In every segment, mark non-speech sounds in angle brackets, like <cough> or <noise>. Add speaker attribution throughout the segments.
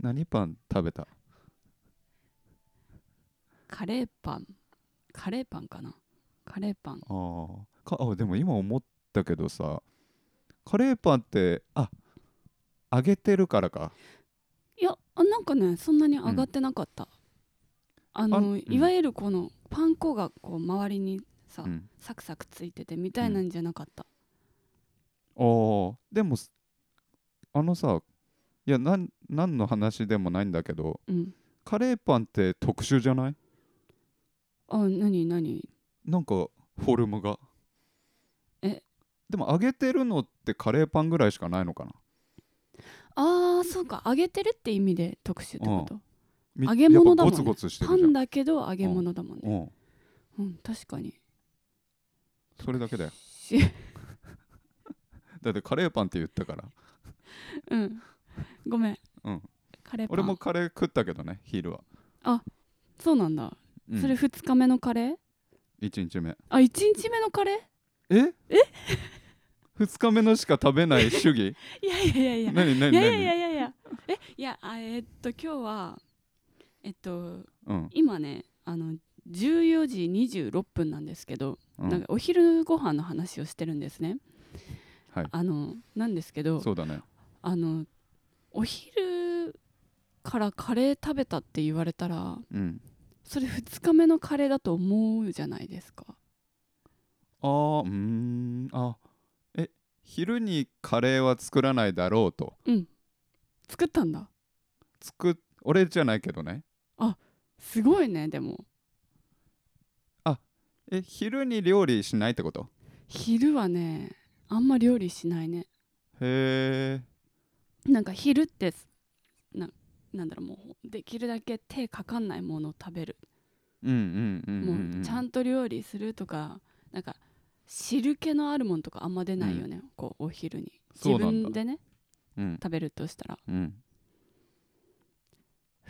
Speaker 1: 何パン食べた
Speaker 2: カレーパンカレーパンかなカレーパン
Speaker 1: あーかあでも今思ったけどさカレーパンってあ揚げてるからか
Speaker 2: いやあなんかねそんなに上がってなかった、あの
Speaker 1: あうん
Speaker 2: いわゆるこのパン粉がこう周りにさ、
Speaker 1: うん
Speaker 2: サクサクついててみたいなんじゃなかった、
Speaker 1: あーでもすあのさいやなん何の話でもないんだけど
Speaker 2: うん
Speaker 1: カレーパンって特殊じゃない
Speaker 2: あ何何
Speaker 1: なんかフォルムが
Speaker 2: え
Speaker 1: でも揚げてるのってカレーパンぐらいしかないのかな
Speaker 2: あーそうか揚げてるって意味で特殊ってこと、
Speaker 1: み
Speaker 2: 揚げ物だもんね
Speaker 1: やっぱゴツゴツして
Speaker 2: パ
Speaker 1: るじゃ
Speaker 2: ン
Speaker 1: ん
Speaker 2: だけど揚げ物だもんね
Speaker 1: うん
Speaker 2: うん、確かに
Speaker 1: それだけだよ
Speaker 2: し
Speaker 1: だってカレーパンって言ったから
Speaker 2: うんごめん、
Speaker 1: うん
Speaker 2: カレーパン
Speaker 1: 俺もカレー食ったけどね昼は、
Speaker 2: そうなんだ、
Speaker 1: うん、
Speaker 2: それ2日目のカレー
Speaker 1: 1日目
Speaker 2: あ1日目のカレー
Speaker 1: え <laughs> え2日目のしか食べない主義
Speaker 2: いやいやいやいや
Speaker 1: 何 <laughs> 何
Speaker 2: いやい
Speaker 1: 何
Speaker 2: やいやいやい <laughs> やえいやあえーっと今日はえっと
Speaker 1: うん
Speaker 2: 今ねあの14時26分なんですけど、
Speaker 1: うん
Speaker 2: なんかお昼ご飯の話をしてるんですね
Speaker 1: はい
Speaker 2: あのなんですけど
Speaker 1: そうだね
Speaker 2: あのお昼からカレー食べたって言われたら
Speaker 1: うん
Speaker 2: それ2日目のカレーだと思うじゃないですか
Speaker 1: あーうーんあえ昼にカレーは作らないだろうと
Speaker 2: 作ったんだ
Speaker 1: 作っ俺じゃないけどね
Speaker 2: すごいねでも
Speaker 1: え昼に料理しないってこと
Speaker 2: 昼はねあんま料理しないね
Speaker 1: へえ
Speaker 2: なんか昼ってすななんだろうもうできるだけ手かかんないものを食べる、
Speaker 1: うんうんうんうんうん
Speaker 2: もうちゃんと料理するとかなんか汁気のあるものとかあんま出ないよね、こうお昼に
Speaker 1: そ
Speaker 2: 自
Speaker 1: うなんだ
Speaker 2: 分でね
Speaker 1: うん
Speaker 2: 食べるとしたら
Speaker 1: うん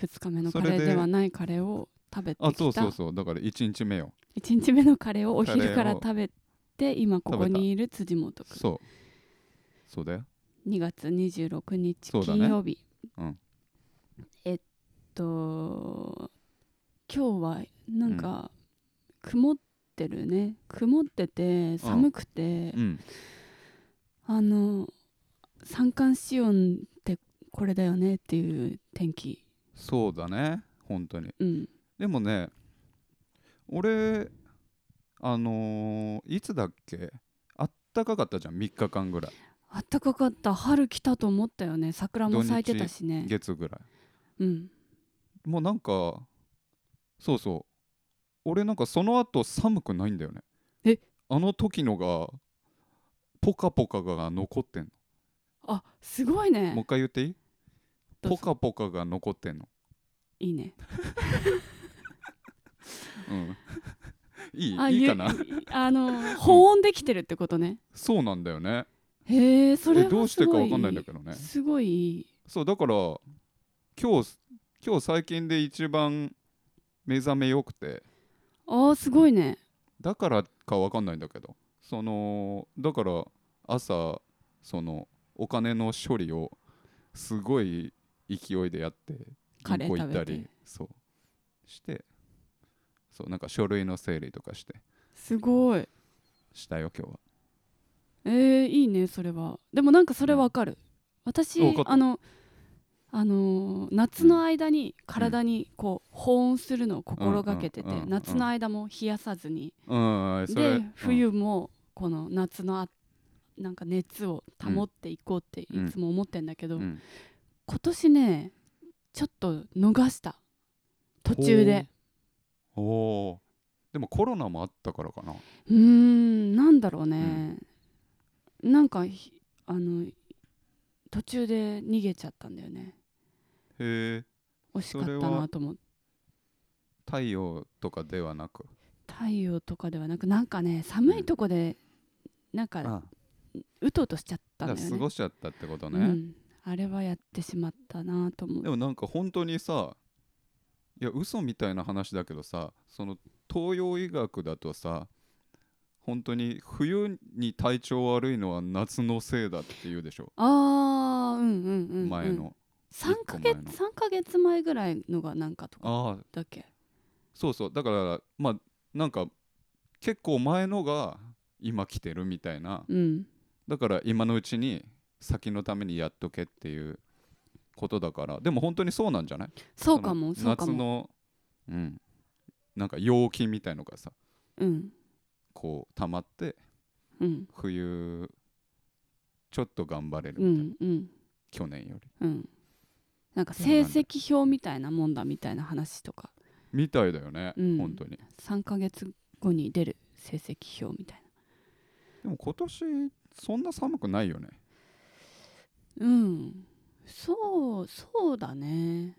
Speaker 2: 2日目の
Speaker 1: そ
Speaker 2: カ
Speaker 1: れ
Speaker 2: レー
Speaker 1: で
Speaker 2: ではないカレーを食べて
Speaker 1: あ
Speaker 2: き
Speaker 1: そう
Speaker 2: た
Speaker 1: そうそうだから1日目よ
Speaker 2: 1日目のカレーをお
Speaker 1: カレー
Speaker 2: 昼
Speaker 1: を
Speaker 2: から食べて今ここにいる辻元君
Speaker 1: そうそうだよ
Speaker 2: 2月26日
Speaker 1: そうだね
Speaker 2: 金曜日、
Speaker 1: うん
Speaker 2: えっと今日はなんか曇ってるね曇ってて寒くて、
Speaker 1: うん
Speaker 2: あの三寒四温ってこれだよねっていう天気
Speaker 1: そうだね本当に
Speaker 2: うん
Speaker 1: でもね俺あのーいつだっけあったかかったじゃん3日間ぐらい
Speaker 2: あったかかった春来たと思ったよね桜も咲いてたしね
Speaker 1: 月ぐらい
Speaker 2: うん
Speaker 1: もうなんかそうそう俺なんかその後寒くないんだよね
Speaker 2: え
Speaker 1: あの時のがポカポカが残ってんの
Speaker 2: あすごい
Speaker 1: もう一
Speaker 2: ね
Speaker 1: 回言っていい
Speaker 2: どう
Speaker 1: ポ
Speaker 2: ぞ
Speaker 1: カポカが残ってんの
Speaker 2: いいね
Speaker 1: うん
Speaker 2: <laughs>
Speaker 1: い
Speaker 2: あ
Speaker 1: いいいかな
Speaker 2: ゆあの保温できてるってことね
Speaker 1: そうなんだよね
Speaker 2: へえそれ
Speaker 1: え
Speaker 2: は
Speaker 1: どうしてかわかんないんだ
Speaker 2: ど
Speaker 1: けどね
Speaker 2: すごい
Speaker 1: そうだから今日今日最近で一番目覚めよくて
Speaker 2: あーすごいね
Speaker 1: だからかわかんないんだけどそのだから朝そのお金の処理をすごい勢いでやって
Speaker 2: カレー
Speaker 1: 銀行行った
Speaker 2: 食べ
Speaker 1: り
Speaker 2: て
Speaker 1: そうしてそうなんか書類の整理とかして
Speaker 2: すごい
Speaker 1: したよ今日は
Speaker 2: えー、いいねそれはでもなんかそれわかる、私
Speaker 1: わかった
Speaker 2: あのあのー夏の間に体にこう保温するのを心がけてて、
Speaker 1: うんうんうんうん
Speaker 2: 夏の間も冷やさずに、
Speaker 1: うんそれ
Speaker 2: で冬もこの夏のあなんか熱を保っていこうってい
Speaker 1: うん
Speaker 2: つも思ってんだけど、
Speaker 1: うんうん
Speaker 2: 今年ねちょっと逃した途中で
Speaker 1: おおーでもコロナもあったからかな
Speaker 2: うーんなんだろうね、なんかひあの途中で逃げちゃったんだよね
Speaker 1: へえ
Speaker 2: 惜しかっ
Speaker 1: それ
Speaker 2: た
Speaker 1: は
Speaker 2: なと思って
Speaker 1: 太陽とかではなく
Speaker 2: 太陽とかではなくなんかね寒いとこで、なんか
Speaker 1: あ
Speaker 2: うとうとしちゃったん
Speaker 1: だ
Speaker 2: だ
Speaker 1: か
Speaker 2: よ
Speaker 1: ら
Speaker 2: ね
Speaker 1: 過ごしちゃったってことね、
Speaker 2: うん、あれはやってしまったなと思
Speaker 1: で
Speaker 2: う
Speaker 1: もなんか本当にさいや嘘みたいな話だけどさその東洋医学だとさ本当に冬に体調悪いのは夏のせいだって言うでしょ、
Speaker 2: あーうんうんうん、うん、
Speaker 1: 前の
Speaker 2: 3
Speaker 1: 一個
Speaker 2: ヶ
Speaker 1: 前
Speaker 2: 月
Speaker 1: の
Speaker 2: 三ヶ月前ぐらいのがなんかとか
Speaker 1: ああ
Speaker 2: だっけ
Speaker 1: そうそうだからまあなんか結構前のが今来てるみたいな
Speaker 2: うん
Speaker 1: だから今のうちに先のためにやっとけっていうことだからでも本当にそうなんじゃない
Speaker 2: そうかも
Speaker 1: そ
Speaker 2: そ
Speaker 1: の
Speaker 2: うかも
Speaker 1: 夏のうんなんか陽気みたいのがさ
Speaker 2: うん
Speaker 1: こう溜まって
Speaker 2: うん
Speaker 1: 冬ちょっと頑張れる、
Speaker 2: うんうん
Speaker 1: 去年より
Speaker 2: うんなんか
Speaker 1: でもな
Speaker 2: 成
Speaker 1: んだ
Speaker 2: 績表みたいなもんだみたいな話とか
Speaker 1: みたいだよね、
Speaker 2: うん
Speaker 1: 本当に
Speaker 2: 3ヶ月後に出る成績表みたい
Speaker 1: でも今年そんな寒くないよね
Speaker 2: なうんそうそうだね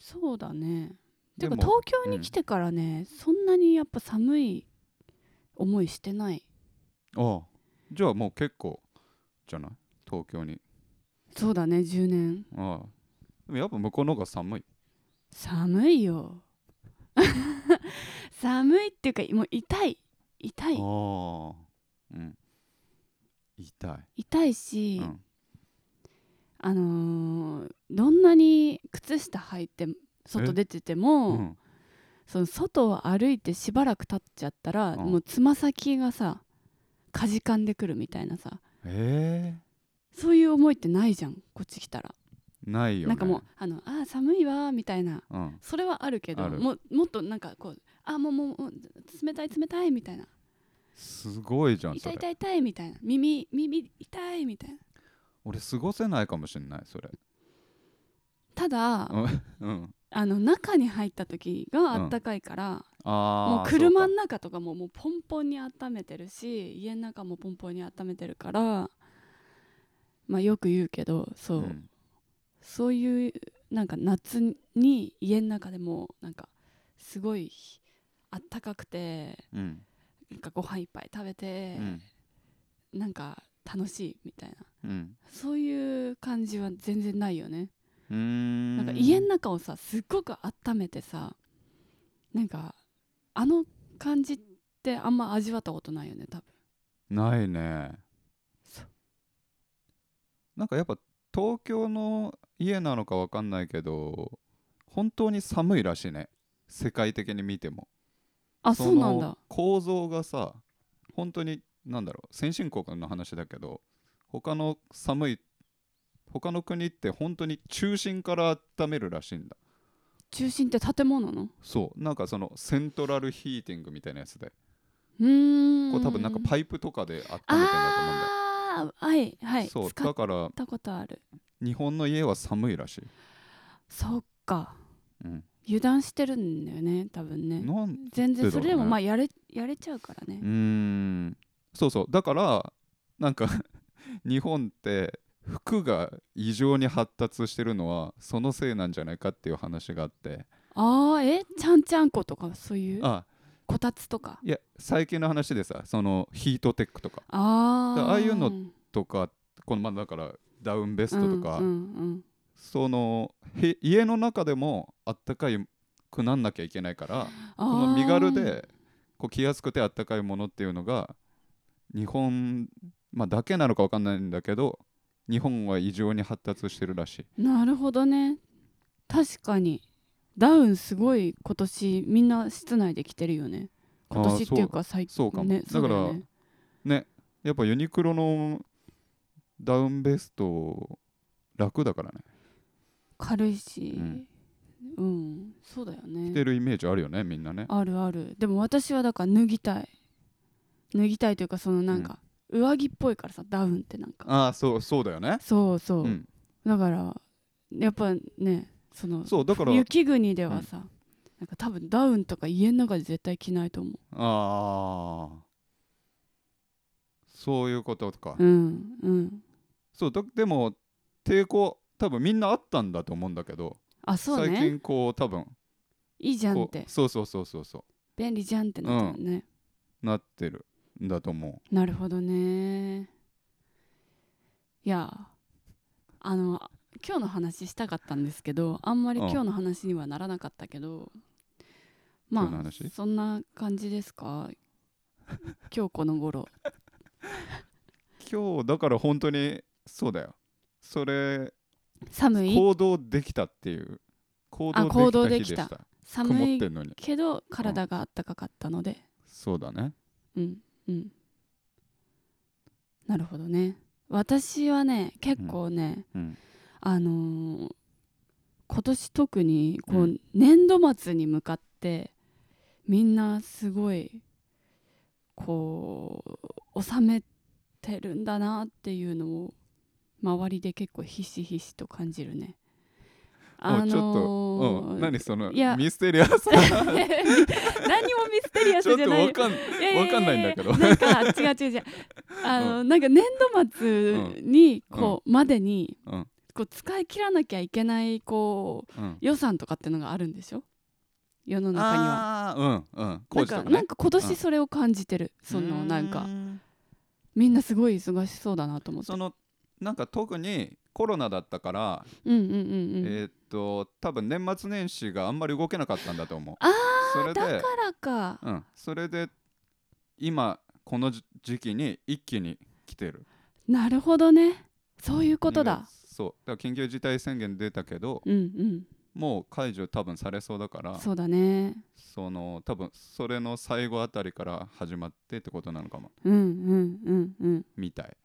Speaker 2: そうだねてか
Speaker 1: でも
Speaker 2: 東京に来てからね、そんなにやっぱ寒い思いしてない
Speaker 1: ああじゃあもう結構じゃない東京に
Speaker 2: そうだね10年
Speaker 1: ああでもやっぱ向こうの方が寒い
Speaker 2: 寒い <laughs> よ寒いっていうかもう痛い痛い
Speaker 1: ああうん痛い、
Speaker 2: 痛いし、
Speaker 1: うん、
Speaker 2: あのーどんなに靴下履いて外出てても、
Speaker 1: うん、
Speaker 2: その外を歩いてしばらく経っちゃったら、
Speaker 1: うん
Speaker 2: もうつま先がさかじかんでくるみたいなさ
Speaker 1: え
Speaker 2: そういう思いってないじゃんこっち来たら、
Speaker 1: えないよね
Speaker 2: なんかもうあのあー寒いわーみたいな
Speaker 1: う、ん、
Speaker 2: それはあるけど
Speaker 1: ある
Speaker 2: もうもっとなんかこうあーもうもうもう冷たい冷たいみたいな
Speaker 1: すごいじゃんそ
Speaker 2: 痛
Speaker 1: れ
Speaker 2: い痛い痛いみたいな耳耳痛いみたいな
Speaker 1: 俺過ごせないかもしんないそれ
Speaker 2: ただ、
Speaker 1: うん
Speaker 2: あの中に入った時があったかいから、
Speaker 1: ああ
Speaker 2: もう車の
Speaker 1: そうか
Speaker 2: 中とかももうポンポンに温めてるし家の中もポンポンに温めてるからまあよく言うけどそう、
Speaker 1: うん
Speaker 2: そういうなんか夏に家の中でもなんかすごいあったかくて
Speaker 1: うん
Speaker 2: なんかご飯いっぱい食べ
Speaker 1: う
Speaker 2: て、
Speaker 1: ん
Speaker 2: なんか楽しいみたいな
Speaker 1: うん
Speaker 2: そういう感じは全然ないよね、
Speaker 1: うーん
Speaker 2: なんか家の中をさすっごく温めてさなんかあの感じってあんま味わったことないよね多分
Speaker 1: ないね
Speaker 2: そう
Speaker 1: なんかやっぱ東京の家なのかわかんないけど本当に寒いらしいね世界的に見ても
Speaker 2: あそうなんだ
Speaker 1: の構造がさ本当になんだろう先進国の話だけど他の寒い他の国って本当に中心から温めるらしいんだ
Speaker 2: 中心って建物の
Speaker 1: そうなんかそのセントラルヒーティングみたいなやつで
Speaker 2: うーん
Speaker 1: これ多分なんかパイプとかで温めてんだと思うんだよ
Speaker 2: ああはいはい
Speaker 1: そう
Speaker 2: 使
Speaker 1: だ
Speaker 2: っ
Speaker 1: から
Speaker 2: たことある
Speaker 1: 日本の家は寒いらしい、
Speaker 2: そっか
Speaker 1: うん、
Speaker 2: 油断してるんだよね多分ね
Speaker 1: なん
Speaker 2: 全然それでも
Speaker 1: ね
Speaker 2: まあやれやれちゃうから
Speaker 1: うー
Speaker 2: ね
Speaker 1: んそうそうだからなんか <laughs> 日本って服が異常に発達してるのはそのせいなんじゃないかっていう話があって
Speaker 2: ああえちゃんちゃんことかそういう
Speaker 1: あ
Speaker 2: こたつとか
Speaker 1: いや最近の話でさそのヒートテックとか
Speaker 2: あ
Speaker 1: だ
Speaker 2: あ
Speaker 1: ああいうのとかこのまあだからダウンベストとか、
Speaker 2: うんうん
Speaker 1: そのへ家の中でもあったかいくなんなきゃいけないから
Speaker 2: こ
Speaker 1: この身軽でこう着やすくてあったかいものっていうのが日本、まあ、だけなのか分かんないんだけど日本は異常に発達してるらしい
Speaker 2: なるほどね確かにダウンすごい今年みんな室内で着てるよね
Speaker 1: あー
Speaker 2: 今年っていうか最近
Speaker 1: そうかも
Speaker 2: ね
Speaker 1: だから
Speaker 2: そうよね
Speaker 1: ねやっぱユニクロのダウンベスト楽だからね
Speaker 2: 軽いし
Speaker 1: うん
Speaker 2: うん、そうだよ
Speaker 1: 着
Speaker 2: ね
Speaker 1: てるイメージあるよねみんなね
Speaker 2: あるあるでも私はだから脱ぎたい脱ぎたいというかそのなんか、上着っぽいからさダウンってなんか
Speaker 1: ああそうそうだよね
Speaker 2: そうそう、
Speaker 1: うん
Speaker 2: だからやっぱねその
Speaker 1: そうだから
Speaker 2: 雪国ではさ、なんか多分ダウンとか家の中で絶対着ないと思う
Speaker 1: ああそういうことか、
Speaker 2: うんうん
Speaker 1: そうだでも抵抗多分みんなあったんだと思うんだけど、
Speaker 2: あそう
Speaker 1: 最
Speaker 2: ね
Speaker 1: 近こう多分
Speaker 2: いいじゃんっ
Speaker 1: こ
Speaker 2: て
Speaker 1: うそうそうそうそうそ
Speaker 2: 便利じゃんってなったもんね、
Speaker 1: うなってるんだと思
Speaker 2: なるほどねいやあの今日の話したかったんですけどあんまり
Speaker 1: うん
Speaker 2: 今日の話にはならなかったけど、
Speaker 1: 今日の
Speaker 2: まあ
Speaker 1: 話
Speaker 2: そんな感じで
Speaker 1: <laughs>
Speaker 2: すか今日この頃
Speaker 1: う今日だから本当にそうだよそれ
Speaker 2: 寒い
Speaker 1: 行動できたっていう行
Speaker 2: あ行動
Speaker 1: 動で
Speaker 2: で
Speaker 1: きた日で
Speaker 2: きた
Speaker 1: した曇
Speaker 2: 寒
Speaker 1: っ
Speaker 2: い
Speaker 1: てんのに
Speaker 2: けど体があったかかったので
Speaker 1: そうだね
Speaker 2: うんうんなるほどね私はね結構ね、
Speaker 1: うん
Speaker 2: あのー今年特にこう、
Speaker 1: うん
Speaker 2: 年度末に向かってみんなすごいこう収めてるんだなっていうのを周りで結構ひしひしと感じるね。
Speaker 1: おちょっと、うん、
Speaker 2: <laughs>
Speaker 1: 何その
Speaker 2: いや
Speaker 1: ミステリアス
Speaker 2: 何もミステリア
Speaker 1: ちょ
Speaker 2: ス
Speaker 1: っ
Speaker 2: じゃ
Speaker 1: と
Speaker 2: ない
Speaker 1: わ
Speaker 2: よ。
Speaker 1: かん
Speaker 2: いやい
Speaker 1: <laughs>
Speaker 2: や
Speaker 1: わかんないんだけど
Speaker 2: なんか違う違う違う。あの、なんか年度末にこう、までに
Speaker 1: うん
Speaker 2: こう使い切らなきゃいけないこう
Speaker 1: うん
Speaker 2: 予算とかってのがあるんでしょ。世の中には。
Speaker 1: あーうんうん
Speaker 2: な
Speaker 1: 工
Speaker 2: ん
Speaker 1: 事
Speaker 2: か
Speaker 1: とか
Speaker 2: な
Speaker 1: ね
Speaker 2: んか今年それを感じてる。そのなんかみんなすごい忙しそうだなと思って。
Speaker 1: そのなんか特にコロナだったから、
Speaker 2: うんうんうんうん。
Speaker 1: えーっと多分年末年始があんまり動けなかったんだと思う
Speaker 2: あ
Speaker 1: それ
Speaker 2: だか
Speaker 1: で、
Speaker 2: らか。
Speaker 1: うん、それで今このじ時期に一気に来てる
Speaker 2: なるほどね。そういうこと
Speaker 1: うん
Speaker 2: だ。
Speaker 1: そうだから緊急事態宣言出たけど
Speaker 2: うん
Speaker 1: もう解除多分されそうだか
Speaker 2: うん。
Speaker 1: ら
Speaker 2: そうだね。
Speaker 1: その多分それの最後あたりから始まってってことなのかも
Speaker 2: うんうんうんうん。
Speaker 1: みたい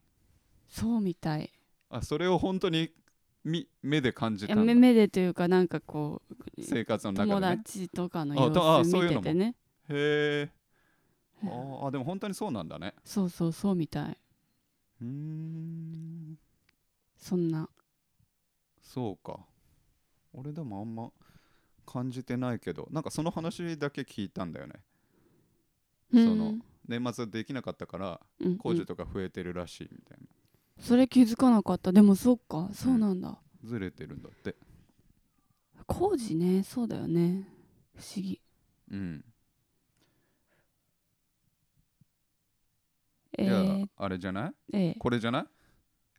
Speaker 2: そうみたい。
Speaker 1: あそれを本当にみ目で感じ
Speaker 2: いや
Speaker 1: た
Speaker 2: め
Speaker 1: んだ
Speaker 2: めでというかなんかこう
Speaker 1: 生活の中
Speaker 2: 友
Speaker 1: で、ね、
Speaker 2: 達とかの
Speaker 1: あとあ
Speaker 2: 様子
Speaker 1: そうい
Speaker 2: 見
Speaker 1: うの
Speaker 2: て
Speaker 1: も
Speaker 2: てね
Speaker 1: へえあ
Speaker 2: うん
Speaker 1: ーあでも本当にそうなんだね
Speaker 2: そうそうそうみたいう
Speaker 1: ーん
Speaker 2: そんな
Speaker 1: そうか俺でもあんま感じてないけどなんかその話だけ聞いたんだよねその
Speaker 2: うん
Speaker 1: 年末できなかったから
Speaker 2: うんうん
Speaker 1: 工事とか増えてるらしいみたいな
Speaker 2: それ気づかなかったでもそっかそうなんだ、
Speaker 1: ずれてるんだって
Speaker 2: 工事ねそうだよね不思議
Speaker 1: うん
Speaker 2: え
Speaker 1: いや
Speaker 2: ー、
Speaker 1: あれじゃない
Speaker 2: えー
Speaker 1: これじゃない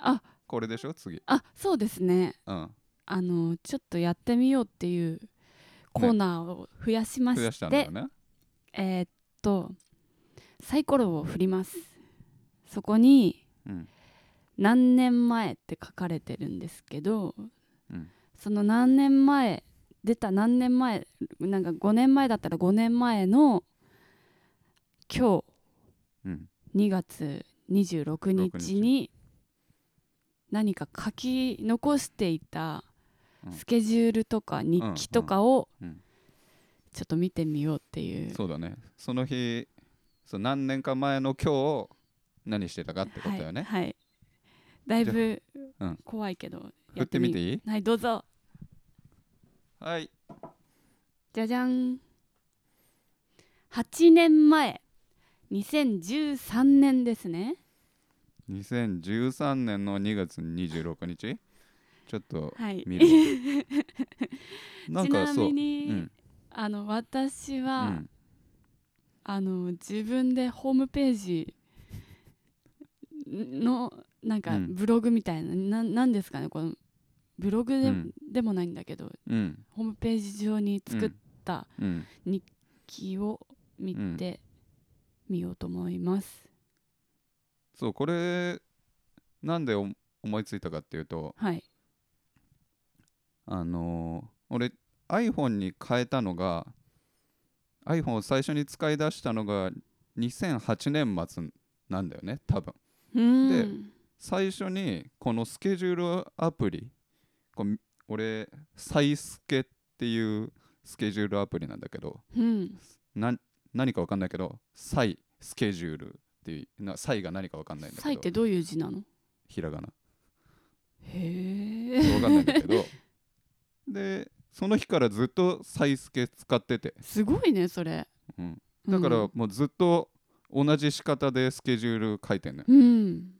Speaker 2: あ
Speaker 1: これでしょ次
Speaker 2: あそうですね
Speaker 1: うん
Speaker 2: あのちょっとやってみようっていうコーナーを増やしま
Speaker 1: 増や
Speaker 2: し
Speaker 1: した
Speaker 2: て、
Speaker 1: んだよね
Speaker 2: えーっとサイコロを振りますそこに
Speaker 1: うん
Speaker 2: 何年前って書かれてるんですけど、
Speaker 1: うん
Speaker 2: その何年前出た何年前なんか5年前だったら5年前の今
Speaker 1: うん
Speaker 2: 日2月26日に何か書き残していた
Speaker 1: うん
Speaker 2: スケジュールとか日記とかを
Speaker 1: うんうん
Speaker 2: ちょっと見てみようっていう
Speaker 1: そうだねその日そう何年か前の今日何してたかってことだよね、
Speaker 2: はい、はいだいぶ
Speaker 1: うん
Speaker 2: 怖いけど
Speaker 1: 振ってみて
Speaker 2: い
Speaker 1: いい
Speaker 2: はいどうぞ
Speaker 1: はい
Speaker 2: じゃじゃん8年前2013年ですね
Speaker 1: 2013年の2月26日ちょっと
Speaker 2: はい
Speaker 1: 見る
Speaker 2: <laughs>
Speaker 1: な
Speaker 2: ち
Speaker 1: んか
Speaker 2: な
Speaker 1: そう
Speaker 2: みに、
Speaker 1: うん
Speaker 2: あの私
Speaker 1: う
Speaker 2: は、
Speaker 1: ん、
Speaker 2: あの自分でホームページのなんか
Speaker 1: うん
Speaker 2: ブログみたいな、ななんですかねこのブログで,、
Speaker 1: うん
Speaker 2: でもないんだけど
Speaker 1: うん
Speaker 2: ホームページ上に作っ
Speaker 1: うんうん
Speaker 2: 気を見てみようと思います、
Speaker 1: そうこれなんでお思いついたかっていうと
Speaker 2: はい
Speaker 1: あのー俺 iPhone に変えたのが iPhone を最初に使い出したのが2008年末なんだよね多分
Speaker 2: うーん
Speaker 1: 最初にこのスケジュールアプリこう俺サイスケっていうスケジュールアプリなんだけど
Speaker 2: うん
Speaker 1: な何かわかんないけどサイスケジュールっていうなサイが何かわかんないんだ
Speaker 2: サ
Speaker 1: け
Speaker 2: イっ
Speaker 1: ど
Speaker 2: てどういう字なの
Speaker 1: ひらがな
Speaker 2: へえ
Speaker 1: わかんないんだけどでその日からずっとサイスケ使ってて、
Speaker 2: すごいねそれ
Speaker 1: うん、だか
Speaker 2: う
Speaker 1: ら
Speaker 2: ん、
Speaker 1: もうずっと同じ仕方でスケジュール書いてんのよ
Speaker 2: うん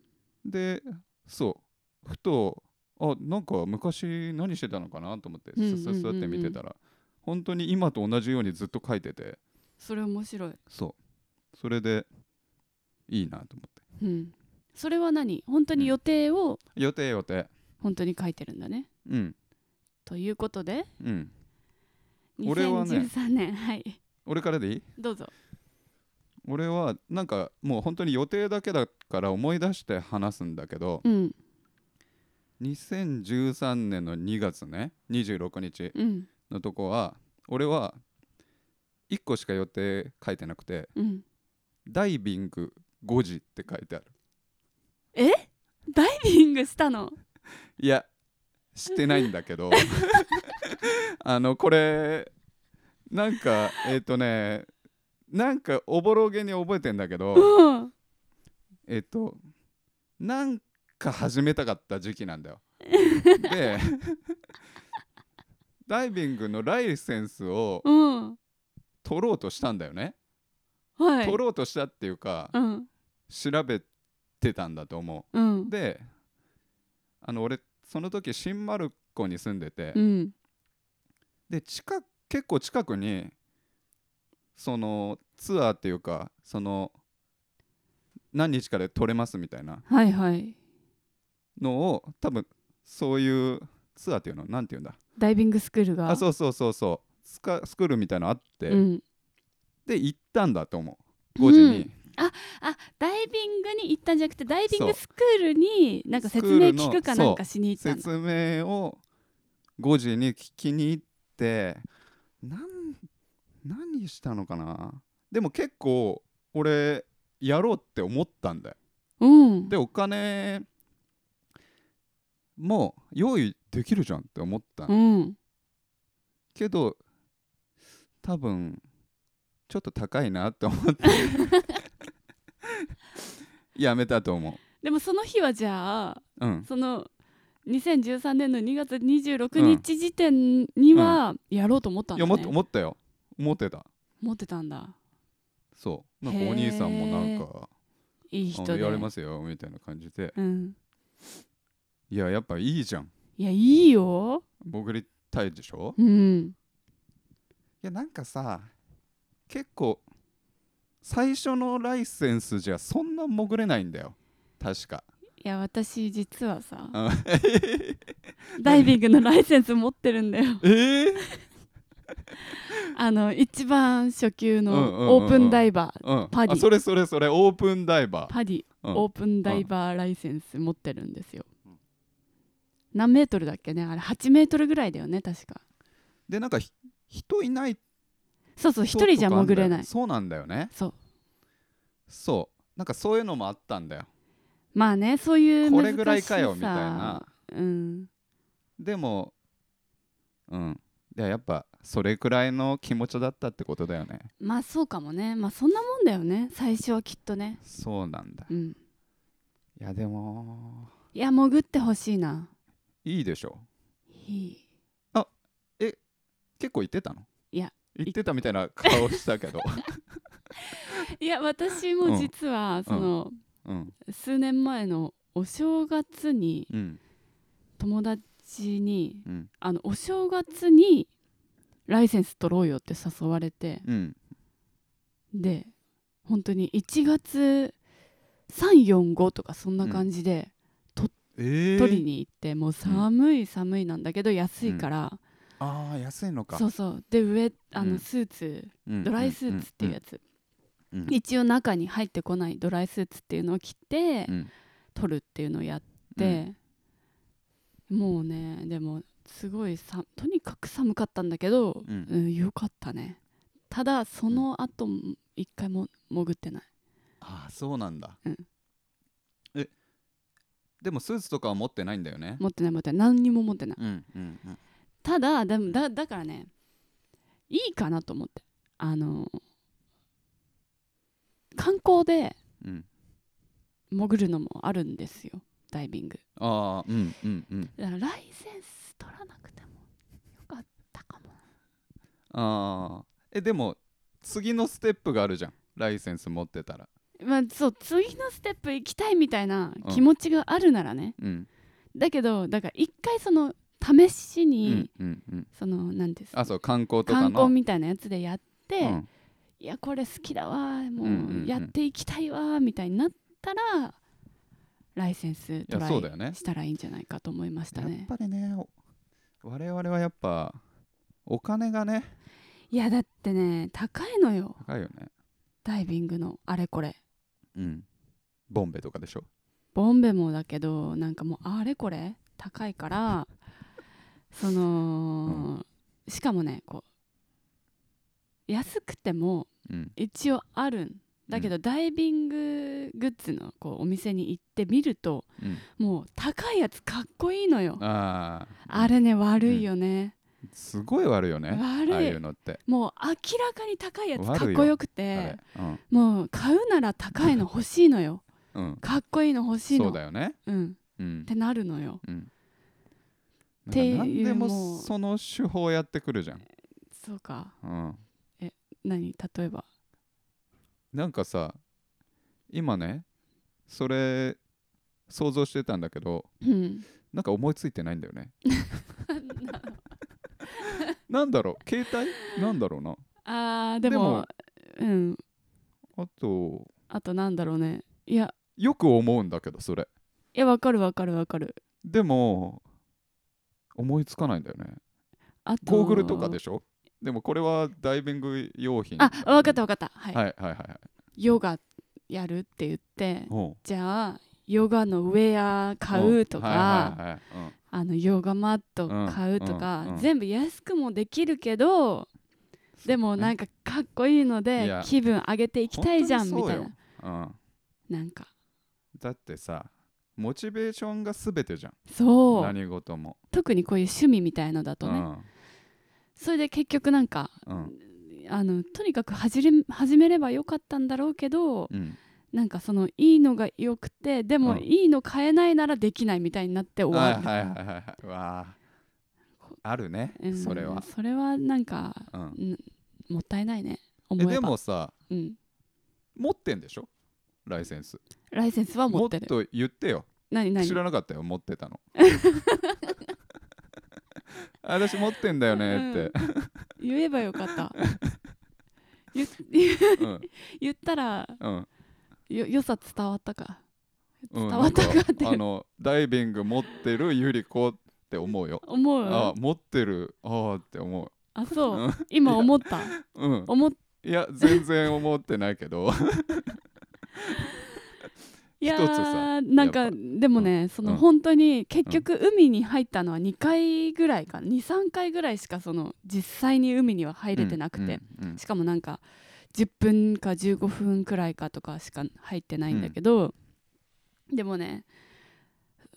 Speaker 1: でそうふとあなんか昔何してたのかなと思って
Speaker 2: うんうんうんうん
Speaker 1: すすすって見てたら本当に今と同じようにずっと書いてて
Speaker 2: それ面白い、
Speaker 1: そうそれでいいなと思って
Speaker 2: うん、それは何本当に予定を
Speaker 1: 予定予定
Speaker 2: 本当に書いてるんだね、
Speaker 1: うん
Speaker 2: ということで
Speaker 1: うん俺はね
Speaker 2: 2013年はい、
Speaker 1: 俺からでいい
Speaker 2: どうぞ
Speaker 1: 俺はなんかもう本当に予定だけだから思い出して話すんだけど
Speaker 2: うん
Speaker 1: 2013年の2月ね26日
Speaker 2: うん
Speaker 1: のとこは俺は1個しか予定書いてなくて
Speaker 2: うん
Speaker 1: 「ダイビング5時」って書いてある
Speaker 2: ダイビングしたの
Speaker 1: いやしてないんだけどあのこれなんかえっ、とねなんかおぼろげに覚えてんだけど
Speaker 2: うん
Speaker 1: えっとなんか始めたかった時期なん
Speaker 2: <laughs>
Speaker 1: だよ。でダイビングのライセンスを
Speaker 2: うん
Speaker 1: 取ろうとしたんだよね。
Speaker 2: はい
Speaker 1: 取ろうとしたっていうか
Speaker 2: うん
Speaker 1: 調べてたんだと思
Speaker 2: うん
Speaker 1: う。であの俺その時新丸子に住んでて、
Speaker 2: うん
Speaker 1: で近く結構近くにそのツアーっていうかその何日かで取れますみたいな
Speaker 2: はいはい
Speaker 1: のを多分そういうツアーっていうのなんていうんだ
Speaker 2: ダイビングスクールが
Speaker 1: あそうそうそうそうスカスクールみたいなのあって、
Speaker 2: うん
Speaker 1: で行ったんだと思う5時に、
Speaker 2: うんあダイビングに行ったんじゃなくてダイビングスクールになんか説明聞くかなんかしに行ったんだ
Speaker 1: 説明を5時に聞きに行ってなん何したのかなでも結構俺やろうって思ったんだよ
Speaker 2: うん
Speaker 1: でお金も用意できるじゃんって思ったの
Speaker 2: うん
Speaker 1: けど多分ちょっと高いなって思って
Speaker 2: <laughs>
Speaker 1: やめたと思
Speaker 2: でもその日はじゃあ
Speaker 1: ううん
Speaker 2: その2013年の2月26日時点にはやろうと思ったん
Speaker 1: いや
Speaker 2: だ、ね
Speaker 1: もっと思ったよ思ってた
Speaker 2: 持ってたんだ
Speaker 1: そうなんかお兄さんもなん
Speaker 2: へ
Speaker 1: か
Speaker 2: いい
Speaker 1: あ
Speaker 2: 人
Speaker 1: の
Speaker 2: で
Speaker 1: やれますよみたいな感じで
Speaker 2: うん、
Speaker 1: いややっぱいいじゃん
Speaker 2: いやいいよ
Speaker 1: 潜りたいでしょ
Speaker 2: うん
Speaker 1: いやなんかさ結構最初のライセンスじゃそんな潜れないんだよ確か
Speaker 2: いや私実は <laughs> さ
Speaker 1: うん
Speaker 2: ダイビングのライセンス持ってるんだよ
Speaker 1: えー、
Speaker 2: あの一番初級
Speaker 1: うんうんうんうん
Speaker 2: のオープンダイバー、
Speaker 1: うん
Speaker 2: パデ
Speaker 1: あ
Speaker 2: ィ
Speaker 1: それそれそれオープンダイバー
Speaker 2: パディ
Speaker 1: うん
Speaker 2: オープンダイバーライセンス持ってるんですよ、何メートルだっけねあれ8メートルぐらいだよね確か
Speaker 1: でなんかひ人いない
Speaker 2: そうそう一人じゃ潜れない
Speaker 1: そうなんだよね
Speaker 2: そう
Speaker 1: そうなんかそういうのもあったんだよ
Speaker 2: まあねそういう
Speaker 1: こ
Speaker 2: 難
Speaker 1: れ
Speaker 2: しさ
Speaker 1: ぐらいかよみたいな
Speaker 2: うん
Speaker 1: でもうんいややっぱそれくらいの気持ちだったってことだよね
Speaker 2: まあそうかもねまあそんなもんだよね最初はきっとね
Speaker 1: そうなんだ
Speaker 2: うん
Speaker 1: いやでも
Speaker 2: いや潜ってほしいない
Speaker 1: いでしょ
Speaker 2: いい
Speaker 1: 結構行ってたの
Speaker 2: いや
Speaker 1: 行ってたみたいな顔したけど
Speaker 2: いや私も実はその、
Speaker 1: <laughs> うん
Speaker 2: 数年前のお正月に
Speaker 1: うん
Speaker 2: 友達に
Speaker 1: うん
Speaker 2: あのお正月にライセンス取ろうよって誘われて
Speaker 1: うん
Speaker 2: で本当に1月345とかそんな感じで
Speaker 1: え
Speaker 2: 取り
Speaker 1: ー、
Speaker 2: に行って、もう寒い寒いなんだけど安いから、
Speaker 1: ああ安いのか
Speaker 2: そうそうで上あ
Speaker 1: う
Speaker 2: の
Speaker 1: ん
Speaker 2: スーツ、
Speaker 1: うん
Speaker 2: ドライスーツっていうやつ、
Speaker 1: うんうん
Speaker 2: 一応中に入ってこないドライスーツっていうのを着て、
Speaker 1: うんうん
Speaker 2: 取るっていうのをやって、もうねでもすごいさとにかく寒かったんだけど、
Speaker 1: うん
Speaker 2: うんよかったねただその後も一回も潜ってない
Speaker 1: ああそうなんだ、
Speaker 2: うん
Speaker 1: えでもスーツとかは持ってないんだよね
Speaker 2: 持ってない持ってない何にも持ってない
Speaker 1: うんうんうん
Speaker 2: ただでもだだからねいいかなと思ってあの観光で
Speaker 1: うん
Speaker 2: 潜るのもあるんですよダイビング
Speaker 1: ああうんうんうん
Speaker 2: だからライセンス取らなくてもよかったかも
Speaker 1: ああえでも次のステップがあるじゃんライセンス持ってたら
Speaker 2: まあそう次のステップ行きたいみたいな
Speaker 1: うん
Speaker 2: 気持ちがあるならね、
Speaker 1: うん
Speaker 2: だけどだから一回その試し
Speaker 1: う
Speaker 2: に、
Speaker 1: んうんうん
Speaker 2: そのなんです
Speaker 1: あそう観光とかの
Speaker 2: 観光みたいなやつでやって、
Speaker 1: うん
Speaker 2: いやこれ好きだわーも
Speaker 1: んうんう
Speaker 2: ううんやっていきたいわーみたいになったらライセンスト
Speaker 1: いや
Speaker 2: ラ
Speaker 1: そうだよね
Speaker 2: イしたらいいんじゃないかと思いました
Speaker 1: やっ
Speaker 2: ね
Speaker 1: ぱりねお我々はやっぱお金がね
Speaker 2: いやだってね高いのよ
Speaker 1: 高いよね
Speaker 2: ダイビングのあれこれ
Speaker 1: うんボンベとかでしょ
Speaker 2: ボンベもだけどなんかもうあれこれ高いからその、しかもねこう安くても
Speaker 1: うん
Speaker 2: 一応あるんだけど、ダイビンググッズのこうお店に行ってみると
Speaker 1: うん
Speaker 2: もう高いやつかっこいいのよ
Speaker 1: ああ
Speaker 2: あれね悪いよね、
Speaker 1: すごい悪いよねああ
Speaker 2: 悪
Speaker 1: い
Speaker 2: いう
Speaker 1: のって
Speaker 2: もう明らかに高いやつか
Speaker 1: 悪い
Speaker 2: っ
Speaker 1: よ
Speaker 2: こよく
Speaker 1: あ
Speaker 2: て
Speaker 1: れうん
Speaker 2: もう買うなら高いの欲しいのよ
Speaker 1: うん
Speaker 2: かっこいいの欲しいの
Speaker 1: そうだよね
Speaker 2: うん、
Speaker 1: うん
Speaker 2: ってなるのよ
Speaker 1: うんなんか
Speaker 2: ていう
Speaker 1: 何で
Speaker 2: も
Speaker 1: も
Speaker 2: う
Speaker 1: その手法やってくるじゃん
Speaker 2: そうか
Speaker 1: うん
Speaker 2: 何例えば
Speaker 1: なんかさ今ねそれ想像してたんだけど
Speaker 2: うん
Speaker 1: なんか思いついてないんだよねなんだろう携帯なんだろうな
Speaker 2: あーでも
Speaker 1: でも
Speaker 2: うん
Speaker 1: あと
Speaker 2: あとなんだろうねいや
Speaker 1: よく思うんだけどそれ
Speaker 2: いやわかるわかるわかる
Speaker 1: でも思いつかないんだよね
Speaker 2: あと
Speaker 1: ゴーグルとかでしょでもこれはダイビング用品
Speaker 2: あわかったわかったはい、
Speaker 1: はいはいはいはい
Speaker 2: ヨガやるって言って
Speaker 1: おう
Speaker 2: じゃあヨガのウェア買うとか、
Speaker 1: んはいはいはいうん
Speaker 2: あのヨガマット買うとか、
Speaker 1: うんうんうん
Speaker 2: 全部安くもできるけどでもなんかかっこいいの
Speaker 1: い
Speaker 2: で
Speaker 1: や
Speaker 2: 気分上げていきたいじゃん
Speaker 1: 本
Speaker 2: み
Speaker 1: 当に
Speaker 2: た
Speaker 1: そう
Speaker 2: い
Speaker 1: よ
Speaker 2: な
Speaker 1: うん、
Speaker 2: なんか
Speaker 1: だってさモチベーションが全てじゃん
Speaker 2: そう
Speaker 1: 何事も
Speaker 2: 特にこういう趣味みたいのだとね、それで結局なんか
Speaker 1: うんうん
Speaker 2: あのとにかく始め始めればよかったんだろうけど
Speaker 1: うん、
Speaker 2: なんかそのいいのが良くてで
Speaker 1: う
Speaker 2: も
Speaker 1: ん
Speaker 2: いいの買えないならできないみたいになって終わる、
Speaker 1: はいはいはいはいはいうわああるね、
Speaker 2: うん
Speaker 1: それは、
Speaker 2: それはなんか、
Speaker 1: うん、
Speaker 2: うんもったいないね思
Speaker 1: え
Speaker 2: えば
Speaker 1: でもさ
Speaker 2: うん、
Speaker 1: 持ってんでしょライセンス
Speaker 2: ライセンスは持ってる
Speaker 1: もっと言ってよ
Speaker 2: 何何
Speaker 1: 知らなかったよ持ってた
Speaker 2: <laughs>
Speaker 1: の私持ってんだよねって、
Speaker 2: 言えばよかった <laughs> 言言
Speaker 1: うん
Speaker 2: 言ったら
Speaker 1: うん
Speaker 2: よ良さ伝わったか
Speaker 1: う
Speaker 2: 伝
Speaker 1: ん、
Speaker 2: わったかって
Speaker 1: なんあのダイビング持ってるゆり子って思うよ、
Speaker 2: 思う
Speaker 1: あ
Speaker 2: あ
Speaker 1: 持ってるああって思
Speaker 2: そううん今思った
Speaker 1: ううん
Speaker 2: 思っ
Speaker 1: いや全然思ってないけど
Speaker 2: いや
Speaker 1: 一つさ
Speaker 2: ーなん
Speaker 1: や
Speaker 2: か
Speaker 1: っ
Speaker 2: でもね、その
Speaker 1: うん
Speaker 2: 本当に結局海に入ったのは2回ぐらいかな23回ぐらいしかその実際に海には入れてなくて、
Speaker 1: うんうん
Speaker 2: しかもなんか10分か15分くらいかとかしか入ってないんだけど、でもね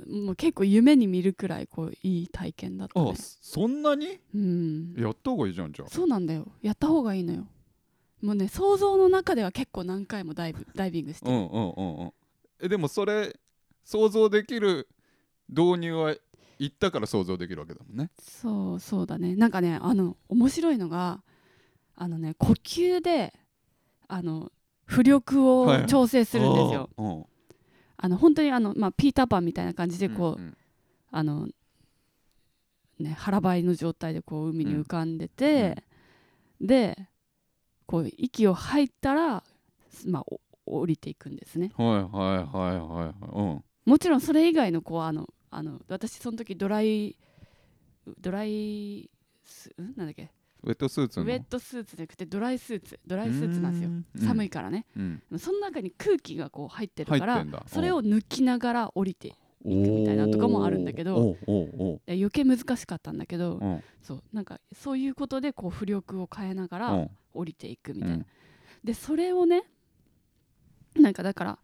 Speaker 2: もう結構夢に見るくらいこういい体験だった、
Speaker 1: うん
Speaker 2: ね
Speaker 1: あそんなに
Speaker 2: うん、
Speaker 1: やった方がいいじゃんじゃあ
Speaker 2: そうなんだよやった方がいいのよもうね想像の中では結構何回もダイブダイビングして
Speaker 1: う
Speaker 2: る、
Speaker 1: んうんうんうんえでもそれ想像できる導入は言ったから想像できるわけだもんね
Speaker 2: そうそうだねなんかねあの面白いのがあのね呼吸であの浮力を調整するんですよ、
Speaker 1: あー
Speaker 2: あの本当にあの、まあ、ピーターパンみたいな感じ
Speaker 1: う
Speaker 2: で
Speaker 1: ん
Speaker 2: こう、
Speaker 1: ん
Speaker 2: あのね腹ばいの状態でこう海に浮かんでて、でこう息を吐いたらすまあお降りていくんですね
Speaker 1: はいはいはいはいはいうん
Speaker 2: もちろんそれ以外のこうあのあの私その時ドライドライスんなんだっけ
Speaker 1: ウェットスーツ
Speaker 2: ウ
Speaker 1: の
Speaker 2: ェットスーツじゃなくてドライスーツドライスーツなんですよ寒い
Speaker 1: か
Speaker 2: からね
Speaker 1: ら、うん
Speaker 2: その中に空気がこう入ってるか
Speaker 1: 入っ
Speaker 2: ら
Speaker 1: てんだ
Speaker 2: それを抜きながら降りて
Speaker 1: うん
Speaker 2: みたいなとかもあるんだけど
Speaker 1: おーおーおー
Speaker 2: で余計難しかったんだけど、
Speaker 1: うん
Speaker 2: そうなんかそういうことでこう浮力を変えなが
Speaker 1: う
Speaker 2: ら
Speaker 1: ん
Speaker 2: 降りていくみたいな、
Speaker 1: うん
Speaker 2: でそれをねなんかだから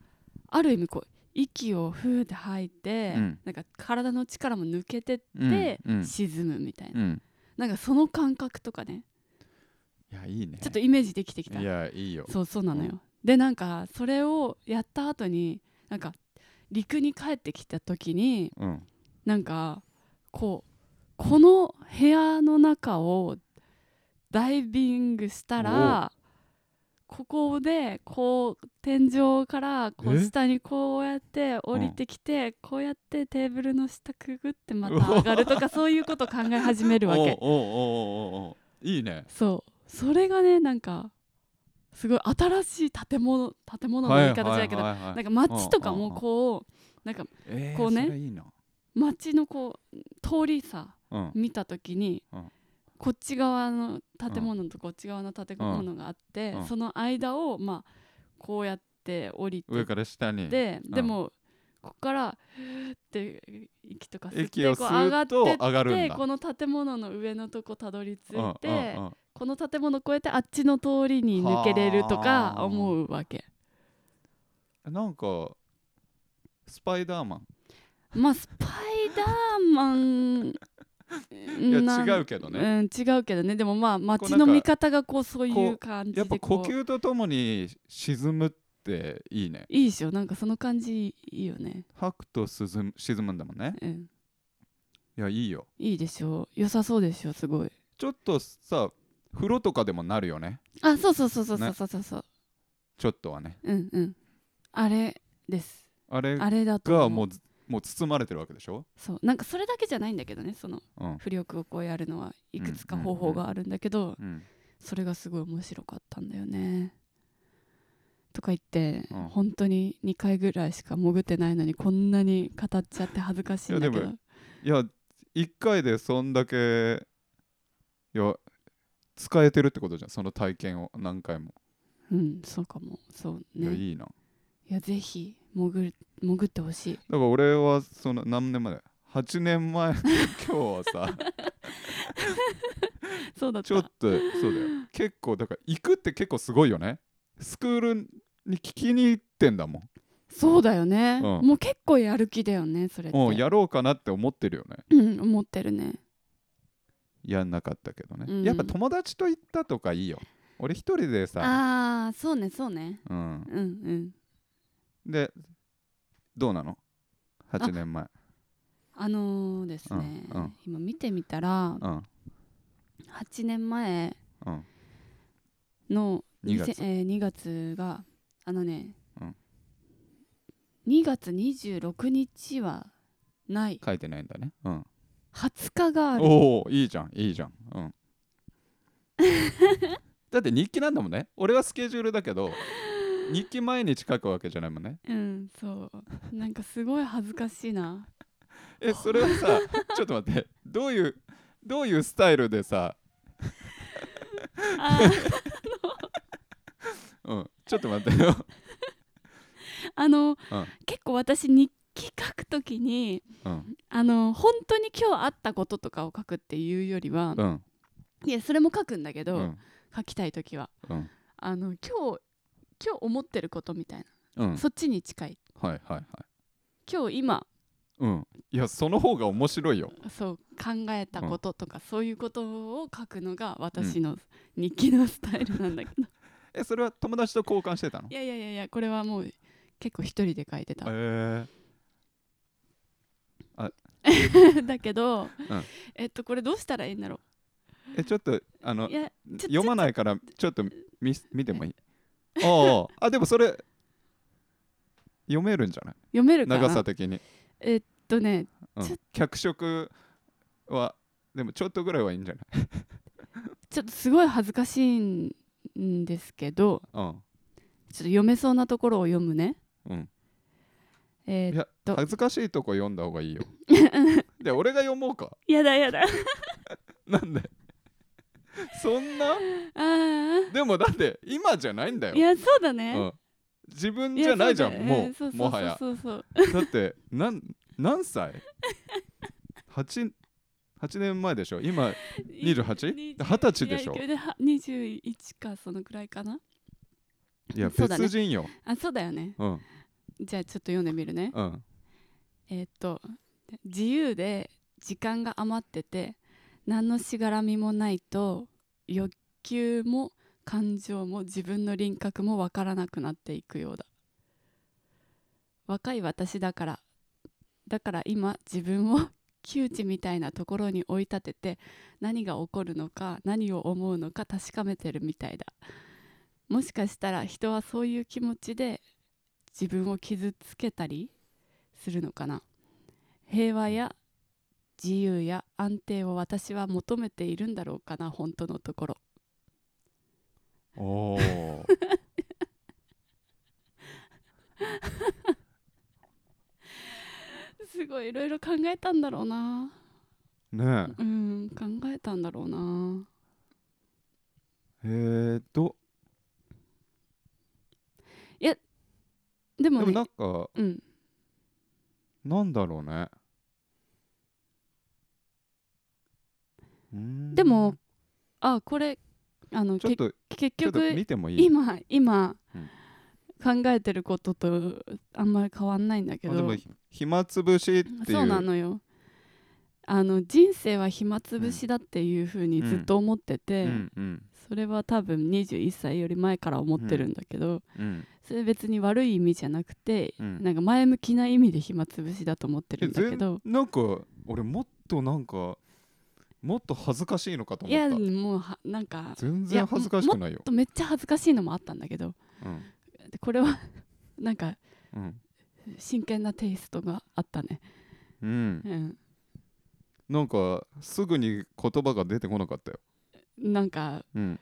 Speaker 2: ある意味こう息をふーって吐いて、
Speaker 1: うん
Speaker 2: なんか体の力も抜けてっ
Speaker 1: うん
Speaker 2: て
Speaker 1: うん
Speaker 2: 沈むみたいな、
Speaker 1: うん
Speaker 2: なんかその感覚とかね
Speaker 1: いやいいね
Speaker 2: ちょっとイメージできてきた
Speaker 1: いやいいよ
Speaker 2: そうそうなのよ、でなんかそれをやった後になんか陸に帰ってきた時に
Speaker 1: うん
Speaker 2: なんかこうこの部屋の中をダイビングしたらここでこう天井からこう
Speaker 1: え
Speaker 2: 下にこうやって降りてきて、こうやってテーブルの下くぐってまた上がる
Speaker 1: <laughs>
Speaker 2: とかそういうこと考え始めるわけ
Speaker 1: おうおうおうおうおういいね
Speaker 2: そうそれがねなんかすごい新しい建物建物の言い方じゃないけど、
Speaker 1: はいはいはいはい
Speaker 2: なんか街とかもこうなんか
Speaker 1: えー
Speaker 2: こうね
Speaker 1: それいいな
Speaker 2: 街のこう通りさ
Speaker 1: うん
Speaker 2: 見た時に、
Speaker 1: うん
Speaker 2: こっち側の建物とこっち側の建物があって、
Speaker 1: うん
Speaker 2: その間をまあこうやって降りて
Speaker 1: 上から下に
Speaker 2: で、
Speaker 1: ん
Speaker 2: でもここからって息とか吸っ
Speaker 1: 息を
Speaker 2: てこう上が
Speaker 1: 吸
Speaker 2: っ
Speaker 1: うと
Speaker 2: てっ
Speaker 1: 上がるん
Speaker 2: て
Speaker 1: だ
Speaker 2: この建物の上のとこたどり着いて、
Speaker 1: うんうんうん
Speaker 2: この建物越えてあっちの通りに抜けれるとか思うわけ
Speaker 1: なんかスパイダーマ
Speaker 2: まあスパイダーマン
Speaker 1: ンいや
Speaker 2: なん
Speaker 1: 違うけどね、
Speaker 2: うん、違うけどねでもまあ
Speaker 1: こう
Speaker 2: 街
Speaker 1: なんか
Speaker 2: の見方がこうそうい
Speaker 1: こう
Speaker 2: う感じで
Speaker 1: やっぱ
Speaker 2: こ
Speaker 1: 呼
Speaker 2: う
Speaker 1: 吸とともに沈むっていいね
Speaker 2: いいでしょなんかその感じいいよね
Speaker 1: 吐くと沈む沈むんだもんね
Speaker 2: うん
Speaker 1: いやいいよ
Speaker 2: いいでしょ良さそうでしょすごい
Speaker 1: ちょっとさ風呂とかでもなるよね
Speaker 2: あそうそうそうそうそうそうそうそう、
Speaker 1: ちょっとはね
Speaker 2: うんうんあれです
Speaker 1: あれ
Speaker 2: あれだと
Speaker 1: が
Speaker 2: 思
Speaker 1: も
Speaker 2: う
Speaker 1: うもう包まれてるわけでしょ、
Speaker 2: そうなんかそれだけじゃないんだけどねその
Speaker 1: うん
Speaker 2: 浮力をこうやるのはいくつか
Speaker 1: うんうんう
Speaker 2: 方
Speaker 1: ん
Speaker 2: 法があるんだけど、
Speaker 1: うん、
Speaker 2: それがすごい面白かったんだよねとか言って、
Speaker 1: うん
Speaker 2: 本当に2回ぐらいしか潜ってないのにこんなに語っちゃって恥ずかしいんだ
Speaker 1: いや
Speaker 2: けど
Speaker 1: でもいや1回でそんだけいや使えてるってことじゃんその体験を何回も、
Speaker 2: うんそうかもそう
Speaker 1: いや
Speaker 2: ねいや
Speaker 1: いいなだか
Speaker 2: ぜひ潜る潜ってほしい
Speaker 1: ら俺はその何年前だ8年
Speaker 2: <laughs>
Speaker 1: 前今日はさ
Speaker 2: そうだった
Speaker 1: ちょっとそうだよ結構だから行くって結構すごいよねスクールに聞きに行ってんだもん
Speaker 2: そうだよね、
Speaker 1: うん
Speaker 2: もう結構やる気だよねそれって
Speaker 1: もうやろうかなって思ってるよね
Speaker 2: うん思ってるね
Speaker 1: やんなかったけどね、
Speaker 2: うん
Speaker 1: やっぱ友達と行ったとかいいよ俺一人でさ、
Speaker 2: ああそうねそうね
Speaker 1: うん、
Speaker 2: うんうん
Speaker 1: でどうなの
Speaker 2: あ
Speaker 1: 8年前
Speaker 2: あのーですね、
Speaker 1: うんうん
Speaker 2: 今見てみたら
Speaker 1: うん
Speaker 2: 8年前
Speaker 1: うん
Speaker 2: の
Speaker 1: 2月
Speaker 2: 2000えー2月があのね、
Speaker 1: うん
Speaker 2: 2月26日はない
Speaker 1: 書いてないんだねうん
Speaker 2: 20日がある
Speaker 1: おおいいじゃんいいじゃんうん
Speaker 2: <laughs>
Speaker 1: だって日記なんだもんね俺はスケジュールだけど日記毎日書くわけじゃないもんね
Speaker 2: うんそうなんかすごい恥ずかし
Speaker 1: <laughs>
Speaker 2: いな
Speaker 1: えそれは
Speaker 2: <laughs>
Speaker 1: さちょっと待ってどういうどういうスタイルでさ、
Speaker 2: あー
Speaker 1: うん、ちょっと待
Speaker 2: <laughs>
Speaker 1: ってよ、
Speaker 2: あの、
Speaker 1: うん
Speaker 2: 結構私日記書くときに
Speaker 1: うん
Speaker 2: あの本当に今日あったこととかを書くっていうよりは、
Speaker 1: うん
Speaker 2: いやそれも書くんだけ
Speaker 1: う
Speaker 2: ど、
Speaker 1: ん
Speaker 2: 書きたい時は
Speaker 1: うん
Speaker 2: あの今日今日思ってることみたい
Speaker 1: う
Speaker 2: な、
Speaker 1: んはい
Speaker 2: そっちに近い
Speaker 1: はいはい
Speaker 2: 今日今
Speaker 1: うんいやその方が面白いよ
Speaker 2: そう考えたこととか、そういうことを書くのが私の日記のスタイルなんだけど、
Speaker 1: えそれは友達と交換してたの
Speaker 2: いやいやいやいやこれはもう結構一人で書いてた、
Speaker 1: えー
Speaker 2: だけど、
Speaker 1: ん
Speaker 2: えっとこれどうしたらいいんだろ
Speaker 1: えちょっとあの
Speaker 2: ういやちょ
Speaker 1: 読まないからちょっと見す見てもいいあああでもそれ読めるんじゃない
Speaker 2: 読めるかな
Speaker 1: 長さ的に、
Speaker 2: えっとね
Speaker 1: うん
Speaker 2: ちょ
Speaker 1: 脚色はでもちょっとぐらいはいいんじゃない、
Speaker 2: ちょっとすごい恥ずかしいんんですけど
Speaker 1: うん
Speaker 2: ちょっと読めそうなところを読むね
Speaker 1: うん、
Speaker 2: えー
Speaker 1: いや
Speaker 2: と
Speaker 1: 恥ずかしいとこ読んだ方がいい
Speaker 2: <laughs>
Speaker 1: よで俺が読もうか
Speaker 2: やだやだあ
Speaker 1: なんでそんな
Speaker 2: ー
Speaker 1: でもだって今じゃないんだよ
Speaker 2: い、やそうだ
Speaker 1: う
Speaker 2: ね、
Speaker 1: ん、自分
Speaker 2: や
Speaker 1: じゃないじゃん
Speaker 2: そうだ
Speaker 1: も
Speaker 2: んそうそ
Speaker 1: もはや
Speaker 2: そうそう
Speaker 1: だってなん何
Speaker 2: <laughs>
Speaker 1: 歳 8, 8年前でしょ今28
Speaker 2: い
Speaker 1: 二十歳でしょ
Speaker 2: いやでは21かそのくらいかない
Speaker 1: や
Speaker 2: そうだね
Speaker 1: 別人よ
Speaker 2: あそうだよね
Speaker 1: う,、
Speaker 2: じゃあちょっと読んでみるね
Speaker 1: んうん
Speaker 2: えーっと自由で時間が余ってて何のしがらみもないと欲求も感情も自分の輪郭もわからなくなっていくようだ若い私だからだから今自分を <laughs> 窮地みたいなところに追い立てて何が起こるのか何を思うのか確かめてるみたいだもしかしたら人はそういう気持ちで自分を傷つけたりするのかな平和や自由や安定を私は求めているんだろうかな本当のところ
Speaker 1: おー
Speaker 2: すごいいろいろ考えたんだろうな
Speaker 1: <laughs> ね
Speaker 2: うん考えたんだろうな
Speaker 1: ええー、と
Speaker 2: で
Speaker 1: で
Speaker 2: も,、ね
Speaker 1: もなんか
Speaker 2: うん
Speaker 1: なんだろうねうーん
Speaker 2: でもあこれあの
Speaker 1: ちょっ
Speaker 2: け
Speaker 1: と
Speaker 2: 結
Speaker 1: ちょっと
Speaker 2: 局
Speaker 1: 見てもいい
Speaker 2: 今今、考えてることとあんまり変わんないんだけ
Speaker 1: あでも
Speaker 2: ど
Speaker 1: ひ暇つぶしっていう
Speaker 2: そうなのよあの人生は暇つぶしだっていうふうにずっと思ってて、
Speaker 1: うんうん
Speaker 2: それは多分21歳より前から思ってるんだけど、
Speaker 1: うん
Speaker 2: それ別に悪い意味じゃなくて、
Speaker 1: うん
Speaker 2: なんか前向きな意味で暇つぶしだと思ってるんだ
Speaker 1: え
Speaker 2: けど
Speaker 1: 全なんか俺もっとなんかもっと恥ずかしいのかと
Speaker 2: い
Speaker 1: 思
Speaker 2: や
Speaker 1: った
Speaker 2: もうはなんか
Speaker 1: 全
Speaker 2: いや
Speaker 1: 然恥ずかしくないよ、
Speaker 2: めっちゃ恥ずかしいのもあったんだけど
Speaker 1: うん
Speaker 2: でこれは <laughs> なんか
Speaker 1: うん
Speaker 2: 真剣なテイストがあったね、
Speaker 1: うん、
Speaker 2: うん、
Speaker 1: なんかすぐに言葉が出てこなかったよ、
Speaker 2: なんか
Speaker 1: うん、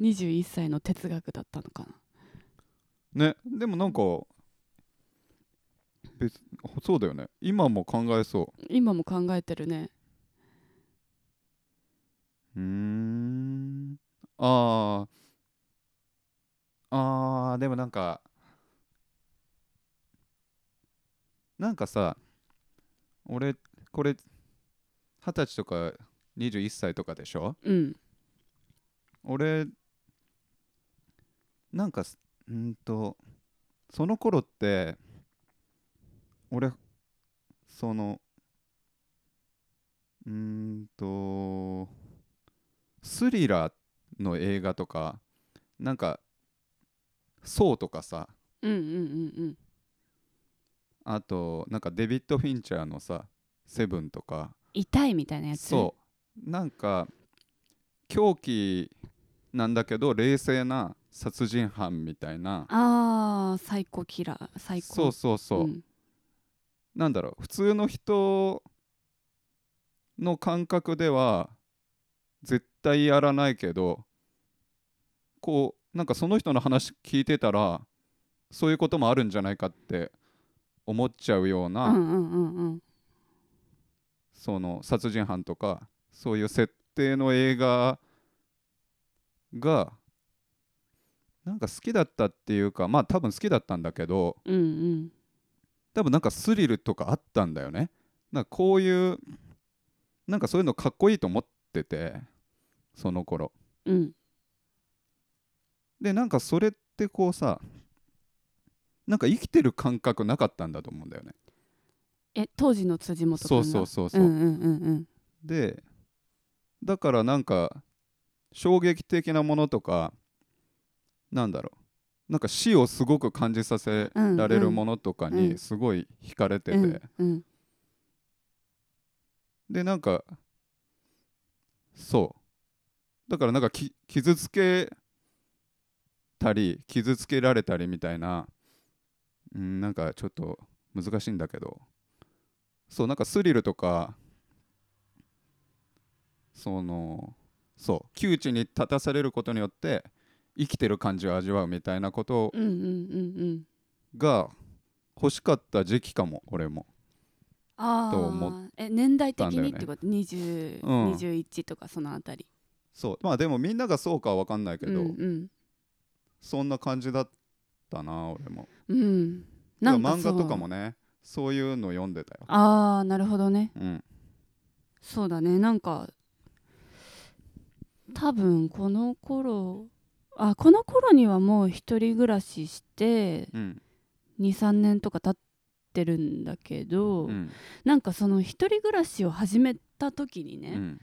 Speaker 2: 21歳の哲学だったのかな
Speaker 1: ねでもなんか別そうだよね今も考えそ
Speaker 2: 今も考えてるね
Speaker 1: ううーんあーあーでもなんかなんかさ俺これ二十歳とか21歳とかでしょ
Speaker 2: うん
Speaker 1: 俺なんかすうーんとその頃って俺そのうーんとスリラーの映画とかなんか「そう」とかさ
Speaker 2: うんうんうん
Speaker 1: あとなんかデビッド・フィンチャーのさ「セブン」とか
Speaker 2: 痛いみたいなやつ
Speaker 1: そうなんか狂気なんだけど冷静な殺人犯みたいな
Speaker 2: あーサイコキラーサイコ
Speaker 1: そうそうそう、
Speaker 2: ん
Speaker 1: なんだろう普通の人の感覚では絶対やらないけどこうなんかその人の話聞いてたらそういうこともあるんじゃないかって思っちゃうよう
Speaker 2: う
Speaker 1: な、
Speaker 2: んうんうんうん
Speaker 1: その殺人犯とかそういう設定の映画がなんか好きだったっていうかまあ多分好きだったんだけど
Speaker 2: うんうん
Speaker 1: 多分なんかスリルとかあったんだよねなんかこういうなんかそういうのかっこいいと思っててその頃
Speaker 2: うん
Speaker 1: でなんかそれってこうさなんか生きてる感覚なかったんだと思うんだよね
Speaker 2: え当時の辻元君
Speaker 1: そ
Speaker 2: が
Speaker 1: うそうそう
Speaker 2: う
Speaker 1: そう、
Speaker 2: んうんうんうん
Speaker 1: でだからなんか衝撃的なものとかなんだろうなんか死をすごく感じさせられるものとか
Speaker 2: うんうん
Speaker 1: にすごい惹かれてて、
Speaker 2: うんうん
Speaker 1: でなんかそうだからなんかき傷つけたり傷つけられたりみたいな、うん、なんかちょっと難しいんだけどそうなんかスリルとかそのそう窮地に立たされることによって生きてる感じを味わうみたいなこと
Speaker 2: うんうんうんうん
Speaker 1: が欲しかった時期かも俺も
Speaker 2: あ
Speaker 1: と思
Speaker 2: あえ年代的
Speaker 1: たんだよ
Speaker 2: にっ
Speaker 1: ね
Speaker 2: てこと、20
Speaker 1: うん
Speaker 2: 21とかそのあたり
Speaker 1: そうまあでもみんながそうかは分かんないけど、
Speaker 2: うん
Speaker 1: そんな感じだったな俺も
Speaker 2: うん、うん、
Speaker 1: だ
Speaker 2: な
Speaker 1: から
Speaker 2: んか
Speaker 1: 漫
Speaker 2: そう
Speaker 1: 画とかもねそういうの読んでたよ、
Speaker 2: ああなるほどね
Speaker 1: うん、
Speaker 2: そうだねなんか多分この頃あこの頃にはもう一人暮らしして
Speaker 1: うん
Speaker 2: 23年とか経ってるんだけど、
Speaker 1: うん
Speaker 2: なんかその一人暮らしを始めた時に
Speaker 1: う
Speaker 2: ね、
Speaker 1: ん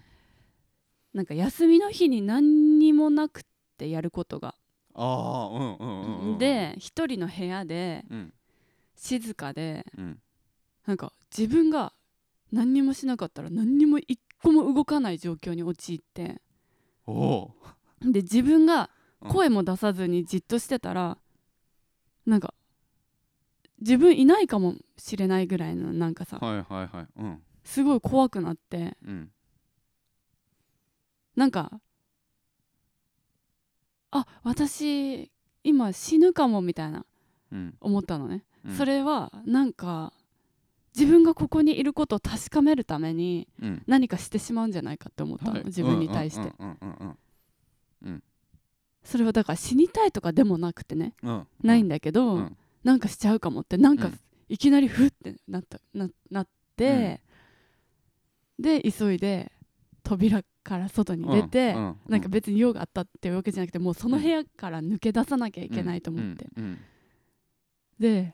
Speaker 2: なんか休みの日に何にもなくってやることが、
Speaker 1: ああうんうんうんうん
Speaker 2: で一人の部屋で
Speaker 1: うん
Speaker 2: 静かで
Speaker 1: うん
Speaker 2: なんか自分が何にもしなかったら何にも一個も動かない状況に陥って
Speaker 1: おお
Speaker 2: で自分が
Speaker 1: うん
Speaker 2: 声も出さずにじっとしてたら、なんか自分いないかもしれないぐらいのなんかさ、
Speaker 1: はいはいはいうん
Speaker 2: すごい怖くなって
Speaker 1: うん
Speaker 2: なんかあ私今死ぬかもみたいな
Speaker 1: うん
Speaker 2: 思ったのね、
Speaker 1: うん
Speaker 2: それはなんか自分がここにいることを確かめるために
Speaker 1: うん
Speaker 2: 何かしてしまうんじゃないかって思ったの、
Speaker 1: はい
Speaker 2: 自分に対して、
Speaker 1: うんうんうん
Speaker 2: それはだから死にたいとかでもなくてね
Speaker 1: うんうん
Speaker 2: ないんだけど、
Speaker 1: うん
Speaker 2: なんかしちゃうかもってなんか
Speaker 1: うん
Speaker 2: いきなりふってなったななって、で急いで扉から外に出て、
Speaker 1: うんう
Speaker 2: なんか別に用があったっていうわけじゃなくてもうその部屋から抜け出さなきゃいけないと思って、
Speaker 1: うんうん
Speaker 2: で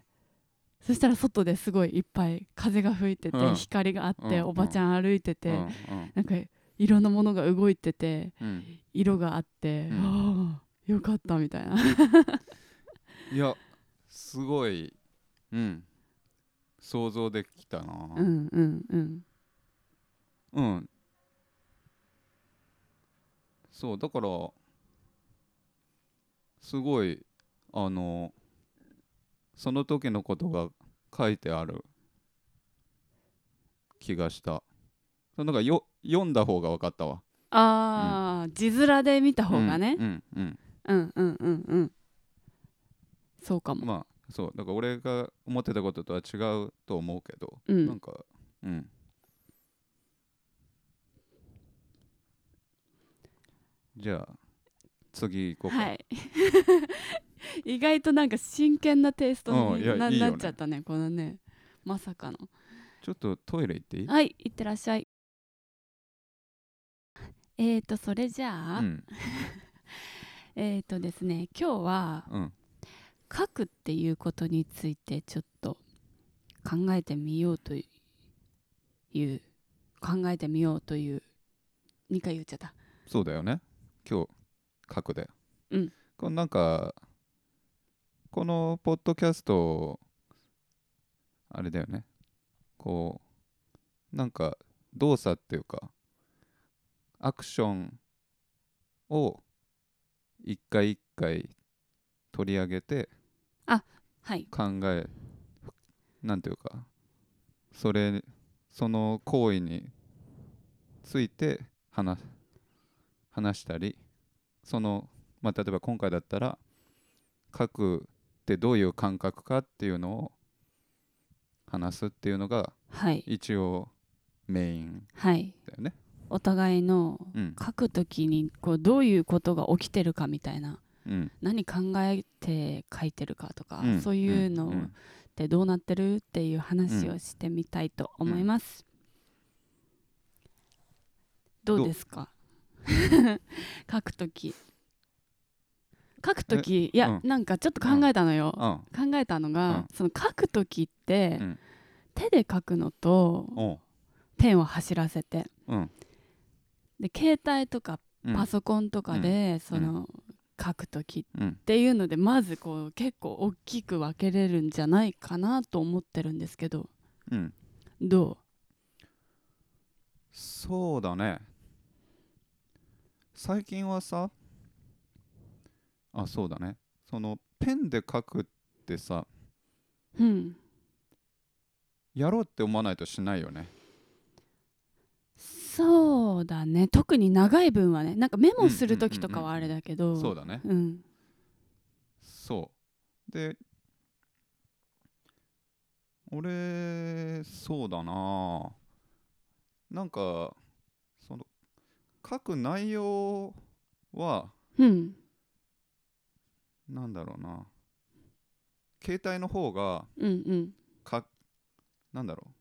Speaker 2: そしたら外ですごいいっぱい風が吹いてて、
Speaker 1: うん
Speaker 2: 光があって、
Speaker 1: うん
Speaker 2: おばちゃん歩いてて、
Speaker 1: うんうん
Speaker 2: なんかいろんなものが動いてて
Speaker 1: うん
Speaker 2: 色があって、
Speaker 1: うん
Speaker 2: ああよかったみたいな
Speaker 1: いやすごい、うん、想像できたな
Speaker 2: <laughs> うんうんうん
Speaker 1: うんそうだからすごいあのその時のことが書いてある気がしたそうなんかよ読んだ方が分かったわ
Speaker 2: ああ、字面で見た方がね、
Speaker 1: うんうん
Speaker 2: うん、うんうんうんそうか
Speaker 1: うん
Speaker 2: も、
Speaker 1: まあそうだから俺が思ってたこととは違うと思うけど、
Speaker 2: う
Speaker 1: なん
Speaker 2: ん、
Speaker 1: かうんじゃあ次行こうか、
Speaker 2: はい <laughs> 意外となんか真剣なテイスト
Speaker 1: うん
Speaker 2: に
Speaker 1: いや
Speaker 2: ない
Speaker 1: いよね
Speaker 2: なっちゃったねこのねまさかの
Speaker 1: ちょっとトイレ行っていい
Speaker 2: はいいってらっしゃいえーとそれじゃあ、
Speaker 1: うん
Speaker 2: えーとですね今日は
Speaker 1: うん
Speaker 2: 書くっていうことについてちょっと考えてみようという考えてみようという2回言っちゃった
Speaker 1: そうだよね今日書くで
Speaker 2: うん
Speaker 1: これなんかこのポッドキャストあれだよねこうなんか動作っていうかアクションを一回一回取り上げて
Speaker 2: はい
Speaker 1: 考えなんていうかそれその行為について話話したりその、まあ、例えば今回だったら書くってどういう感覚かっていうのを話すっていうのが
Speaker 2: はい
Speaker 1: 一応メイン
Speaker 2: はい
Speaker 1: だよね。
Speaker 2: お互いの
Speaker 1: うん
Speaker 2: 書くときにこうどういうことが起きてるかみたいな
Speaker 1: うん
Speaker 2: 何考えて書いてるかとか、
Speaker 1: ん
Speaker 2: そういうの
Speaker 1: んん
Speaker 2: ってどうなってるっていう話をしてみたいと思います、ど
Speaker 1: ど
Speaker 2: う
Speaker 1: う
Speaker 2: ですか <laughs> 書くとき書くときいや、
Speaker 1: う
Speaker 2: なんかちょっと考えたのよ、
Speaker 1: あ
Speaker 2: 考えたのが、その書くときって、
Speaker 1: うん
Speaker 2: 手で書くのと
Speaker 1: おう
Speaker 2: ペンを走らせて
Speaker 1: うん
Speaker 2: で携帯とか
Speaker 1: うん
Speaker 2: パソコンとかで、その書くときっ
Speaker 1: うん
Speaker 2: ていうのでまずこう結構大きく分けれるんじゃないかなと思ってるんですけど
Speaker 1: うん
Speaker 2: ど
Speaker 1: そうだね最近はさあそうだねそのペンで書くってさ
Speaker 2: う、うん、
Speaker 1: やろうって思わないとしないよね
Speaker 2: そうだね特に長い文はねなんかメモする時とかは
Speaker 1: うん
Speaker 2: あ
Speaker 1: うん
Speaker 2: れ
Speaker 1: うん
Speaker 2: だけど
Speaker 1: そうだね
Speaker 2: うん
Speaker 1: そうで俺そうだななんかその書く内容は
Speaker 2: うん
Speaker 1: なんだろうな携帯の方が
Speaker 2: うんうん
Speaker 1: かなんだろう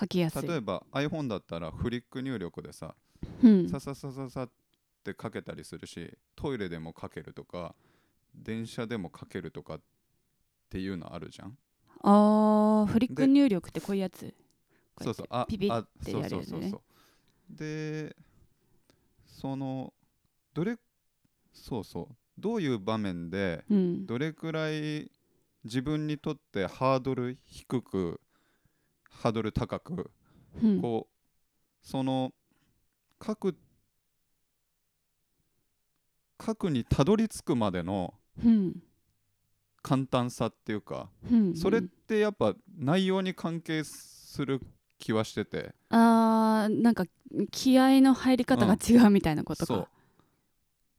Speaker 2: 書きやすい
Speaker 1: 例えば iPhone だったらフリック入力でさ、
Speaker 2: うん
Speaker 1: さささささってかけたりするしトイレでもかけるとか電車でもかけるとかっていうのあるじゃん
Speaker 2: あーフリック入力ってこういうやつ
Speaker 1: そ
Speaker 2: こ
Speaker 1: うう
Speaker 2: やって
Speaker 1: そうあ
Speaker 2: ピピ
Speaker 1: あ
Speaker 2: ってやるよね
Speaker 1: そうそうそうそうでそのどれそうそうどういう場面で
Speaker 2: うん
Speaker 1: どれくらい自分にとってハードル低くハードル高く
Speaker 2: うん
Speaker 1: こうその書く書くにたどり着くまでの
Speaker 2: うん
Speaker 1: 簡単さっていうか
Speaker 2: うん
Speaker 1: それってやっぱ内容に関係する気はしてて
Speaker 2: あーなんか気合の入り方が違うみたいなことか、
Speaker 1: そう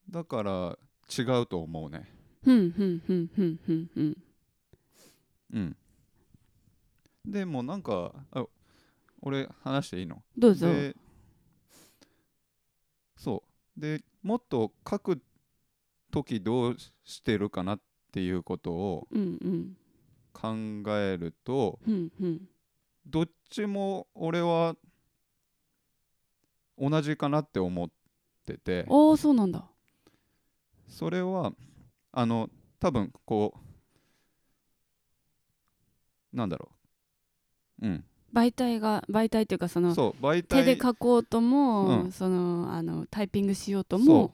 Speaker 1: だから違うと思うね
Speaker 2: うんうんうんうんうんうん
Speaker 1: うんでもなんかあ俺話していいの
Speaker 2: どうぞ
Speaker 1: でそうでもっと書く時どうしてるかなっていうことを
Speaker 2: うんうん
Speaker 1: 考えると
Speaker 2: うんうん
Speaker 1: どっちも俺は同じかなって思ってて
Speaker 2: ああそうなんだ
Speaker 1: それはあの多分こうなんだろううん
Speaker 2: 媒体が媒体っていうかその
Speaker 1: そう媒
Speaker 2: 手
Speaker 1: 体
Speaker 2: で書こうとも、
Speaker 1: うん
Speaker 2: そのあのタイピングしようと
Speaker 1: そ
Speaker 2: も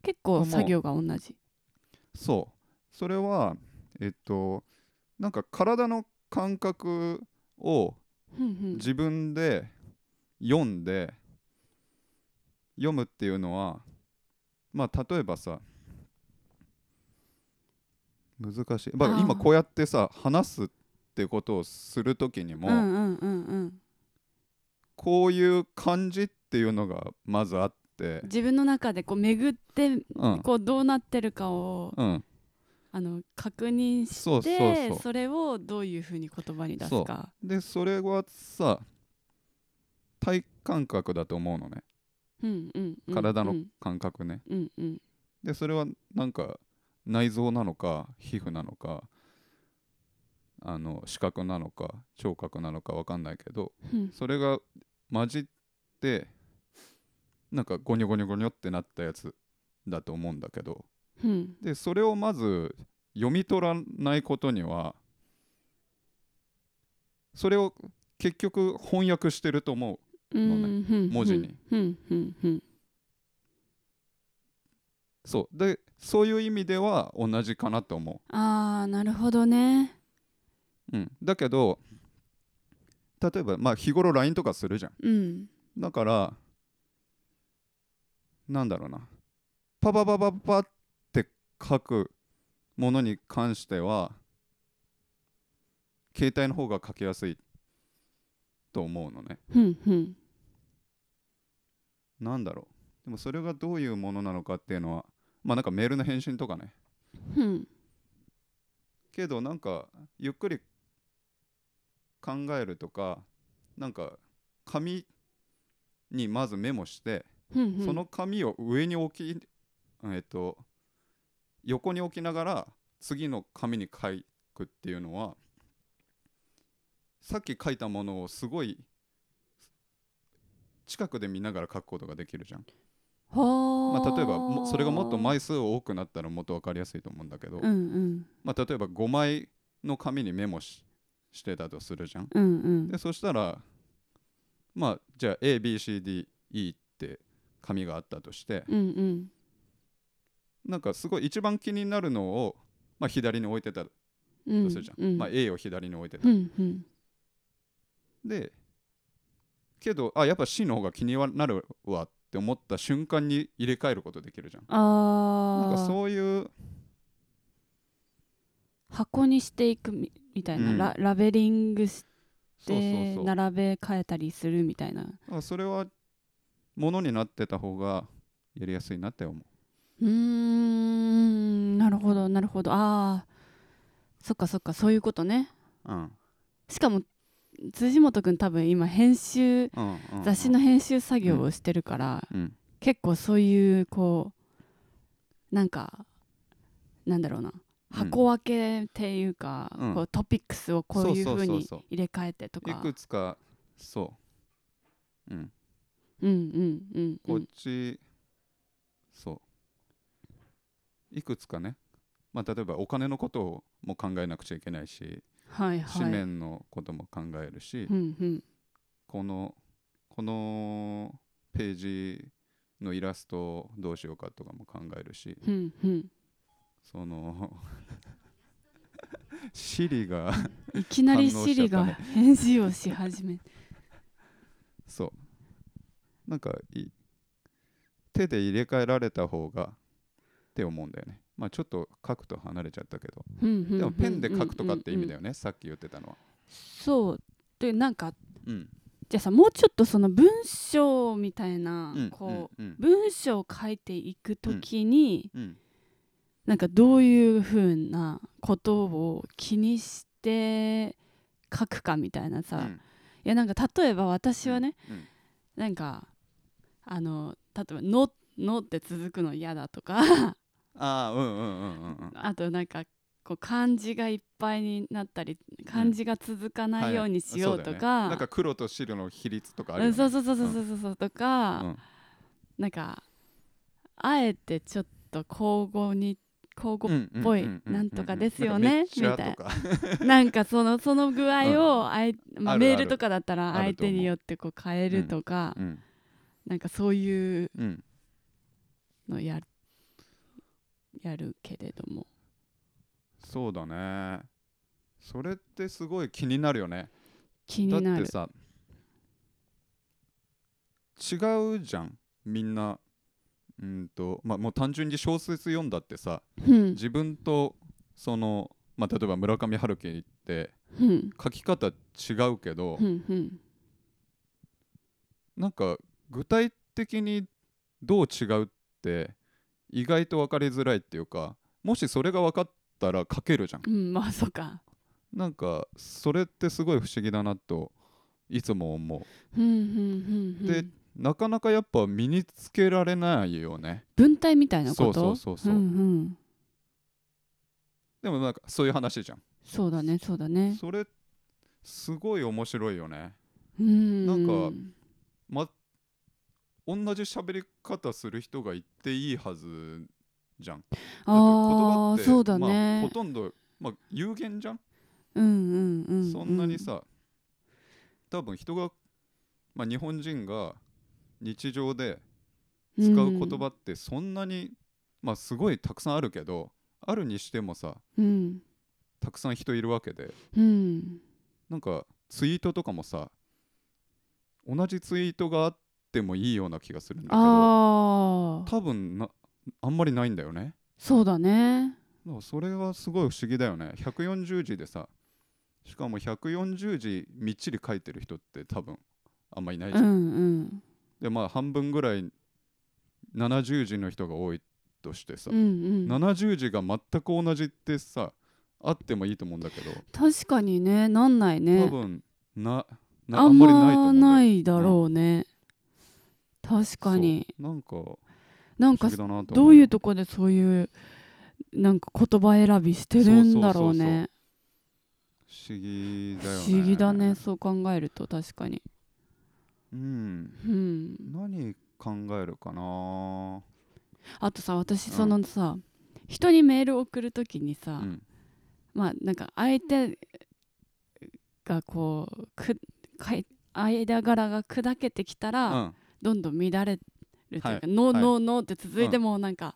Speaker 2: 結構
Speaker 1: もう
Speaker 2: 作業が同じ
Speaker 1: うそうそれはえっとなんか体の感覚を
Speaker 2: うんうん
Speaker 1: 自分で読んで読むっていうのはまあ例えばさ難しい、ま
Speaker 2: あ
Speaker 1: あ、
Speaker 2: ー
Speaker 1: 今こうやってさ話すってことをする時にも、
Speaker 2: うんうんうんうん
Speaker 1: こういう感じっていうのがまずあって、
Speaker 2: 自分の中でこう巡って
Speaker 1: うん
Speaker 2: こうどうなってるかを
Speaker 1: うん、
Speaker 2: あの確認して
Speaker 1: そうそうそう
Speaker 2: それをどういうふうに言葉に出すか
Speaker 1: でそれはさ体感覚だと思うのね
Speaker 2: うんうんうん
Speaker 1: 体
Speaker 2: う
Speaker 1: の
Speaker 2: ん
Speaker 1: 感覚ね、
Speaker 2: うんうん
Speaker 1: でそれはなんか内臓なのか皮膚なのかあの視覚なのか聴覚なのかわかんないけど
Speaker 2: うん
Speaker 1: それが混じってなんかゴニョゴニョゴニョってなったやつだと思うんだけど
Speaker 2: うん
Speaker 1: でそれをまず読み取らないことにはそれを結局翻訳してると思う
Speaker 2: うんうん
Speaker 1: 文字に
Speaker 2: うんうんうん
Speaker 1: そうでそういう意味では同じかなと思う
Speaker 2: ああなるほどね
Speaker 1: うん、だけど例えばまあ日頃 LINE とかするじゃん
Speaker 2: うん
Speaker 1: だからなんだろうなパパパパパって書くものに関しては携帯の方が書きやすいと思うのね
Speaker 2: うんうん
Speaker 1: なんだろうでもそれがどういうものなのかっていうのはまあなんかメールの返信とかね
Speaker 2: うん
Speaker 1: けどなんかゆっくり考えるとかなんか紙にまずメモして、
Speaker 2: うんうん
Speaker 1: その紙を上に置きえっと横に置きながら次の紙に書くっていうのはさっき書いたものをすごい近くで見ながら書くことができるじゃん、
Speaker 2: ほ
Speaker 1: ま
Speaker 2: ー
Speaker 1: あ、例えばもそれがもっと枚数多くなったらもっと分かりやすいと思うんだけど、
Speaker 2: うんうん
Speaker 1: まあ、例えば5枚の紙にメモししてたとするじゃん。
Speaker 2: うんうん
Speaker 1: でそしたらまあじゃあ ABCDE って紙があったとして
Speaker 2: うんうん
Speaker 1: なんかすごい一番気になるのを、まあ、左に置いてたと
Speaker 2: うん
Speaker 1: するじゃん。
Speaker 2: うん
Speaker 1: まあ、A を左に置いてた。
Speaker 2: うんうん
Speaker 1: でけどあやっぱ C の方が気にはなるわって思った瞬間に入れ替えることできるじゃん。なん
Speaker 2: あ
Speaker 1: か
Speaker 2: あ
Speaker 1: そういう
Speaker 2: 箱にしていくみみたいな、
Speaker 1: うん
Speaker 2: ララベリングし
Speaker 1: そうそう
Speaker 2: て
Speaker 1: そう
Speaker 2: 並べ替えたりするみたいな
Speaker 1: あそれはものになってた方がやりやすいなって思う。
Speaker 2: うーんなるほどなるほどああそっかそっかそういうことね
Speaker 1: うん
Speaker 2: しかも辻本君多分今編
Speaker 1: う
Speaker 2: 集
Speaker 1: んうん、
Speaker 2: 雑誌の編集作業をしてるから、
Speaker 1: うん、
Speaker 2: 結構そういうこうなんかなんだろうな箱分けっていうか、
Speaker 1: うん
Speaker 2: こうトピックスをこういう
Speaker 1: そうそ
Speaker 2: 風
Speaker 1: うそう
Speaker 2: に
Speaker 1: そう
Speaker 2: 入れ替えてと
Speaker 1: い
Speaker 2: か
Speaker 1: くつかそう、うん、
Speaker 2: うんうんうんう
Speaker 1: こっ
Speaker 2: ん
Speaker 1: ち、そういくつかね、まあ、例えばお金のことをも考えなくちゃいけないし、
Speaker 2: はいはい
Speaker 1: 紙面のことも考えるし、
Speaker 2: うんうん
Speaker 1: このこのページのイラストをどうしようかとかも考えるし
Speaker 2: うんうん
Speaker 1: その <laughs> シリが
Speaker 2: いきなり
Speaker 1: 反応しちゃっ
Speaker 2: シリ
Speaker 1: た
Speaker 2: が
Speaker 1: ね
Speaker 2: 返事をし始め
Speaker 1: そうなんかい手で入れ替えられた方がって思うんだよねまあちょっと書くと離れちゃったけどで
Speaker 2: で
Speaker 1: もペンで書くとかって意味だ
Speaker 2: よ
Speaker 1: よねさっき言ってたのは
Speaker 2: そうでなんか
Speaker 1: うん
Speaker 2: じゃあさもうちょっとその文章みたいな、
Speaker 1: うん
Speaker 2: こう、
Speaker 1: うん
Speaker 2: 文章を書いていくときに、
Speaker 1: うん
Speaker 2: なんかどういうふうなことを気にして書くかみたいなさ、
Speaker 1: う
Speaker 2: い
Speaker 1: ん
Speaker 2: やなんか例えば私はね、
Speaker 1: うん
Speaker 2: なんかあの例えば「の」のって続くの嫌だとか
Speaker 1: ああうんうんうんうんうん
Speaker 2: あとなんかここう漢字がいっぱいになったり漢字が続かないようにしよう
Speaker 1: はいそうだ
Speaker 2: とか、
Speaker 1: よねなんか黒と白の比率とかある
Speaker 2: う
Speaker 1: よ
Speaker 2: ん
Speaker 1: ね
Speaker 2: そうそうそうそうそうそうとか、
Speaker 1: うん
Speaker 2: なんかあえてちょっと交互に交互
Speaker 1: うんうんうんうん
Speaker 2: っぽいなんとかです
Speaker 1: な
Speaker 2: よね
Speaker 1: んかめっちゃ
Speaker 2: みたいな
Speaker 1: とか <laughs>
Speaker 2: なんかそのその具合をあい、まあ
Speaker 1: あるある
Speaker 2: メールとかだったら
Speaker 1: あ
Speaker 2: 相
Speaker 1: ると思う
Speaker 2: 手によってこう変えるとか、
Speaker 1: うん
Speaker 2: なんかそういう
Speaker 1: うん
Speaker 2: のやるやるけれども
Speaker 1: そうだねそれってすごい気になるよね
Speaker 2: 気
Speaker 1: だ
Speaker 2: に
Speaker 1: っ
Speaker 2: な
Speaker 1: て
Speaker 2: る
Speaker 1: さ違うじゃんみんなうんとまあもう単純に小説読んだってさ
Speaker 2: うん
Speaker 1: 自分とそのまあ例えば村上春樹って
Speaker 2: うん
Speaker 1: 書き方違うけど
Speaker 2: うんうん
Speaker 1: なんか具体的にどう違うって意外と分かりづらいっていうかもしそれが分かったら書けるじゃん
Speaker 2: うんまあそうか
Speaker 1: なんかそれってすごい不思議だなといつも思
Speaker 2: うんうん
Speaker 1: う、
Speaker 2: うんう
Speaker 1: で
Speaker 2: ん
Speaker 1: なかなかやっぱ身につけられないよね
Speaker 2: 文体みたいな
Speaker 1: そう
Speaker 2: こと
Speaker 1: そうそうそうん
Speaker 2: うん
Speaker 1: でもなんかそういう話じゃん
Speaker 2: そうだねそうだね
Speaker 1: それすごい面白いよね
Speaker 2: うん
Speaker 1: なんかま同じ喋り方する人がいていいはずじゃんだって言葉
Speaker 2: あ
Speaker 1: っ
Speaker 2: あ
Speaker 1: て
Speaker 2: そうだ
Speaker 1: まあ、
Speaker 2: ね
Speaker 1: ほ、とんど、まあ、有限じゃん、
Speaker 2: うんうんうんうん
Speaker 1: そんなにさ多分人が、まあ、日本人が日常で使う言葉ってそんなに、まあすごいたくさんあるけどあるにしてもさ
Speaker 2: うん
Speaker 1: たくさん人いるわけで
Speaker 2: うん
Speaker 1: なんかツイートとかもさ同じツイートがあってもいいような気がするんだけど
Speaker 2: ああ
Speaker 1: 多分なあんまりないんだよね
Speaker 2: そうだね
Speaker 1: だからそれはすごい不思議だよね140字でさしかも140字みっちり書いてる人って多分あんまいないじ
Speaker 2: う
Speaker 1: ゃん、
Speaker 2: んうん
Speaker 1: でまあ半分ぐらい70字の人が多いとしてさ、
Speaker 2: うんうん
Speaker 1: 70字が全く同じってさあってもいいと思うんだけど
Speaker 2: 確かにねなんない
Speaker 1: 多
Speaker 2: ね
Speaker 1: 分なな
Speaker 2: あん
Speaker 1: りないと思
Speaker 2: ま
Speaker 1: うんだよ
Speaker 2: ないだろうね、確かに
Speaker 1: そうなんか
Speaker 2: なん
Speaker 1: 不
Speaker 2: か
Speaker 1: 思議だなと
Speaker 2: どういう
Speaker 1: と
Speaker 2: とこでそういうなんか言葉選びしてるんだろうね
Speaker 1: 不思議だ
Speaker 2: 不
Speaker 1: よね
Speaker 2: 思議だねそう考えると確かに
Speaker 1: うん
Speaker 2: うん
Speaker 1: 何考えるかな
Speaker 2: あとさ私
Speaker 1: うん
Speaker 2: そのさ、人にメール送るときにさ、
Speaker 1: うん
Speaker 2: まあなんか相手がこうくかい間柄が砕けてきた
Speaker 1: う
Speaker 2: ら、
Speaker 1: ん
Speaker 2: どんどん乱れるという
Speaker 1: はい
Speaker 2: か「ノー
Speaker 1: はい
Speaker 2: ノーノー」って続いてもなんか、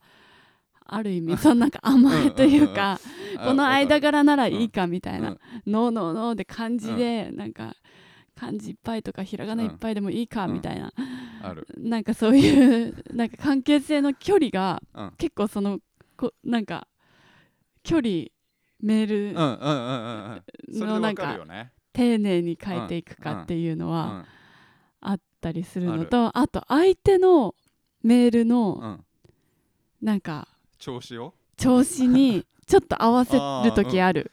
Speaker 2: ある意味そのなんか甘えというかこの間柄ならいいかみたいな「ノーノーノー」で漢字でなんか漢字いっぱいとかひらがな
Speaker 1: う
Speaker 2: い
Speaker 1: ん
Speaker 2: っぱいでもいいかみたいな
Speaker 1: ある
Speaker 2: なんかそういうなんか関係性の距離が
Speaker 1: うん
Speaker 2: 結構そのこなんか距離メー
Speaker 1: う
Speaker 2: ル
Speaker 1: んうんうんうんうんそれ
Speaker 2: の
Speaker 1: でわ
Speaker 2: なん
Speaker 1: かる
Speaker 2: か
Speaker 1: よね
Speaker 2: 丁寧に書いていくかっていうの
Speaker 1: う
Speaker 2: は
Speaker 1: ん
Speaker 2: あったりするのとあと相手のメールの
Speaker 1: うん
Speaker 2: なんか
Speaker 1: 調子を
Speaker 2: 調子に
Speaker 1: <laughs>
Speaker 2: ちょっと合わせる時ある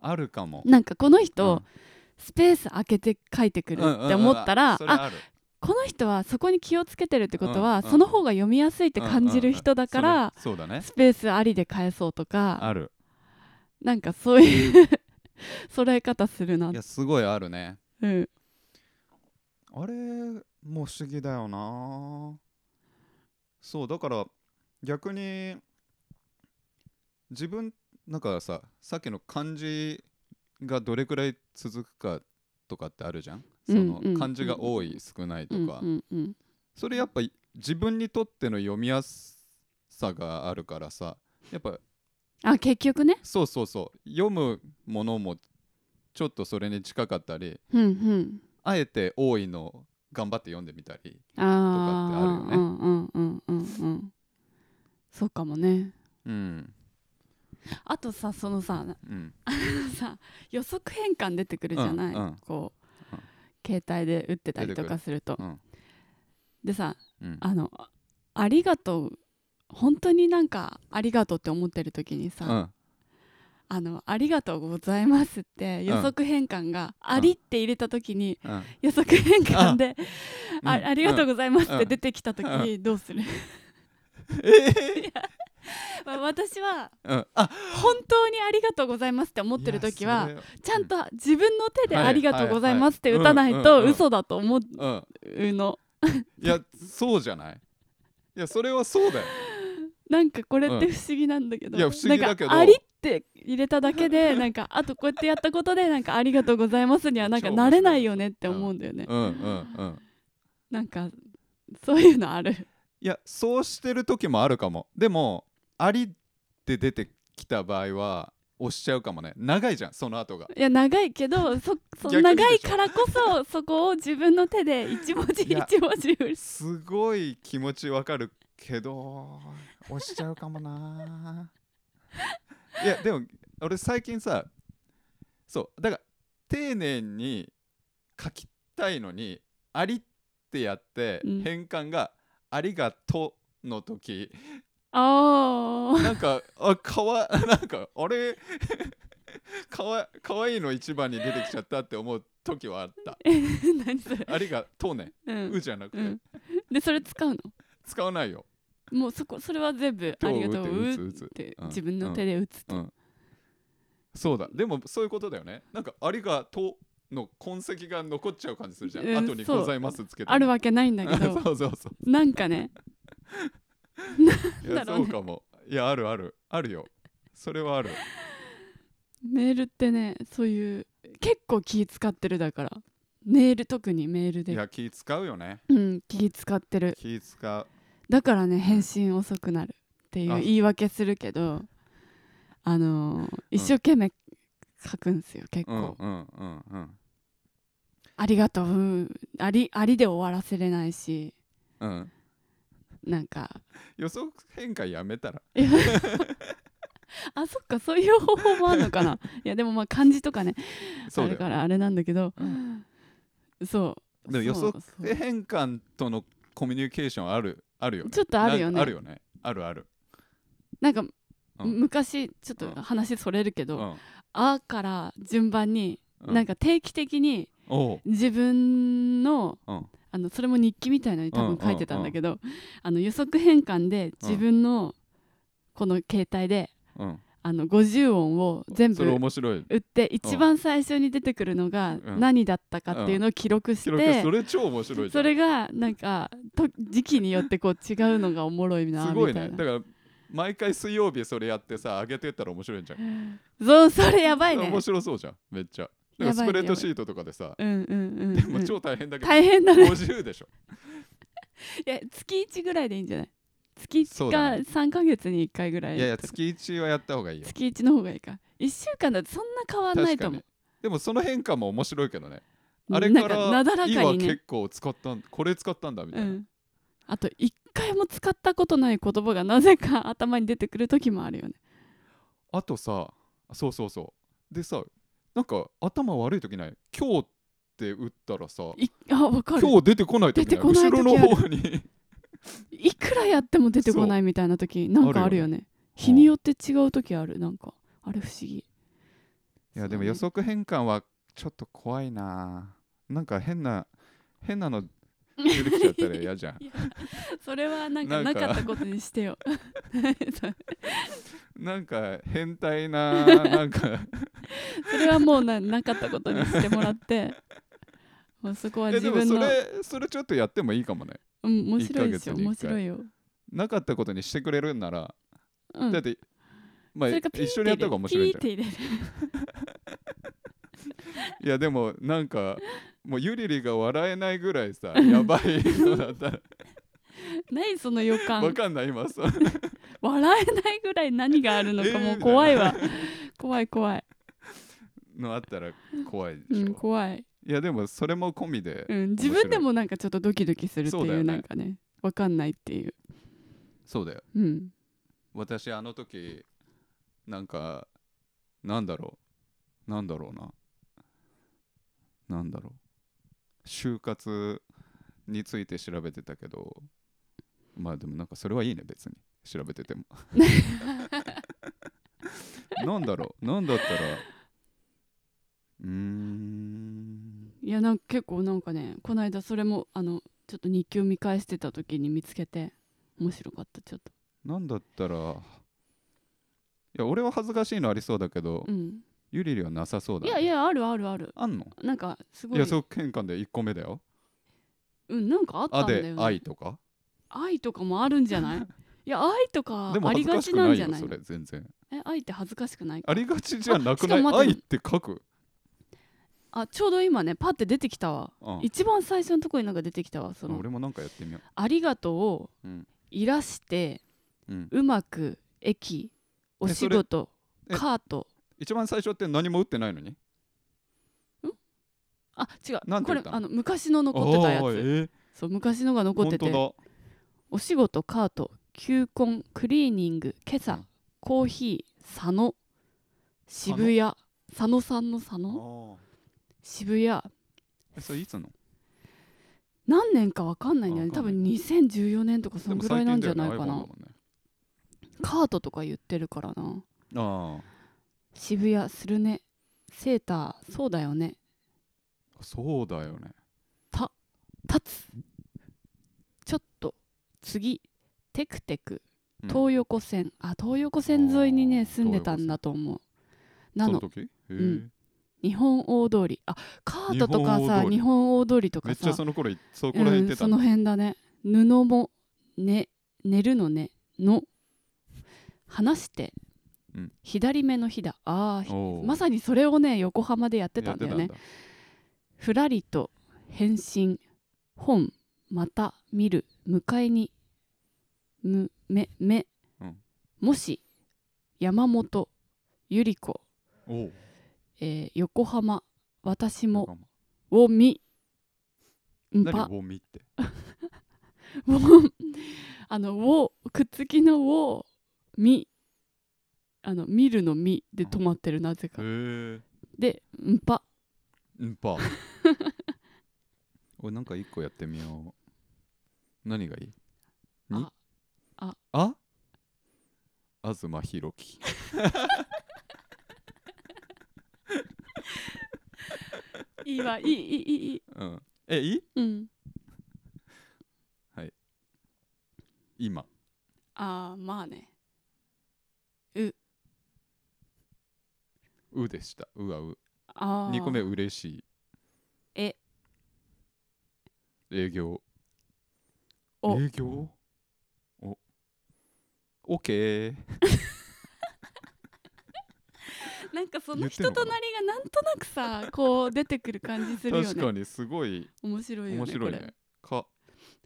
Speaker 1: あるかも
Speaker 2: なんかこの
Speaker 1: う
Speaker 2: 人
Speaker 1: ん
Speaker 2: スペース空けて書いてくる
Speaker 1: うんうんうん
Speaker 2: って思ったら
Speaker 1: それ
Speaker 2: あ
Speaker 1: ある
Speaker 2: この人はそこに気をつけてるってこと
Speaker 1: うん
Speaker 2: は
Speaker 1: うん
Speaker 2: その方が読みやすいって感じる人だから。
Speaker 1: それそうだね
Speaker 2: スペースありで返そうとか
Speaker 1: ある
Speaker 2: なんかそういう <laughs> 揃え方するない
Speaker 1: やすごいあるね
Speaker 2: うん
Speaker 1: あれも不思議だよなそうだから逆に自分なんかささっきの漢字がどれくらい続くかとかってあるじゃんそ
Speaker 2: うんうんうん
Speaker 1: の漢字が多い少ないと
Speaker 2: うん
Speaker 1: か
Speaker 2: うんうん
Speaker 1: それやっぱ自分にとっての読みやすさがあるからさやっぱ
Speaker 2: あ結局ね
Speaker 1: そうそうそう読むものもちょっとそれに近かったり
Speaker 2: うん
Speaker 1: あえて多いのを頑張って読んでみたり、
Speaker 2: うんあ
Speaker 1: とかってあるよね
Speaker 2: ーうんうんうんうんうんそうかもね
Speaker 1: うん
Speaker 2: あとさそのさ
Speaker 1: うん、
Speaker 2: さ予測変換出てくるじゃない、
Speaker 1: うんうん
Speaker 2: こう、
Speaker 1: うん
Speaker 2: 携帯で打ってたりとか
Speaker 1: 出
Speaker 2: すると
Speaker 1: うん
Speaker 2: でさ
Speaker 1: うん
Speaker 2: あのあありがとう本当になんかありがとうって思ってる時にさ、
Speaker 1: うん
Speaker 2: あの「ありがとうございます」って予測変換が「あり」って入れた時に
Speaker 1: うん
Speaker 2: 予測変換で「
Speaker 1: うん
Speaker 2: あありがとうございます」っ
Speaker 1: う
Speaker 2: て
Speaker 1: ん
Speaker 2: 出てきた時どうする
Speaker 1: え
Speaker 2: まあ私は
Speaker 1: うん、あ
Speaker 2: 本当にありがとうございますって思ってる時
Speaker 1: い
Speaker 2: は
Speaker 1: や
Speaker 2: ちゃんと自分の手で
Speaker 1: はい
Speaker 2: ありがとうございますって
Speaker 1: はい
Speaker 2: 打たない
Speaker 1: うんうん
Speaker 2: と
Speaker 1: うん
Speaker 2: 嘘だと思う
Speaker 1: それうん
Speaker 2: の
Speaker 1: いやそうじゃないいやそれはそうだよ
Speaker 2: なんかこれって不思議なんだけど
Speaker 1: うんいや不思議だけど
Speaker 2: なんかありって入れただ
Speaker 1: <laughs>
Speaker 2: けでなんかあとこうやってやったことでなんかありがとうございますにはなんか
Speaker 1: 超面
Speaker 2: な
Speaker 1: 白い
Speaker 2: れないよねって思うんだよね
Speaker 1: うんうんうん
Speaker 2: なんかそういうのある
Speaker 1: いやそうしてる時もあるかもでもありって出てきた場合は押しちゃうかもね長いじゃんその後が
Speaker 2: いや長いけどそ
Speaker 1: 逆
Speaker 2: そ
Speaker 1: にでしょ
Speaker 2: 長いからこそそこを自分の手で一文字
Speaker 1: いや
Speaker 2: 一文字打つ
Speaker 1: すごい気持ちわかるけど押しちゃうかもないやでも俺最近さそうだから丁寧に書きたいのに「あり」ってやって
Speaker 2: うん
Speaker 1: 変換が「ありがとう」の時、
Speaker 2: ああ
Speaker 1: なんかあかわなんかあれ <laughs> かわかわいいの一番に出てきちゃったって思う時はあった
Speaker 2: え <laughs> 何それ
Speaker 1: 「ありがとうね」「
Speaker 2: うん
Speaker 1: う」じゃなく
Speaker 2: う
Speaker 1: て
Speaker 2: んでそれ使うの
Speaker 1: 使わないよ
Speaker 2: もうそこそれは全部あ
Speaker 1: 手を打っ
Speaker 2: り
Speaker 1: て
Speaker 2: がとう
Speaker 1: 打つ
Speaker 2: う
Speaker 1: 打
Speaker 2: っ
Speaker 1: つ
Speaker 2: て
Speaker 1: うん
Speaker 2: 自分の手で打つと、
Speaker 1: うん、そうだでもそういうことだよねなんか「ありがとう」の痕跡が残っちゃう感じするじゃん、
Speaker 2: うん
Speaker 1: 後に「ございます」つけて
Speaker 2: あるわけないんだけ
Speaker 1: <laughs>
Speaker 2: ど
Speaker 1: そうそうそう
Speaker 2: なんかね
Speaker 1: いやそ
Speaker 2: だろ
Speaker 1: う
Speaker 2: ね
Speaker 1: うかもいやあるあるあるよそれはある
Speaker 2: メールってねそういう結構気使ってるだからメール特にメール
Speaker 1: い
Speaker 2: で
Speaker 1: や気使うよね
Speaker 2: うん気使ってる
Speaker 1: 気使う
Speaker 2: だからね返信遅くなるっていう
Speaker 1: あ
Speaker 2: 言い訳するけどあのー一生懸命書くんですよ結構、
Speaker 1: うんうんうんうん
Speaker 2: ありがとううんありありで終わらせれないし
Speaker 1: うん
Speaker 2: なんか
Speaker 1: 予測変換やめたら
Speaker 2: あそっかそういう方法もあるのか
Speaker 1: <laughs>
Speaker 2: ないやでもまあ漢字とかね
Speaker 1: そう
Speaker 2: あ
Speaker 1: だよ
Speaker 2: るからあれなんだけど、
Speaker 1: うん
Speaker 2: そう
Speaker 1: でも予
Speaker 2: そう
Speaker 1: 測
Speaker 2: そう
Speaker 1: 変換とのコミュニケーションあるあるよね
Speaker 2: ちょっとあるよね
Speaker 1: なあるよねあるある
Speaker 2: なんか、
Speaker 1: うん
Speaker 2: 昔ち
Speaker 1: う
Speaker 2: ょっと
Speaker 1: ん
Speaker 2: 話それるけ
Speaker 1: う
Speaker 2: ど「
Speaker 1: ん
Speaker 2: あ」から順番に、
Speaker 1: う
Speaker 2: なんか定期的に
Speaker 1: おう
Speaker 2: 自分の
Speaker 1: うん
Speaker 2: あのそれも日記みたいのに多分書いてたんだけど、あの予測変換で自分のこの携帯で
Speaker 1: うん
Speaker 2: あの50音を全
Speaker 1: それ
Speaker 2: 部
Speaker 1: 面白い
Speaker 2: 打って一番最初に出てくるのが
Speaker 1: うん
Speaker 2: 何だったかっていうのを記録し
Speaker 1: 記
Speaker 2: て、
Speaker 1: 録それ超面白いじゃ
Speaker 2: そ
Speaker 1: ん
Speaker 2: れがなんかと時期によってこう違うのがおもろいな
Speaker 1: すご
Speaker 2: み
Speaker 1: い
Speaker 2: た
Speaker 1: ね
Speaker 2: い
Speaker 1: だ
Speaker 2: な、
Speaker 1: から毎回水曜日それやってさ上げてったら面白いんじゃん、
Speaker 2: そうそれやばいね
Speaker 1: 面白そうじゃんめっちゃだ
Speaker 2: やば
Speaker 1: からス
Speaker 2: い
Speaker 1: プレッドシートとかでさ
Speaker 2: うんうんうん、
Speaker 1: でも
Speaker 2: うん
Speaker 1: 超大変だけど、
Speaker 2: 大変だね
Speaker 1: 50でしょ
Speaker 2: いや月1ぐらいでいいんじゃない月
Speaker 1: そ
Speaker 2: 1
Speaker 1: うだ
Speaker 2: か
Speaker 1: ね
Speaker 2: 3ヶ月に1回ぐらい
Speaker 1: いやいや月1はやった方がいいよ
Speaker 2: 月1の方がいいか1週間だとそんな変わんない
Speaker 1: 確
Speaker 2: と
Speaker 1: か
Speaker 2: 思
Speaker 1: に
Speaker 2: う
Speaker 1: でもその変化も面白いけどね
Speaker 2: な
Speaker 1: あれ
Speaker 2: ん
Speaker 1: か
Speaker 2: なだ
Speaker 1: ら
Speaker 2: ら
Speaker 1: いい
Speaker 2: か
Speaker 1: は
Speaker 2: にね
Speaker 1: 結構使ったんこれ使ったんだみた
Speaker 2: う
Speaker 1: いな、
Speaker 2: ん、あと1回も使ったことない言葉がなぜか頭に出てくる時もあるよね
Speaker 1: あとさそうそうそうでさなんか頭悪い時ない今日って打ったらさ
Speaker 2: いあわかる
Speaker 1: 今日出てこない時
Speaker 2: 出てこない
Speaker 1: 後
Speaker 2: 時
Speaker 1: ろの方に
Speaker 2: いくらやっても出てこないみたいな時なんかあるよね日によって違う時あるなんかあれ不思議
Speaker 1: いやでも予測変換はちょっと怖いななんか変な変
Speaker 2: <laughs>
Speaker 1: なの出てきちゃったら嫌じゃん
Speaker 2: それはなんか
Speaker 1: <laughs> な
Speaker 2: なん
Speaker 1: か
Speaker 2: かったことにしてよ <laughs> そ
Speaker 1: なんか変態
Speaker 2: <laughs>
Speaker 1: ななんか
Speaker 2: それはもうななかったことにしてもらって
Speaker 1: <laughs>
Speaker 2: もうそこは
Speaker 1: え
Speaker 2: 自
Speaker 1: でも
Speaker 2: 分
Speaker 1: そ
Speaker 2: の
Speaker 1: れそれちょっとやってもいいかもね
Speaker 2: うん面白いですよ
Speaker 1: 一ヶ月に
Speaker 2: 面
Speaker 1: 一回
Speaker 2: 白いよ、
Speaker 1: なかったことにしてくれるんなら、
Speaker 2: うん、
Speaker 1: だってまあ
Speaker 2: それかピー
Speaker 1: 一緒にやった方が面白いじゃん
Speaker 2: ピーって入れる <laughs>
Speaker 1: いやでもなん
Speaker 2: <laughs>
Speaker 1: かもうゆりりが笑えないぐらいさやばいのだ
Speaker 2: <laughs>
Speaker 1: ったら
Speaker 2: 何その予
Speaker 1: わ
Speaker 2: 感
Speaker 1: かんない今さ
Speaker 2: 笑えないぐらい何があるの
Speaker 1: え
Speaker 2: か
Speaker 1: ー
Speaker 2: もう怖いわ、怖い怖い、
Speaker 1: のあったら怖いで
Speaker 2: う
Speaker 1: しょ、
Speaker 2: ん、怖い、
Speaker 1: いやでもそれも込みで、
Speaker 2: うん、自分でもなんかちょっとドキドキするって
Speaker 1: そ
Speaker 2: い
Speaker 1: う
Speaker 2: う
Speaker 1: だよね
Speaker 2: なんかねわかんないっていう
Speaker 1: そうだよ
Speaker 2: うん
Speaker 1: 私あの時なんかなんだろうなんだろうななんだろう就活について調べてたけどまあでもなんかそれはいいね別に調べてても
Speaker 2: <laughs>
Speaker 1: なんだろうなんだったらうーん
Speaker 2: いやなんか結構なんかねこの間それもあのちょっと日記を見返してた時に見つけて面白かったちょっと
Speaker 1: なんだったらや俺は恥ずかしいのありそうだけど、
Speaker 2: うん、
Speaker 1: ゆりりはなさそうだ
Speaker 2: い
Speaker 1: ね、
Speaker 2: やいやあるあるある
Speaker 1: あんの
Speaker 2: なんかすご
Speaker 1: い
Speaker 2: い
Speaker 1: やそう喧嘩で1個目だよ
Speaker 2: うんなんかあ
Speaker 1: 「
Speaker 2: った
Speaker 1: あ」
Speaker 2: んだよ、
Speaker 1: で「
Speaker 2: ね
Speaker 1: 愛」とか
Speaker 2: 愛とかもあるんじ
Speaker 1: <laughs>
Speaker 2: ゃないいや愛とか
Speaker 1: でも
Speaker 2: あ
Speaker 1: 恥
Speaker 2: り
Speaker 1: ずか
Speaker 2: が
Speaker 1: し
Speaker 2: ち
Speaker 1: く
Speaker 2: な
Speaker 1: なんい
Speaker 2: じゃ
Speaker 1: よ
Speaker 2: ない
Speaker 1: そ
Speaker 2: の
Speaker 1: れ全然
Speaker 2: え愛って恥ずかしくないか
Speaker 1: ありがちじゃなくな
Speaker 2: あしか
Speaker 1: い
Speaker 2: も待
Speaker 1: 愛
Speaker 2: っ
Speaker 1: ってて書く、
Speaker 2: あちょうど今ねパッて出てきたわ
Speaker 1: うん
Speaker 2: 一番最初のとこになんか出てきたわその
Speaker 1: 俺もなんかやってみよ
Speaker 2: 「ありがとう」を
Speaker 1: う、うん
Speaker 2: いらして
Speaker 1: うん、
Speaker 2: うまく駅お仕事
Speaker 1: えそれえ
Speaker 2: カート
Speaker 1: 一番最初って何も打ってないのに
Speaker 2: あ違う
Speaker 1: なんて
Speaker 2: こ
Speaker 1: 言
Speaker 2: れ
Speaker 1: ったの
Speaker 2: あの昔の残ってたや
Speaker 1: あー
Speaker 2: つ
Speaker 1: えー
Speaker 2: そう昔のが残ってて
Speaker 1: 本
Speaker 2: お仕事カート球根クリーニング今朝、
Speaker 1: うん
Speaker 2: コーヒー佐野渋谷佐野さんの佐野
Speaker 1: 当だ
Speaker 2: 渋谷
Speaker 1: えそれいつの
Speaker 2: 何年か分かんないんだよね
Speaker 1: あわか
Speaker 2: 多
Speaker 1: ん
Speaker 2: 分2014年とかそのぐらいなんじゃないか
Speaker 1: で
Speaker 2: な、
Speaker 1: も最近
Speaker 2: カートとか言ってるからな
Speaker 1: だよね iPhone だもんね
Speaker 2: 渋谷するねセーターそうだよね
Speaker 1: ああそうだよね
Speaker 2: 立つちょっと次テクテク
Speaker 1: うん
Speaker 2: 東横線、あ東横線沿いに
Speaker 1: あ
Speaker 2: ね
Speaker 1: ー
Speaker 2: 住んでたんだと思うなの
Speaker 1: その時へえ
Speaker 2: ん日本大通りあカートとか
Speaker 1: 日本大
Speaker 2: さ
Speaker 1: 通り
Speaker 2: 日本大通りと
Speaker 1: め
Speaker 2: か
Speaker 1: っちゃ
Speaker 2: さ
Speaker 1: その頃いそこら
Speaker 2: う
Speaker 1: 辺行ってた
Speaker 2: んそ
Speaker 1: んだ、
Speaker 2: の辺だね布もね寝るのねの話して、
Speaker 1: うん
Speaker 2: 左目の日だあーひ
Speaker 1: おー
Speaker 2: まさにそれをね横浜でやってたんだよ
Speaker 1: や
Speaker 2: ね
Speaker 1: って
Speaker 2: ふらりと返信本また見る迎えにむめめ、
Speaker 1: うん
Speaker 2: もし山本ゆり子、
Speaker 1: たんだおう
Speaker 2: えー横浜私
Speaker 1: なん
Speaker 2: も
Speaker 1: か
Speaker 2: をみん
Speaker 1: 何
Speaker 2: ぱ
Speaker 1: を見って
Speaker 2: を <laughs> あのをくっつきのをみあの見るのみで止まってるなぜ
Speaker 1: へ
Speaker 2: か
Speaker 1: え
Speaker 2: でんぱ
Speaker 1: うん <laughs> ぱ俺なんか一個やってみよう何がいいに
Speaker 2: あ
Speaker 1: あ東博樹
Speaker 2: いいわいいいいいいいい
Speaker 1: うんえいい
Speaker 2: うん
Speaker 1: 今
Speaker 2: あーまあね
Speaker 1: うでしたうはう
Speaker 2: あ
Speaker 1: 2個目
Speaker 2: う
Speaker 1: 嬉しい
Speaker 2: え
Speaker 1: 営業
Speaker 2: お
Speaker 1: 営業おオッケー
Speaker 2: なんかそ
Speaker 1: 言
Speaker 2: の
Speaker 1: ってん
Speaker 2: 人
Speaker 1: のかな
Speaker 2: となりがなんとなくさこう出てくる感じするよ
Speaker 1: 確か
Speaker 2: ね
Speaker 1: にすごい
Speaker 2: 面白いよね
Speaker 1: 面白い
Speaker 2: これ
Speaker 1: ねか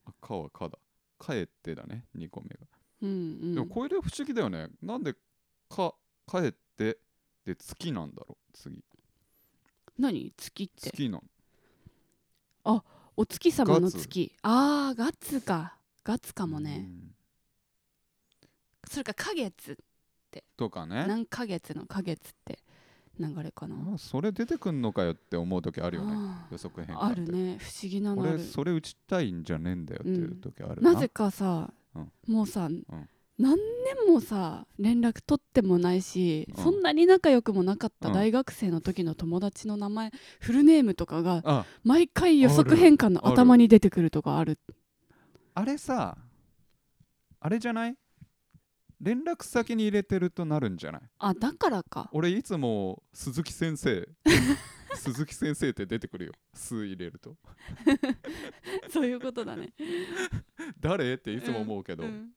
Speaker 1: あかはかだかえってだね2個目が、
Speaker 2: うんう
Speaker 1: でも
Speaker 2: ん
Speaker 1: これで不思議だよねなんでかかえってで月なんだろう次
Speaker 2: 何月って
Speaker 1: 月なん
Speaker 2: お月様の
Speaker 1: ガツ
Speaker 2: 月あーガッツかガッツかもね
Speaker 1: うん
Speaker 2: それか花月
Speaker 1: とかね
Speaker 2: 何ヶ月の花月って流れかな
Speaker 1: まあそれ出てくんのかよって思う時あ
Speaker 2: あ
Speaker 1: るよね
Speaker 2: ー
Speaker 1: 予測変
Speaker 2: あ
Speaker 1: 換
Speaker 2: る
Speaker 1: で
Speaker 2: ね不思議なのあ
Speaker 1: 俺
Speaker 2: る
Speaker 1: それ打ちたいんじゃねえんだよっていう時ある
Speaker 2: なぜかさ、
Speaker 1: うん
Speaker 2: もうさ、何年もさ連絡取ってもないし、
Speaker 1: うん
Speaker 2: そんなに仲良くもなかった
Speaker 1: うん
Speaker 2: 大学生の時の友達の名前、フルネームとかが
Speaker 1: あ
Speaker 2: 毎回予測変換の
Speaker 1: ある
Speaker 2: 頭に出てくるとかある
Speaker 1: あれさあれじゃない連絡先に入れてるとなるんじゃない
Speaker 2: あだからか
Speaker 1: 俺いつも鈴木先生
Speaker 2: <laughs>
Speaker 1: 鈴木先生って出てくるよ「す」入れると
Speaker 2: <laughs> そういうことだね、
Speaker 1: 「誰?」っていつも思うけど、
Speaker 2: うん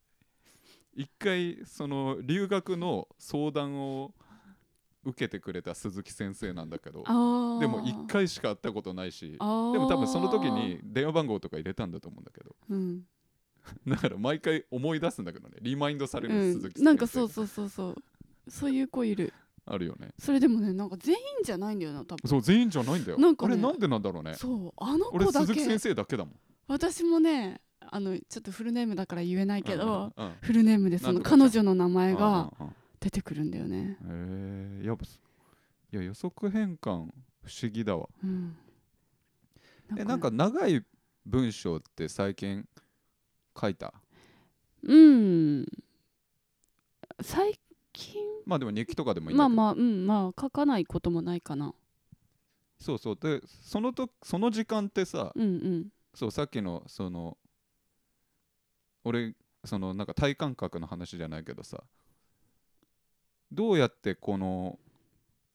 Speaker 1: 一回その留学の相談を受けてくれた鈴木先生なんだけど
Speaker 2: あー
Speaker 1: でも一回しか会ったことないし
Speaker 2: あー
Speaker 1: でも多分その時に、電話番号とか入れたんだと思うんだけど
Speaker 2: うん
Speaker 1: だから毎回思い出すんだけどねリマインドされ
Speaker 2: う
Speaker 1: る、鈴
Speaker 2: ん
Speaker 1: 木、先生
Speaker 2: なんかそうそうそうそうそういう子いる
Speaker 1: あるよね
Speaker 2: それでもねなんか全員じゃないんだよな多分
Speaker 1: そう全員じゃないんだよ
Speaker 2: なんかね
Speaker 1: あれなんでなんだろうね
Speaker 2: そうあの
Speaker 1: 俺
Speaker 2: 子だ
Speaker 1: 鈴木
Speaker 2: け
Speaker 1: 先生だけだもん
Speaker 2: 私もねあのちょっとフルネームだから言えないけど、
Speaker 1: うんうん
Speaker 2: フルネームでそ
Speaker 1: なん
Speaker 2: の
Speaker 1: とかちゃん
Speaker 2: 彼女の名前が
Speaker 1: うんうんうん
Speaker 2: 出てくるんだよね、
Speaker 1: へえやっぱすいや予測変換不思議だわ
Speaker 2: うん、
Speaker 1: えなんか長い文章って最近書いた
Speaker 2: うん最近
Speaker 1: まあでも日記とかでもいいんだ
Speaker 2: ま
Speaker 1: けど、
Speaker 2: あまあうんまあ書かないこともないかな
Speaker 1: そうそうでそのとその時間ってさ
Speaker 2: うんうん
Speaker 1: そうさっきのその俺そのなんか体感覚の話じゃないけどさどうやってこの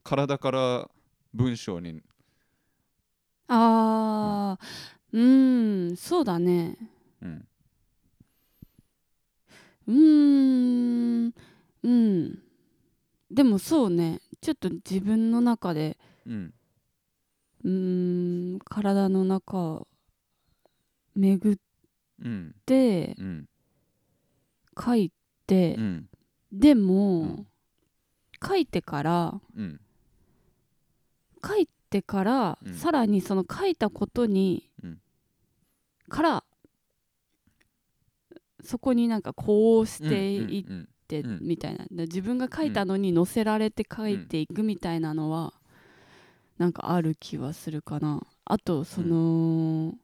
Speaker 1: 体から文章に
Speaker 2: あーうんそうだね
Speaker 1: うん
Speaker 2: うーんうんでもそうねちょっと自分の中で
Speaker 1: うん
Speaker 2: うーん体の中巡っ
Speaker 1: うん
Speaker 2: て
Speaker 1: うん
Speaker 2: 書いて
Speaker 1: う、ん
Speaker 2: でも、
Speaker 1: うん
Speaker 2: 書いてから
Speaker 1: うん
Speaker 2: 書いてから、
Speaker 1: うん
Speaker 2: さらにその書いたことに、
Speaker 1: うん
Speaker 2: からそこになんかこうしていっ
Speaker 1: うん
Speaker 2: て
Speaker 1: うん
Speaker 2: みたいな、で自分が書いたのに載せられて書いていくみたいなのは、なんかある気はするかなあとその、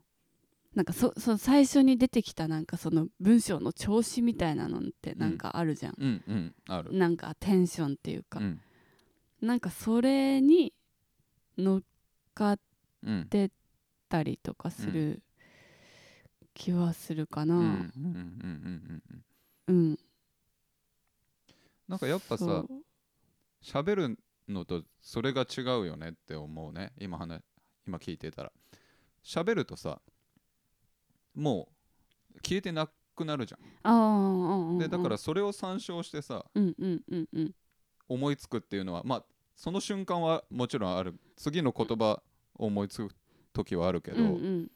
Speaker 2: なんかそその最初に出てきたなんかその文章の調子みたいなのってなんかあるじゃん、
Speaker 1: うんうんある
Speaker 2: なんかテンションっていうか
Speaker 1: う、ん
Speaker 2: なんかそれに乗っかっ
Speaker 1: うん
Speaker 2: たりとかする気はするかな。
Speaker 1: う
Speaker 2: うん
Speaker 1: うんうん
Speaker 2: ん、
Speaker 1: うんうんうんなんかやっぱ
Speaker 2: そ
Speaker 1: さ
Speaker 2: う
Speaker 1: 喋るのとそれが違うよねって思うね今話今聞いてたら喋るとさもう消えてなくなるじゃん、
Speaker 2: ああ、うんうんうん
Speaker 1: でだから、それを参照してさ
Speaker 2: うんうんうんうん、
Speaker 1: 思いつくっていうのはまあその瞬間はもちろんある次の言葉を思いつく時はあるけど、
Speaker 2: うんうん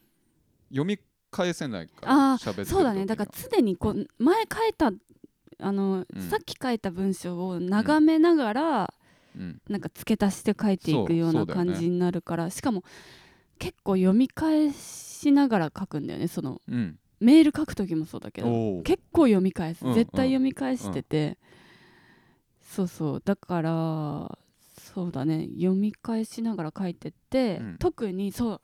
Speaker 1: 読み返せないから
Speaker 2: あ
Speaker 1: 喋ってる時には
Speaker 2: そうだね。だから常にこう前書いたあの、
Speaker 1: うん
Speaker 2: さっき書いた文章を眺めながら、
Speaker 1: うん
Speaker 2: なんか付け足して書いてい
Speaker 1: そ
Speaker 2: く
Speaker 1: う
Speaker 2: よう
Speaker 1: そ
Speaker 2: な
Speaker 1: うだよね
Speaker 2: 感じになるから、しかも結構読み返しながら書くんだよね。その
Speaker 1: うん
Speaker 2: メール書く時もそうだけど。
Speaker 1: おー
Speaker 2: 結構読み返す、
Speaker 1: うん
Speaker 2: 絶対読み返してて、そうそうだからそうだね読み返しながら書いてって、
Speaker 1: うん
Speaker 2: 特にそう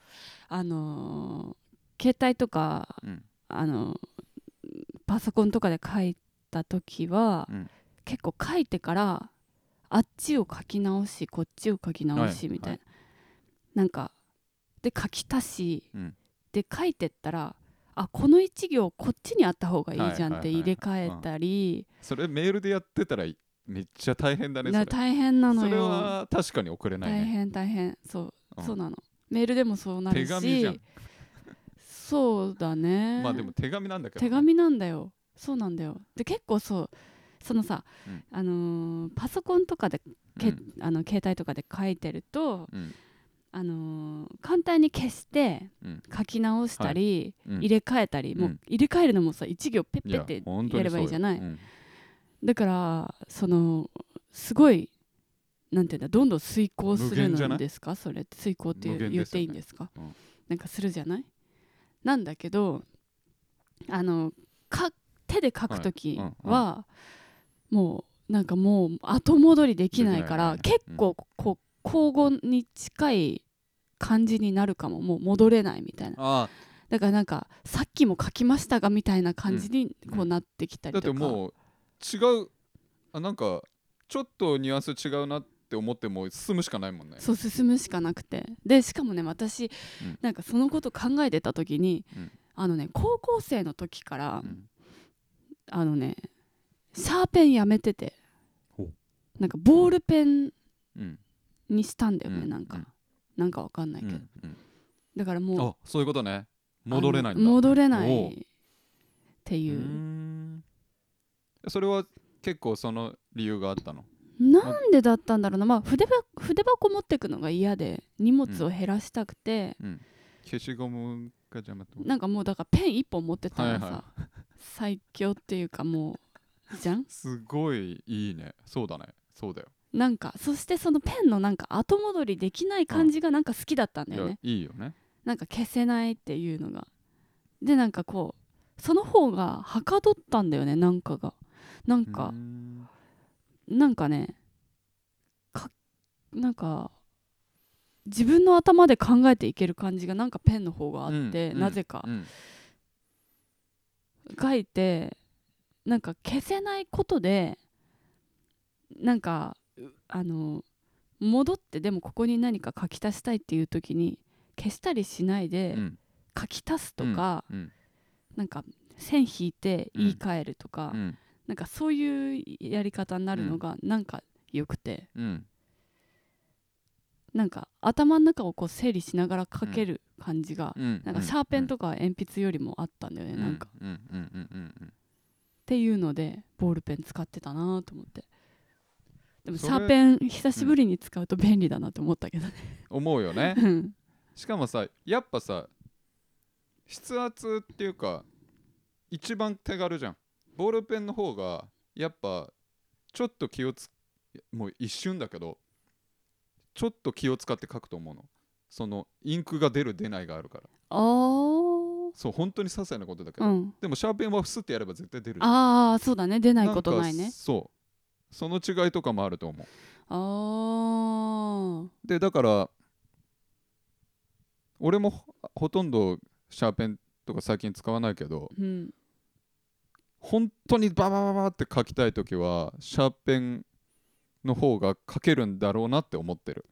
Speaker 2: あのー携帯とか
Speaker 1: うん
Speaker 2: あのーパソコンとかで書いた時は、
Speaker 1: うん
Speaker 2: 結構書いてからあっちを書き直しこっちを書き直しみたい
Speaker 1: は
Speaker 2: な、
Speaker 1: い
Speaker 2: なんかで書き足し、
Speaker 1: うん
Speaker 2: で書いてったらあこの1行こっちにあった方がいいじゃん
Speaker 1: はい
Speaker 2: って
Speaker 1: はいはい
Speaker 2: 入れ替えたり、
Speaker 1: それメールでやってたらいめっちゃ大変だねそ
Speaker 2: な
Speaker 1: れ
Speaker 2: 大変なの
Speaker 1: それ
Speaker 2: よ
Speaker 1: は確かに送れない
Speaker 2: 大
Speaker 1: ね
Speaker 2: 変大変そう、
Speaker 1: うん
Speaker 2: そうなのメールでもそうなる
Speaker 1: 手
Speaker 2: し
Speaker 1: 紙じゃん
Speaker 2: そうだね
Speaker 1: まあでも手紙なんだけどね、
Speaker 2: 手紙なんだよそうなんだよで結構そうそのさ、
Speaker 1: うん
Speaker 2: あのーパソコンとかでけ、
Speaker 1: うん
Speaker 2: あの携帯とかで書いてると、
Speaker 1: うん
Speaker 2: あのー簡単に消して
Speaker 1: うん
Speaker 2: 書き直したり、
Speaker 1: うん
Speaker 2: 入れ替えたり、も
Speaker 1: う
Speaker 2: うん入れ替えるのもさ1行ペッ
Speaker 1: い
Speaker 2: ペ
Speaker 1: や
Speaker 2: って
Speaker 1: 本当に
Speaker 2: やればいいじゃない
Speaker 1: そうようん
Speaker 2: だからそのすごいなんていうんだどんどん遂行する
Speaker 1: 無限じゃなんい
Speaker 2: ですかそれって遂行って言
Speaker 1: 無
Speaker 2: う
Speaker 1: 限ですよね
Speaker 2: 言っていいんですか、
Speaker 1: うん
Speaker 2: なんかするじゃないなんだけどあのか手で書くとき
Speaker 1: はいうん
Speaker 2: は、もうなんかもう後戻りできないから
Speaker 1: できないよね
Speaker 2: 結構こう交互に近い感じになるかももう戻れないみたいな
Speaker 1: あ
Speaker 2: だからなんかさっきも書きましたがみたいな感じに
Speaker 1: うん
Speaker 2: こうなってきた
Speaker 1: あ
Speaker 2: り
Speaker 1: だ
Speaker 2: と
Speaker 1: っ
Speaker 2: か、
Speaker 1: てもう違うあなんかちょっとニュアンス違うなって思っても進むしかないもんね
Speaker 2: そう進むしかなくてでしかもね私、
Speaker 1: うん
Speaker 2: なんかそのこと考えてた時に、
Speaker 1: うん
Speaker 2: あのね高校生の時から、
Speaker 1: うん
Speaker 2: あのねシャーペンやめてて
Speaker 1: ほう
Speaker 2: なんかボールペン
Speaker 1: うん
Speaker 2: にしたんだよね、
Speaker 1: うん
Speaker 2: なんか、
Speaker 1: うん
Speaker 2: なんかわかんないうけど、
Speaker 1: んうん
Speaker 2: だからもう
Speaker 1: あそういうことね戻れないん
Speaker 2: あの
Speaker 1: だ
Speaker 2: 戻れ
Speaker 1: お
Speaker 2: な
Speaker 1: う
Speaker 2: いって
Speaker 1: う
Speaker 2: い
Speaker 1: ー
Speaker 2: うん
Speaker 1: それは結構その理由があったの
Speaker 2: なんでだったんだろうな、まあ、筆ば筆箱持ってくのが嫌で荷物を減らしたくて、
Speaker 1: うん消しゴムが邪魔ってこと
Speaker 2: なんかもうだからペン一本持ってたらさ、
Speaker 1: はいは
Speaker 2: 最強っていうかもうじゃん
Speaker 1: すごいいいねそうだねそうだよ
Speaker 2: なんかそしてそのペンのなんか後戻りできない感じがなんか好きだったんだよね、
Speaker 1: いやいいよね
Speaker 2: なんか消せないっていうのがでなんかこうその方がはかどったんだよねなんかがなん
Speaker 1: うー、
Speaker 2: か
Speaker 1: ん
Speaker 2: なんかねかなんか自分の頭で考えていける感じがなんかペンの方があって、
Speaker 1: うん
Speaker 2: なぜか
Speaker 1: うん
Speaker 2: 書いてなんか消せないことでなんかうあの戻ってでもここに何か書き足したいっていう時に消したりしないで
Speaker 1: うん
Speaker 2: 書き足すとか、
Speaker 1: うん
Speaker 2: なんか線引いて言い換えるとか、
Speaker 1: うん
Speaker 2: なんかそういうやり方になるのがなんかよくて
Speaker 1: うん
Speaker 2: なんか頭の中をこう整理しながら描ける感じが、
Speaker 1: うん
Speaker 2: なんかシャーペンとか鉛筆よりもあったんだよね、なんかっ
Speaker 1: うんうんうんうんうん
Speaker 2: ていうのでボールペン使ってたなと思ってでもシ
Speaker 1: それ
Speaker 2: ャーペン久しぶりに使うと便利だなと思ったけどね、
Speaker 1: 思うよね
Speaker 2: うん、
Speaker 1: しかもさやっぱさ筆圧っていうか一番手軽じゃんボールペンの方がやっぱちょっと気をつもう一瞬だけどちょっと気を使って書くと思うのそのインクが出る出ないがあるから
Speaker 2: あー
Speaker 1: そう本当に些細なことだけ
Speaker 2: う
Speaker 1: ど、
Speaker 2: ん
Speaker 1: でもシャーペンはスってやれば絶対出るじゃん
Speaker 2: あーそうだね出ないことない
Speaker 1: ん
Speaker 2: ね
Speaker 1: かそうその違いとかもあると思う
Speaker 2: あー
Speaker 1: でだから俺もほほとんどシャーペンとか最近使わないけど
Speaker 2: うん
Speaker 1: 本当にババババって書きたい時はシャーペンの方が書けるんだろうなって思ってる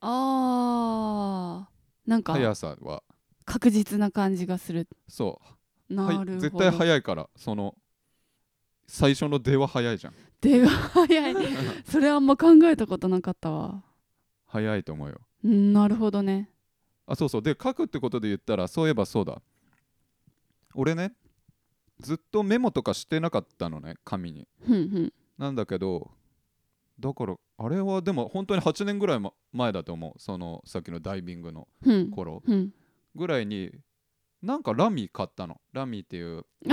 Speaker 2: あーなんか
Speaker 1: 速さは
Speaker 2: 確実な感じがする
Speaker 1: そ
Speaker 2: な
Speaker 1: う
Speaker 2: る
Speaker 1: は
Speaker 2: ほど、
Speaker 1: い絶対
Speaker 2: <laughs>
Speaker 1: 早いからその最初の出は早いじゃん
Speaker 2: 出
Speaker 1: <laughs>
Speaker 2: が早いそれあんま考えたことなかったわ
Speaker 1: 早いと思うよ
Speaker 2: うんなるほどね
Speaker 1: あそうそうで書くってことで言ったらそういえばそうだ俺ねずっとメモとかしてなかったのね紙に
Speaker 2: ふんふん
Speaker 1: なんだけどだからあれはでも本当に8年ぐらいま前だと思うそのさっきのダイビングの
Speaker 2: ふん
Speaker 1: 頃
Speaker 2: ふん
Speaker 1: ぐらいになんかラミー買ったのラミーっていう万年
Speaker 2: あ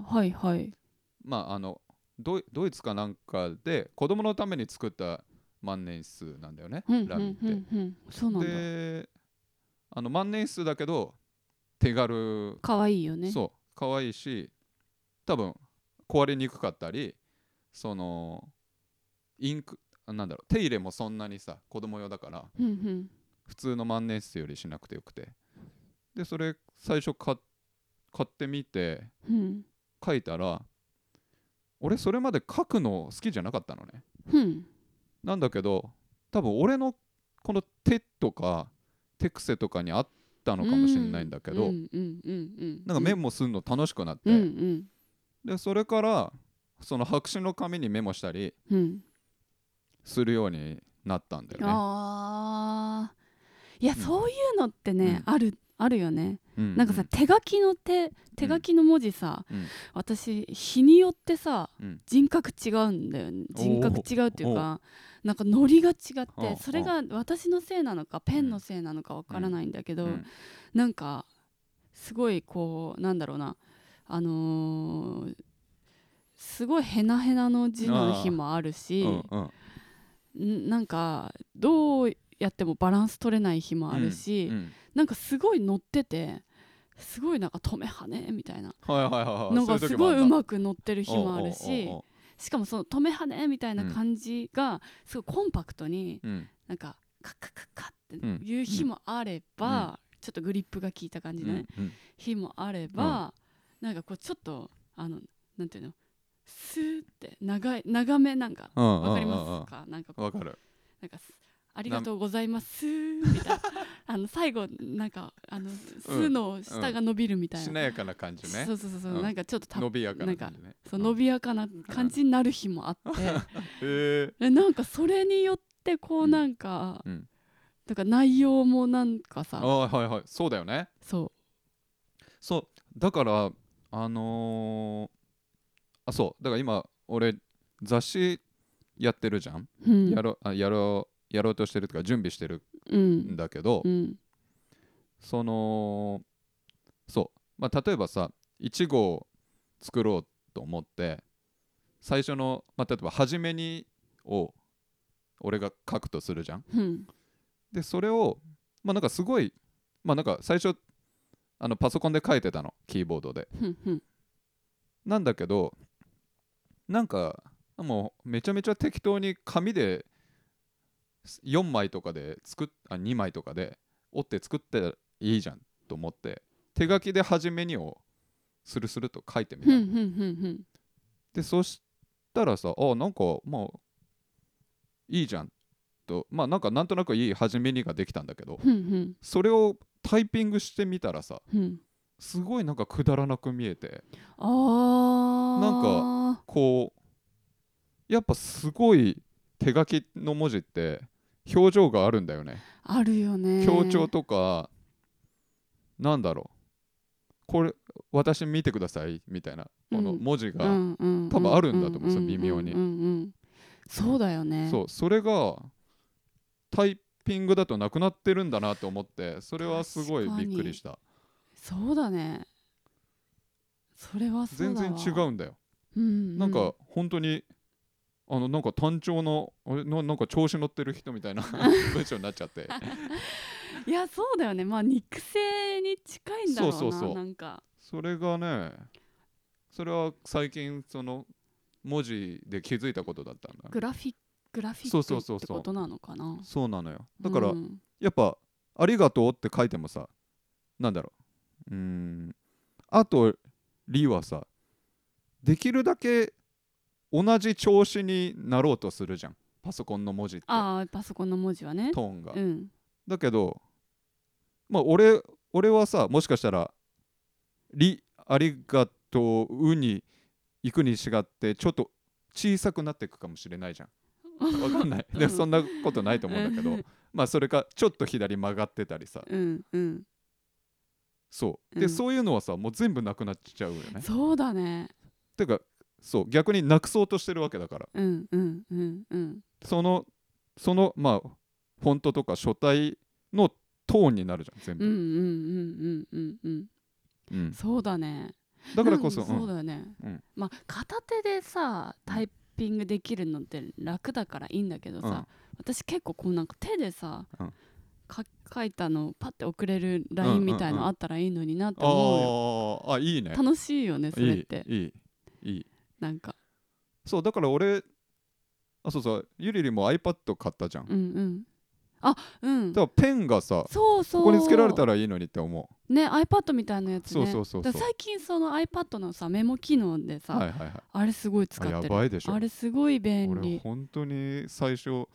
Speaker 1: 筆
Speaker 2: あはいはい
Speaker 1: まああのドイドイツかなんかで子供のために作った万年筆なんだよね、
Speaker 2: ふんふ
Speaker 1: ラミー
Speaker 2: ん
Speaker 1: って。
Speaker 2: ふんふんそうなんだ
Speaker 1: であの万年筆だけど手軽
Speaker 2: 可愛いよね
Speaker 1: そう可愛いし多分壊れにくかったりそのインクあなんだろう手入れもそんなにさ子供用だから
Speaker 2: ふんふん
Speaker 1: 普通の万年筆よりしなくてよくてでそれ最初買っ買ってみて
Speaker 2: ふん
Speaker 1: 書いたら俺それまで書くの好きじゃなかったのね
Speaker 2: ふん
Speaker 1: なんだけど多分俺のこの手とか手癖とかにあったのかもしれないんだけど、
Speaker 2: うんうんうんうん
Speaker 1: なんかメモするの楽しくなって、
Speaker 2: うんうん
Speaker 1: でそれからその白紙の紙にメモしたり
Speaker 2: うん
Speaker 1: するようになったんだよね。
Speaker 2: ああいや
Speaker 1: ん
Speaker 2: そういうのってね
Speaker 1: う
Speaker 2: あるあるよね
Speaker 1: うう
Speaker 2: なんかさ、手書きの手手書きの文字さ、
Speaker 1: うん
Speaker 2: 私日によってさ、
Speaker 1: うん
Speaker 2: 人格違うんだよね
Speaker 1: おー
Speaker 2: 人格違うっていうかなんかノリが違っ
Speaker 1: あー
Speaker 2: てそれが私のせいなのかペンのせいなのかわからないんだけ
Speaker 1: う
Speaker 2: ど、
Speaker 1: ん
Speaker 2: なんかすごいこうなんだろうなあのーすごいヘナヘナの字の日もあるし
Speaker 1: うんうん
Speaker 2: んなんかどうやってもバランス取れない日もあるし、
Speaker 1: うん
Speaker 2: なんかすごい乗っててすごいなんか止め跳ねみたいな
Speaker 1: はいはいはいはい
Speaker 2: のがすごいう
Speaker 1: く
Speaker 2: まく乗ってる日もあるししかもその止め跳ねみたいな感じがすごいコンパクトになんかカッカッカッカッっていう日もあればちょっとグリップが効いた感じのね日もあればなんかこうちょっとあのなんていうのスーって長い長めなんかわ
Speaker 1: わ
Speaker 2: かりますかなんかこう
Speaker 1: わかる。
Speaker 2: なんかすありがとうございますみたいなあの最後なんかあのすの下が伸びるみたいな、
Speaker 1: しなやかな感じね
Speaker 2: そ。うそうそうそう、
Speaker 1: うん
Speaker 2: なんかちょっとた
Speaker 1: 伸びやかな感じね。
Speaker 2: そう伸びやかな感じになる日もあって、
Speaker 1: へえ
Speaker 2: でなんかそれによってこ
Speaker 1: う
Speaker 2: うんなんか、
Speaker 1: うん
Speaker 2: なんか内容もなんか
Speaker 1: あ
Speaker 2: さ
Speaker 1: はいはいそうだよね。
Speaker 2: そ
Speaker 1: そうだからあのーあそうだから今俺雑誌やってるじゃん。
Speaker 2: う、うん、
Speaker 1: やろあやろうやろうとしてるとか準備してる
Speaker 2: うんん
Speaker 1: だけど、
Speaker 2: うん
Speaker 1: そのそう、まあ、例えばさ1号作ろうと思って最初の、まあ、例えば「初めに」を俺が書くとするじゃん。
Speaker 2: うん
Speaker 1: でそれをまあなんかすごいまあなんか最初あのパソコンで書いてたのキーボードで。
Speaker 2: うんうん
Speaker 1: なんだけどなんかもうめちゃめちゃ適当に紙で4枚とかで作っあ2枚とかで折って作ったらいいじゃんと思って手書きで初めにをスルスルと書いてみ
Speaker 2: うんう
Speaker 1: た
Speaker 2: ん
Speaker 1: の、
Speaker 2: うん
Speaker 1: でそしたらさあなんかまあいいじゃんとまあなんかなんとなくいい初めにができたんだけど
Speaker 2: うんうん
Speaker 1: それをタイピングしてみたらさ
Speaker 2: うん
Speaker 1: すごいなんかくだらなく見えて
Speaker 2: あー
Speaker 1: なんこうやっぱすごい手書きの文字って表情があるんだよね、
Speaker 2: あるよね
Speaker 1: 強調とかなんだろうこれ私見てくださいみたいなこの
Speaker 2: うん
Speaker 1: 文字が、
Speaker 2: うんうんうん
Speaker 1: 多分あるんだと思うんですよ
Speaker 2: う
Speaker 1: 微妙に
Speaker 2: うんうんそうだよね
Speaker 1: そうそれがタイピングだとなくなってるんだなと思ってそれはすごい
Speaker 2: 確かに
Speaker 1: びっくりした
Speaker 2: そうだねそれはそう
Speaker 1: 全
Speaker 2: だわ
Speaker 1: 然違うんだよ、
Speaker 2: うんうん
Speaker 1: なんか本当にあのなんか単調のあれななんか調子乗ってる人みたいな <laughs> 文章になっちゃって
Speaker 2: いやそうだよねまあ肉声に近いんだろうな
Speaker 1: そうそうそう
Speaker 2: なんか
Speaker 1: それがねそれは最近その文字で気づいたことだったんだ
Speaker 2: グラフィックグラフィ
Speaker 1: そうそう
Speaker 2: ッ
Speaker 1: そうそう
Speaker 2: クってことなのかな
Speaker 1: そうなのよだから、
Speaker 2: うん
Speaker 1: やっぱ「ありがとう」って書いてもさなんだろううーんあと「り」はさできるだけ同じ調子になろうとするじゃんパソコンの文字って
Speaker 2: ああパソコンの文字はね
Speaker 1: トーンが、
Speaker 2: うん
Speaker 1: だけどまあ俺俺はさもしかしたら「り」「ありがとう」「う」に行くに違ってちょっと小さくなっていくかもしれないじゃんわかん
Speaker 2: <laughs>
Speaker 1: ないでもそんなことないと思うんだけどまあそれかちょっと左曲がってたりさ
Speaker 2: うんうん
Speaker 1: そう
Speaker 2: う
Speaker 1: で、
Speaker 2: ん
Speaker 1: そういうのはさもう全部なくなっちゃうよね
Speaker 2: そうだね
Speaker 1: てかそう逆になくそうとしてるわけだから
Speaker 2: うんうんうんうん
Speaker 1: そのそのまあフォントとか書体のトーンになるじゃん全
Speaker 2: うんう
Speaker 1: 部、
Speaker 2: んうんうんうんうん
Speaker 1: うん
Speaker 2: そうだね
Speaker 1: だからこそ、
Speaker 2: なん
Speaker 1: う
Speaker 2: そうんだよね、
Speaker 1: うん
Speaker 2: まあ片手でさタイピングできるのって楽だからいいんだけどさ、
Speaker 1: うん
Speaker 2: 私結構こうなんか手でさ、
Speaker 1: うん
Speaker 2: か書いたのパッて送れる
Speaker 1: うんうん
Speaker 2: LINE
Speaker 1: うん
Speaker 2: みたいのあったらいいのになって
Speaker 1: あ
Speaker 2: 思う
Speaker 1: ー
Speaker 2: よ、
Speaker 1: あいいね
Speaker 2: 楽しいよねそれって
Speaker 1: いいいいいい
Speaker 2: なんか
Speaker 1: そうだから俺あそうそうゆりりも iPad 買ったじゃん、
Speaker 2: うんうんあうん
Speaker 1: だからペンがさ
Speaker 2: そうそう
Speaker 1: ここにつけられたらいいのにって思
Speaker 2: ね iPad みたいなやつね
Speaker 1: そうそうそうそう
Speaker 2: だから最近その iPad のさメモ機能で
Speaker 1: う
Speaker 2: さ、
Speaker 1: はいはいはい
Speaker 2: あれすごい使
Speaker 1: あ
Speaker 2: っ
Speaker 1: や
Speaker 2: てる
Speaker 1: ばいでしょ
Speaker 2: あれすごい便
Speaker 1: 俺
Speaker 2: 利
Speaker 1: 本当に最初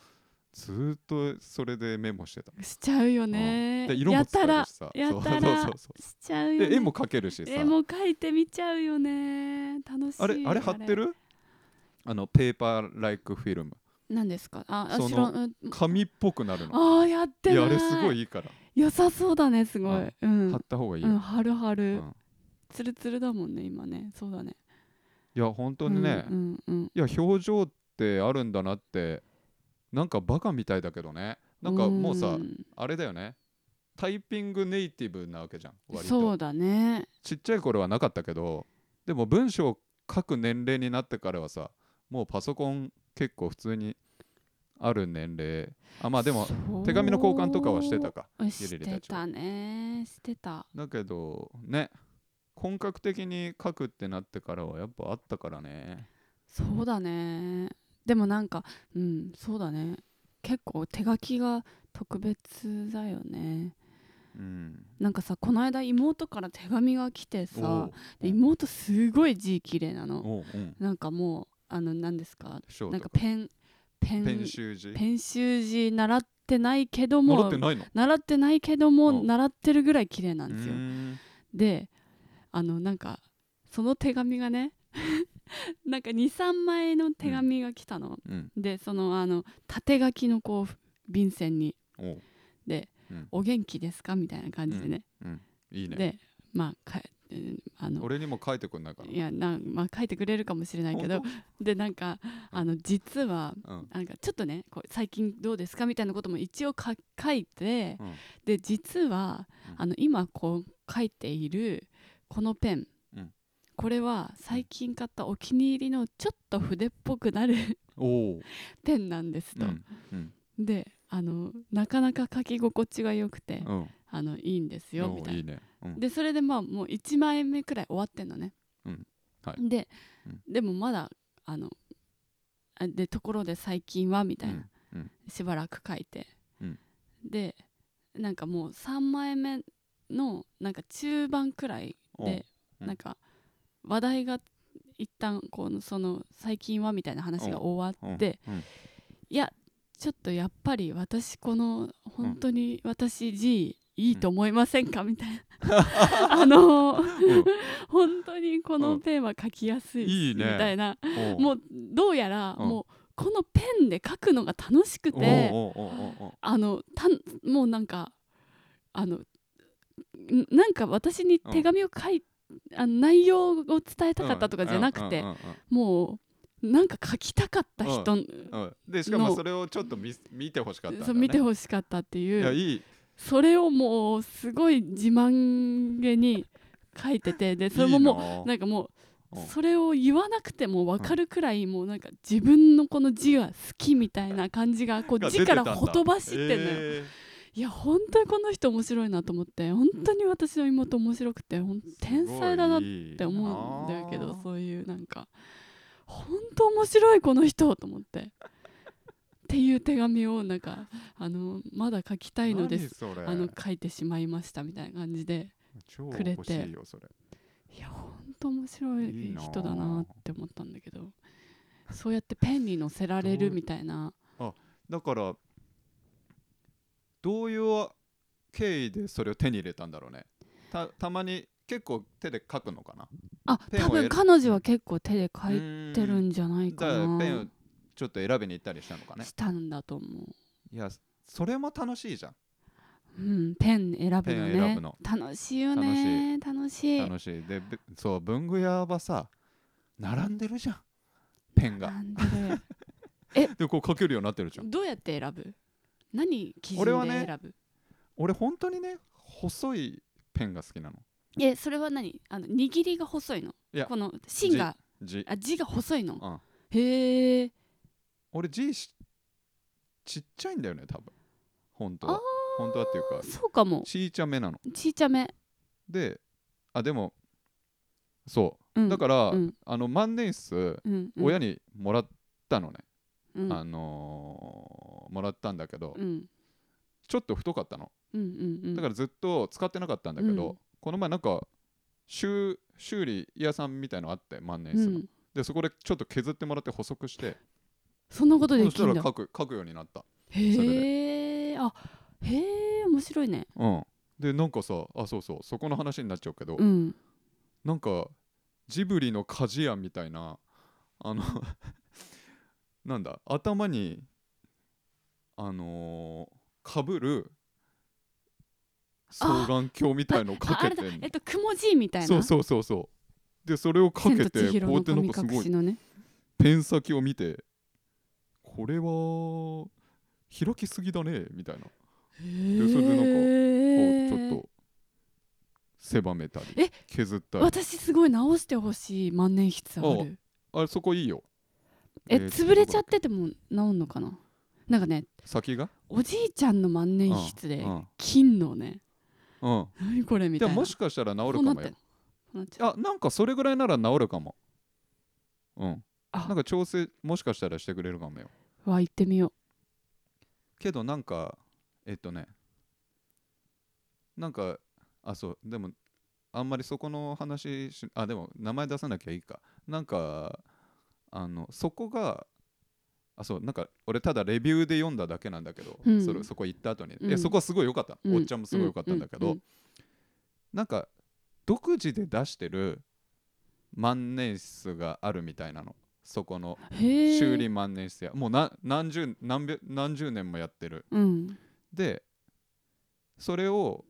Speaker 1: ずーっとそれでメモしてた
Speaker 2: しちゃうよね、
Speaker 1: で色
Speaker 2: や
Speaker 1: も
Speaker 2: っ
Speaker 1: 使え
Speaker 2: たら
Speaker 1: るしさ
Speaker 2: や
Speaker 1: そう
Speaker 2: たら
Speaker 1: そうそうそ
Speaker 2: しちゃう
Speaker 1: う
Speaker 2: よ
Speaker 1: で
Speaker 2: ね
Speaker 1: 絵も描けるしさ
Speaker 2: 絵も描いてみちゃうよね楽しい
Speaker 1: あれあれ貼ってるあのペーパーライクフィルム
Speaker 2: 何ですかああ
Speaker 1: その
Speaker 2: 白うん
Speaker 1: 紙っぽくなるの
Speaker 2: あーやって
Speaker 1: い
Speaker 2: ない
Speaker 1: やあれすごいいいから
Speaker 2: 良さそうだねすごいうん
Speaker 1: 貼った方がいいよ、
Speaker 2: うん貼る貼
Speaker 1: う
Speaker 2: る
Speaker 1: ん
Speaker 2: つるつるだもんね今ねそうだね
Speaker 1: いや本当にね、
Speaker 2: うんうん
Speaker 1: いや表情ってあるんだなってなんかバカみたいだけどねなんかもうさ、
Speaker 2: ん
Speaker 1: あれだよねタイピングネイティブなわけじゃん割と
Speaker 2: そうだね
Speaker 1: ちっちゃい頃はなかったけどでも文章を書く年齢になってからはさもうパソコン結構普通にある年齢あまあでも
Speaker 2: そう
Speaker 1: 手紙の交換とかはしてたか
Speaker 2: し
Speaker 1: ゆりり
Speaker 2: て
Speaker 1: たちは
Speaker 2: たねしてた
Speaker 1: だけどね本格的に書くってなってからはやっぱあったからね
Speaker 2: そうだねでもなんかうんそうだね結構手書きが特別だよね
Speaker 1: うん
Speaker 2: なんかさこの間妹から手紙が来て
Speaker 1: お
Speaker 2: さ
Speaker 1: う
Speaker 2: で妹すごい字綺麗なの
Speaker 1: おううん
Speaker 2: なんかもうあの何ですか
Speaker 1: ショ
Speaker 2: な
Speaker 1: ー
Speaker 2: ん
Speaker 1: と
Speaker 2: か
Speaker 1: か
Speaker 2: ペンペン
Speaker 1: ペン習字
Speaker 2: ペン習字習ってないけど
Speaker 1: 習っ
Speaker 2: も
Speaker 1: てないの
Speaker 2: 習ってないけども
Speaker 1: うん
Speaker 2: 習ってるぐらい綺麗なんですよ
Speaker 1: うーん
Speaker 2: であのなんかその手紙がね <laughs> なんか23枚の手紙が来たの、
Speaker 1: うん
Speaker 2: でそのあの縦書きのこう便箋に
Speaker 1: おう
Speaker 2: で、
Speaker 1: うん
Speaker 2: お元気ですか?」みたいな感じでね、
Speaker 1: うんいいね
Speaker 2: でまあかうんあの
Speaker 1: 俺にも書いてくんないかない
Speaker 2: やなんまあ書いてくれるかもしれないけど
Speaker 1: 本
Speaker 2: でなんか
Speaker 1: うん
Speaker 2: あの実は
Speaker 1: 当うん
Speaker 2: なんかちょっとねこう最近どうですかみたいなことも一応か書いて、
Speaker 1: うん
Speaker 2: で実は、
Speaker 1: うん
Speaker 2: あの今こう書いているこのペン、
Speaker 1: うん
Speaker 2: これは最近買ったお気に入りのちょっと筆っぽくなる <laughs>
Speaker 1: おう
Speaker 2: ペンなんです
Speaker 1: う
Speaker 2: と、
Speaker 1: んうん
Speaker 2: であのなかなか書き心地が良くて、
Speaker 1: うん
Speaker 2: あのいいんですよみ
Speaker 1: お
Speaker 2: た
Speaker 1: う
Speaker 2: いない
Speaker 1: いねうん
Speaker 2: でそれでまあもう1枚目くらい終わってんのね、
Speaker 1: うんはい
Speaker 2: で、
Speaker 1: うん
Speaker 2: でもまだあのあでところで最近はみたいな、
Speaker 1: うんうん
Speaker 2: しばらく書いて、
Speaker 1: うん
Speaker 2: でなんかもう3枚目のなんか中盤くらい
Speaker 1: おう
Speaker 2: で、
Speaker 1: うん
Speaker 2: なんか話題が一旦このその最近はみたいな話が終わって、
Speaker 1: うんうん
Speaker 2: いやちょっとやっぱり私この本当に私 G いいと思いませんかみたいな
Speaker 1: <laughs>
Speaker 2: あの
Speaker 1: うん
Speaker 2: 本当にこのペンは書きやすいです
Speaker 1: いいね
Speaker 2: みたいな <laughs>
Speaker 1: おう
Speaker 2: もうどうやら
Speaker 1: うん
Speaker 2: もうこのペンで書くのが楽しく
Speaker 1: お
Speaker 2: て
Speaker 1: うおうおうおうおう
Speaker 2: あのたんもうなんかあのんなんか私に手紙を書い、あの内容を伝えたかったとかじゃなくて、
Speaker 1: うんうんうんうん
Speaker 2: もうなんか書きたかった人、
Speaker 1: うんでしかも
Speaker 2: の
Speaker 1: それをちょっと見見てほしかったんだ、ね、
Speaker 2: そう見てほしかったって
Speaker 1: いや
Speaker 2: いう
Speaker 1: いい
Speaker 2: それをもうすごい自慢げに書いて
Speaker 1: <laughs>
Speaker 2: てでそれもも
Speaker 1: も
Speaker 2: うなんかもう
Speaker 1: うん
Speaker 2: それを言わなくても分かるくらいもうなんか自分のこの字が好きみたいな感じがこう字からほとばしってんのよ。いや本当にこの人面白いなと思って本当に私の妹面白くてほん天才だなっ
Speaker 1: って
Speaker 2: 思うんだけどそういうなんか本当面白いこの人と思ってっていう手紙をなんかあのまだ書きたいのです
Speaker 1: 何それ
Speaker 2: あの書いてしまいましたみたいな感じで
Speaker 1: 超
Speaker 2: くれて
Speaker 1: 欲しいよそれ
Speaker 2: いや本当面白
Speaker 1: いい
Speaker 2: い
Speaker 1: なあ
Speaker 2: 人だなって思ったんだけどそうやってペンに載せられるみたいな
Speaker 1: だからどういう経緯でそれを手に入れたんだろうねたたまに結構手で書くのかな
Speaker 2: あ
Speaker 1: ペンを
Speaker 2: 多分
Speaker 1: 選ぶ
Speaker 2: 彼女は結構手で書
Speaker 1: う
Speaker 2: い
Speaker 1: ーん
Speaker 2: てるんじゃないか
Speaker 1: だからペンを
Speaker 2: な
Speaker 1: ちょっと選びに行ったりしたのかね
Speaker 2: したんだと思う。
Speaker 1: いやそれも楽しいじゃん
Speaker 2: うん、ペン選ぶの
Speaker 1: ペン選
Speaker 2: ね
Speaker 1: ぶの
Speaker 2: 楽しいよね楽しい
Speaker 1: 楽しいでぶそう文具屋はさ並んでるじゃんペンが
Speaker 2: なんで
Speaker 1: でこう書けるようになってるじゃん
Speaker 2: どうやって選ぶ何基準
Speaker 1: 俺は
Speaker 2: で
Speaker 1: ね
Speaker 2: 選ぶ、
Speaker 1: 俺本当にね細いペンが好きなの
Speaker 2: えそれは何あの握りが細いの
Speaker 1: いや
Speaker 2: この芯が
Speaker 1: 字
Speaker 2: あ字が細いの
Speaker 1: うん
Speaker 2: へえ
Speaker 1: 俺字しちっちゃいんだよね多分本当
Speaker 2: あ
Speaker 1: は本当はっていうか
Speaker 2: ーそうかも
Speaker 1: ちいちゃめなの
Speaker 2: ちいちゃめ
Speaker 1: であでもそう、
Speaker 2: うん
Speaker 1: だから、
Speaker 2: うん
Speaker 1: あの万年筆
Speaker 2: うんうん
Speaker 1: 親にもらったのね、
Speaker 2: うん
Speaker 1: あのーもらったんだけど、
Speaker 2: うん
Speaker 1: ちょっと太かったの
Speaker 2: うんうんうん
Speaker 1: だからずっと使ってなかったんだけど、
Speaker 2: うん
Speaker 1: この前なんか修修理屋さんみたいのあって万年
Speaker 2: う
Speaker 1: 筆の、
Speaker 2: ん
Speaker 1: でそこでちょっと削ってもらって細くして
Speaker 2: そんなことで
Speaker 1: そし
Speaker 2: き
Speaker 1: た
Speaker 2: るん
Speaker 1: ら
Speaker 2: だ
Speaker 1: 書く書くようになったそれ
Speaker 2: へえあへえ面白いね
Speaker 1: うんでなんかさあそうそうそこの話になっちゃうけど、
Speaker 2: うん
Speaker 1: なんかジブリの鍛冶屋みたいなあの <laughs> なんだ頭にあのかぶる双眼鏡みたいのをか
Speaker 2: あ
Speaker 1: け
Speaker 2: あれ
Speaker 1: て
Speaker 2: だ
Speaker 1: んの
Speaker 2: えっとくもじいみたいな
Speaker 1: そうそうそうそうでそれをかけ
Speaker 2: 千と
Speaker 1: て
Speaker 2: 千尋
Speaker 1: こうや
Speaker 2: の
Speaker 1: ってなん
Speaker 2: 神
Speaker 1: かす
Speaker 2: 隠
Speaker 1: ご
Speaker 2: し
Speaker 1: い
Speaker 2: のね
Speaker 1: ペン先を見てこれは開きすぎだねみたいなこ
Speaker 2: で
Speaker 1: それでなんかうち
Speaker 2: な
Speaker 1: ょっと狭めたり
Speaker 2: え
Speaker 1: 削ったり
Speaker 2: 私すごい直してほしい万年筆ある
Speaker 1: あれそこいいよ
Speaker 2: え
Speaker 1: えー
Speaker 2: 潰れちゃってても直んのかななんかね
Speaker 1: 先が
Speaker 2: おじいちゃんの万年筆
Speaker 1: う
Speaker 2: で
Speaker 1: ん
Speaker 2: 金のね
Speaker 1: うん
Speaker 2: 何これみ
Speaker 1: で
Speaker 2: たい
Speaker 1: も
Speaker 2: な
Speaker 1: もしかしたら治る
Speaker 2: こ
Speaker 1: か
Speaker 2: うなっ
Speaker 1: も
Speaker 2: て
Speaker 1: よ
Speaker 2: こうなっちゃう
Speaker 1: あなんかそれぐらいなら治るかもうん
Speaker 2: あ
Speaker 1: なんか調整もしかしたらしてくれるかもよ
Speaker 2: わ行ってみよ
Speaker 1: けどなんかえっとねなんかあそうでもあんまりそこの話しあでも名前出さなきゃいいかなんかあのそこがあそうなんか俺ただレビューで読んだだけなんだけど、
Speaker 2: うん
Speaker 1: それそこ行った後に、
Speaker 2: うん
Speaker 1: いやそこはすごい良かった、
Speaker 2: う、うん
Speaker 1: おっちゃんもすごい良かったんだけど、
Speaker 2: うう
Speaker 1: なんか独自で出してる万年筆があるみたいなのそこの
Speaker 2: うんへえ
Speaker 1: 修理万年筆やもうな何十何百何十年もやってる
Speaker 2: うん
Speaker 1: でそれを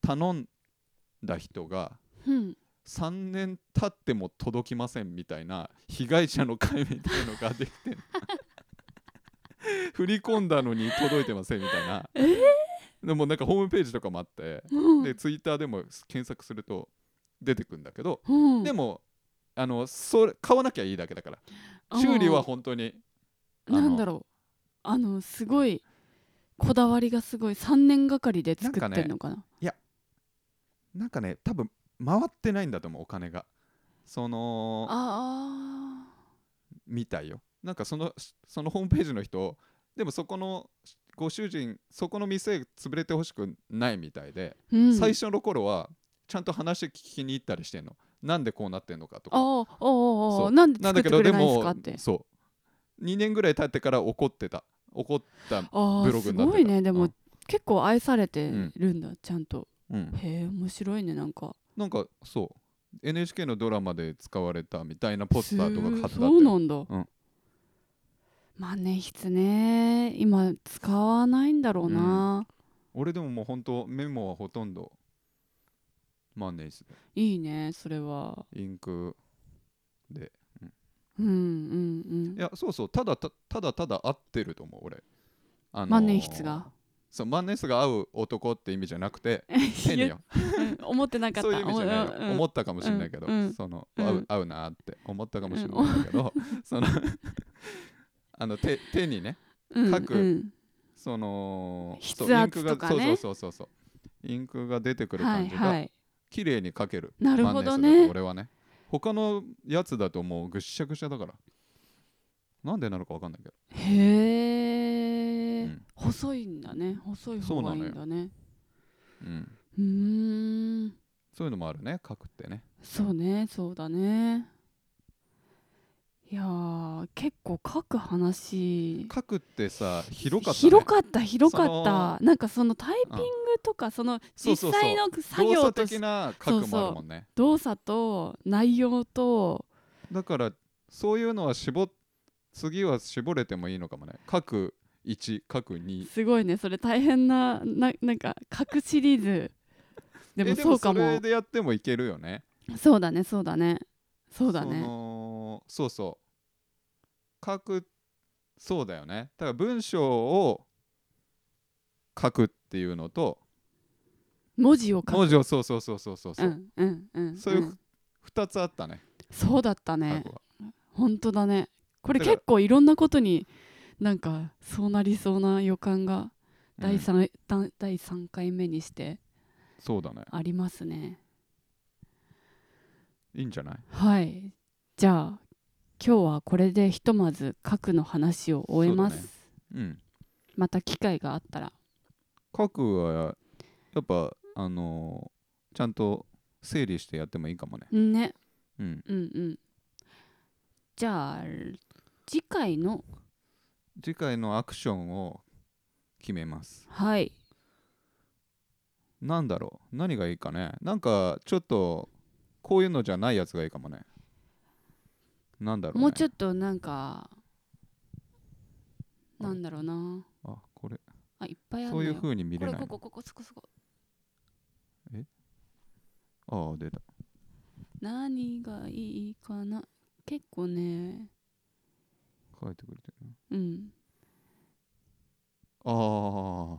Speaker 1: 頼んだ人が
Speaker 2: うん
Speaker 1: 3年経っても届きませんみたいな被害者の会みたいのができて
Speaker 2: <laughs>
Speaker 1: んの振り込んだのに届いてませんみたいな、
Speaker 2: えー
Speaker 1: でもなんかホームページとかもあって
Speaker 2: うん
Speaker 1: でツイッターでも検索すると出てくんだけど、
Speaker 2: うん
Speaker 1: でもあのそれ買わなきゃいいだけだから
Speaker 2: あー
Speaker 1: 修理は本当にあの
Speaker 2: なんだろうあのすごいこだわりがすごい3年がかりで作ってんのかな
Speaker 1: なんかね多分回ってないんだと思うお金がその
Speaker 2: あ
Speaker 1: みたいよなんかそのそのホームページの人でもそこのご主人そこの店潰れてほしくないみたいで、
Speaker 2: あー、うん、
Speaker 1: 最初の頃はちゃんと話聞きに行ったりしてんのなんでこうなってんのかとか
Speaker 2: ああ、あ
Speaker 1: そ
Speaker 2: あ、
Speaker 1: う
Speaker 2: なんで
Speaker 1: な
Speaker 2: 作
Speaker 1: ん
Speaker 2: っ
Speaker 1: だけ
Speaker 2: てく
Speaker 1: ど
Speaker 2: れ
Speaker 1: で
Speaker 2: ないんですか
Speaker 1: も
Speaker 2: って。
Speaker 1: そう2年ぐらい経ってから怒ってた怒った、
Speaker 2: あ
Speaker 1: ブ
Speaker 2: あ、
Speaker 1: ログ
Speaker 2: す
Speaker 1: になってた
Speaker 2: ごいね。でも、
Speaker 1: うん
Speaker 2: 結構愛されてるんだ、ちゃんと。
Speaker 1: うん、
Speaker 2: へえ、面白いね、なんか。
Speaker 1: なんかそう NHK のドラマで使われたみたいなポスターとか貼ってあ
Speaker 2: す
Speaker 1: って
Speaker 2: そうなんだ。
Speaker 1: ん
Speaker 2: 万年筆ね今使わないんだろうな、
Speaker 1: 俺でももう本当メモはほとんど万年筆で
Speaker 2: いいねそれは
Speaker 1: インク
Speaker 2: うんうん
Speaker 1: い
Speaker 2: うん
Speaker 1: やそうそうただたただただ合ってると思う俺、あのー
Speaker 2: 万年筆が
Speaker 1: そう万年筆が合う男って意味じゃなく
Speaker 2: <laughs>
Speaker 1: て変によ
Speaker 2: うん思ってなかった
Speaker 1: そういう意味じゃないよ、
Speaker 2: うん
Speaker 1: 思ったかもしれないけど、
Speaker 2: うんうん
Speaker 1: その
Speaker 2: うん
Speaker 1: 合う合うなーって思ったかもしれないんだけど、その <laughs> あの手手にね
Speaker 2: うん
Speaker 1: 書く
Speaker 2: うん
Speaker 1: そのそう
Speaker 2: 筆圧とかね
Speaker 1: インクがそうそうそうそうインクが出てくる
Speaker 2: は
Speaker 1: 感
Speaker 2: い
Speaker 1: じが
Speaker 2: はい
Speaker 1: 綺麗に書ける、
Speaker 2: なるほどね
Speaker 1: 万年筆だと俺はね他のやつだともうぐっしゃぐしゃだからなんでなのかわかんないけど
Speaker 2: へえ、
Speaker 1: うん
Speaker 2: 細いんだね細い方がいいん
Speaker 1: そ
Speaker 2: だね
Speaker 1: うん
Speaker 2: うーん
Speaker 1: そういうのもあるね書くってね
Speaker 2: そうねそうだねいやー結構書く話
Speaker 1: 書くってさ広かった、ね、
Speaker 2: 広かった広か
Speaker 1: そ
Speaker 2: った
Speaker 1: の
Speaker 2: なんかそのタイピングとかその
Speaker 1: そう
Speaker 2: 実
Speaker 1: そうそう
Speaker 2: 際の作
Speaker 1: 動
Speaker 2: 業
Speaker 1: 作
Speaker 2: と
Speaker 1: 的な書くもあるもんね
Speaker 2: 動作と内容と
Speaker 1: だからそういうのは絞っ次は絞れてもいいのかもね書く1書く2
Speaker 2: すごいねそれ大変なななんか各シリーズ
Speaker 1: え
Speaker 2: でもそうか
Speaker 1: そ
Speaker 2: も
Speaker 1: れでやってもいけるよね
Speaker 2: そうだねそうだねそうだね
Speaker 1: のそうそう書くそうだよねだから文章を書くっていうのと
Speaker 2: 文字を書く
Speaker 1: 文字をそうそうそうそうそうそううん
Speaker 2: うんうん
Speaker 1: そういうん2つあったね
Speaker 2: そうだったね
Speaker 1: 過去は
Speaker 2: 本当だねこれ
Speaker 1: だから
Speaker 2: 結構いろんなことになんかそうなりそうな予感が第
Speaker 1: うん
Speaker 2: 三、だ第3回目にして
Speaker 1: そうだね
Speaker 2: ありますね
Speaker 1: いいんじゃない
Speaker 2: はいじゃあ今日はこれでひとまず書くの話を終えま
Speaker 1: そ
Speaker 2: す、
Speaker 1: うだうん
Speaker 2: また機会があったら
Speaker 1: 書くはやっぱあのーちゃんと整理してやってもいいかもね
Speaker 2: ね
Speaker 1: うん
Speaker 2: うんうんじゃあ次回の
Speaker 1: 次回のアクションを決めます
Speaker 2: はい
Speaker 1: なんだろう何がいいかねなんかちょっとこういうのじゃないやつがいいかもねなんだろう、ね、
Speaker 2: もうちょ
Speaker 1: っ
Speaker 2: っとなんか
Speaker 1: あれ
Speaker 2: なんだろうな
Speaker 1: とあこれ
Speaker 2: あいっぱいある
Speaker 1: そ
Speaker 2: の
Speaker 1: うい
Speaker 2: よ
Speaker 1: う風に見
Speaker 2: こ
Speaker 1: れな
Speaker 2: れ
Speaker 1: い
Speaker 2: こ
Speaker 1: の
Speaker 2: こここそこそこ
Speaker 1: ああ出た
Speaker 2: 何がいいかな結構ね
Speaker 1: 書いてくれてる
Speaker 2: うん
Speaker 1: ああ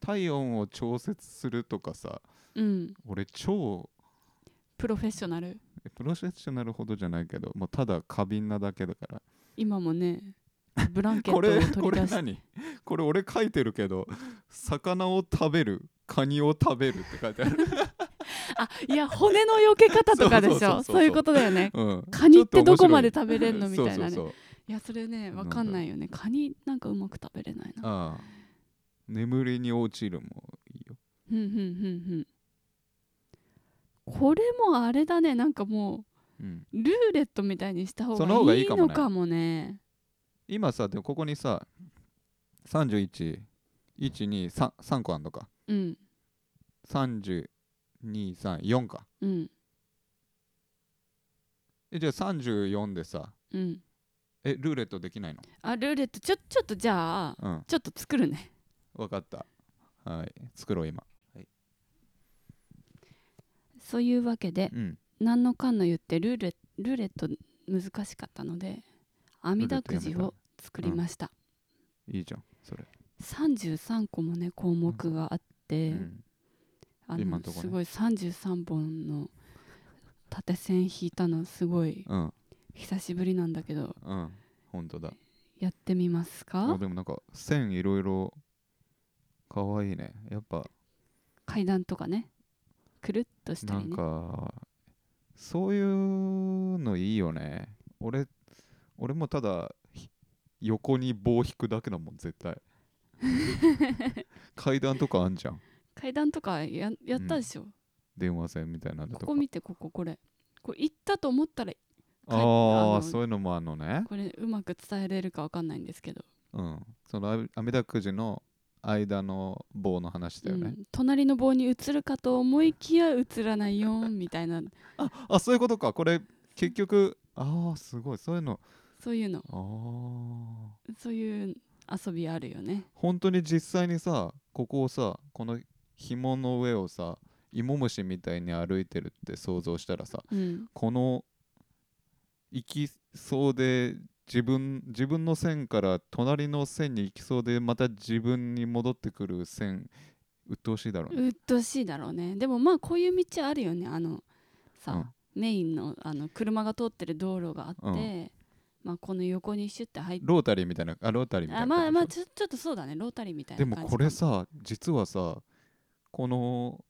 Speaker 1: 体温を調節するとかさ
Speaker 2: うん
Speaker 1: 俺超
Speaker 2: プロフェッショナル
Speaker 1: プロフェッショナルほどじゃないけどもうただ過敏なだけだから
Speaker 2: 今もねブランケット
Speaker 1: こ
Speaker 2: を
Speaker 1: れ
Speaker 2: 取
Speaker 1: こ
Speaker 2: り
Speaker 1: れ
Speaker 2: 出して
Speaker 1: 何これ俺書いてるけど魚を食べるカニを食べるって書いてあ
Speaker 2: <laughs>
Speaker 1: る、
Speaker 2: あいや骨の避け方とかでし
Speaker 1: そうそうそうそ
Speaker 2: ょ
Speaker 1: う
Speaker 2: そういうことだよね
Speaker 1: うん、
Speaker 2: カニってどこまで
Speaker 1: 食
Speaker 2: 食べれんのみたいなね
Speaker 1: そうそうそう
Speaker 2: いやそれ
Speaker 1: な
Speaker 2: ね
Speaker 1: んだ
Speaker 2: わかんないよねカニなんかうまく食べれないな
Speaker 1: ああ眠りに落ちるもいいよ
Speaker 2: ふんふんふんふんこれもあれだねなんかも
Speaker 1: うん
Speaker 2: うルーレットみたいにした方
Speaker 1: その方が
Speaker 2: が
Speaker 1: い
Speaker 2: い
Speaker 1: い
Speaker 2: い
Speaker 1: かもね
Speaker 2: のかもね
Speaker 1: 今さでもここにさ31123個あんのか
Speaker 2: うん
Speaker 1: 32344か
Speaker 2: うん
Speaker 1: えじゃあ34でさ
Speaker 2: うん
Speaker 1: えルーレットできないの
Speaker 2: あルーレットちょちょっとじゃあ
Speaker 1: うん
Speaker 2: ちょっと作るね
Speaker 1: 分かったはい作ろう今
Speaker 2: そういうわけで
Speaker 1: うん
Speaker 2: 何のかんの言ってルーレルーレット難しかったので網だくじを作りました、
Speaker 1: いいじゃんそれ、
Speaker 2: 33個もね項目があって、
Speaker 1: うん
Speaker 2: あ
Speaker 1: 今
Speaker 2: の
Speaker 1: んとこね
Speaker 2: すごい33本の縦線引いたのすごい
Speaker 1: うん
Speaker 2: 久しぶりなんだけど
Speaker 1: うん本当だ
Speaker 2: やってみます
Speaker 1: あ
Speaker 2: か
Speaker 1: でもなんか線いろいろかわいいねやっぱ
Speaker 2: 階段とかねくるっとした
Speaker 1: な
Speaker 2: り
Speaker 1: ん
Speaker 2: ね
Speaker 1: かそういうのいいよね俺俺もただひ横に棒引くだけだもん絶対
Speaker 2: <laughs>
Speaker 1: 階段とかあんじゃん
Speaker 2: 階段とかややったでしょ、
Speaker 1: 電話線みたいなの
Speaker 2: こと
Speaker 1: か
Speaker 2: こ見てこここれこれ行ったと思ったら
Speaker 1: あ
Speaker 2: あ
Speaker 1: あ
Speaker 2: の
Speaker 1: そういうのもあんのね
Speaker 2: これうまく伝えれるかわかんないんですけど、
Speaker 1: うんそのああみだくじの間の棒の話だよ
Speaker 2: う
Speaker 1: ね、
Speaker 2: ん隣の棒に移るかと思いきや移らないよーんみたいな
Speaker 1: あそういうことかこれ結局ああすごいそういうの
Speaker 2: そういうの
Speaker 1: あー
Speaker 2: そういう遊びあるよね
Speaker 1: 本当に実際にさここをさこの紐の上をさ芋虫みたいに歩いてるって想像したらさ
Speaker 2: うん
Speaker 1: この行きそうで自分自分の線から隣の線に行きそうでまた自分に戻ってくる線鬱陶しいだろうね、
Speaker 2: うっとうしいだろうねでもまあこういう道あるよねあのさ、メインのあの車が通ってる道路があ
Speaker 1: う
Speaker 2: って、
Speaker 1: ん
Speaker 2: まあこの横にシュッて入って
Speaker 1: ロータリーみたいなあロータリーみた
Speaker 2: あ
Speaker 1: いな
Speaker 2: まあまあ
Speaker 1: 感じ
Speaker 2: ちょちょっとそうだねロータリーみたい
Speaker 1: で
Speaker 2: な感
Speaker 1: も
Speaker 2: じか
Speaker 1: これさ実はさこの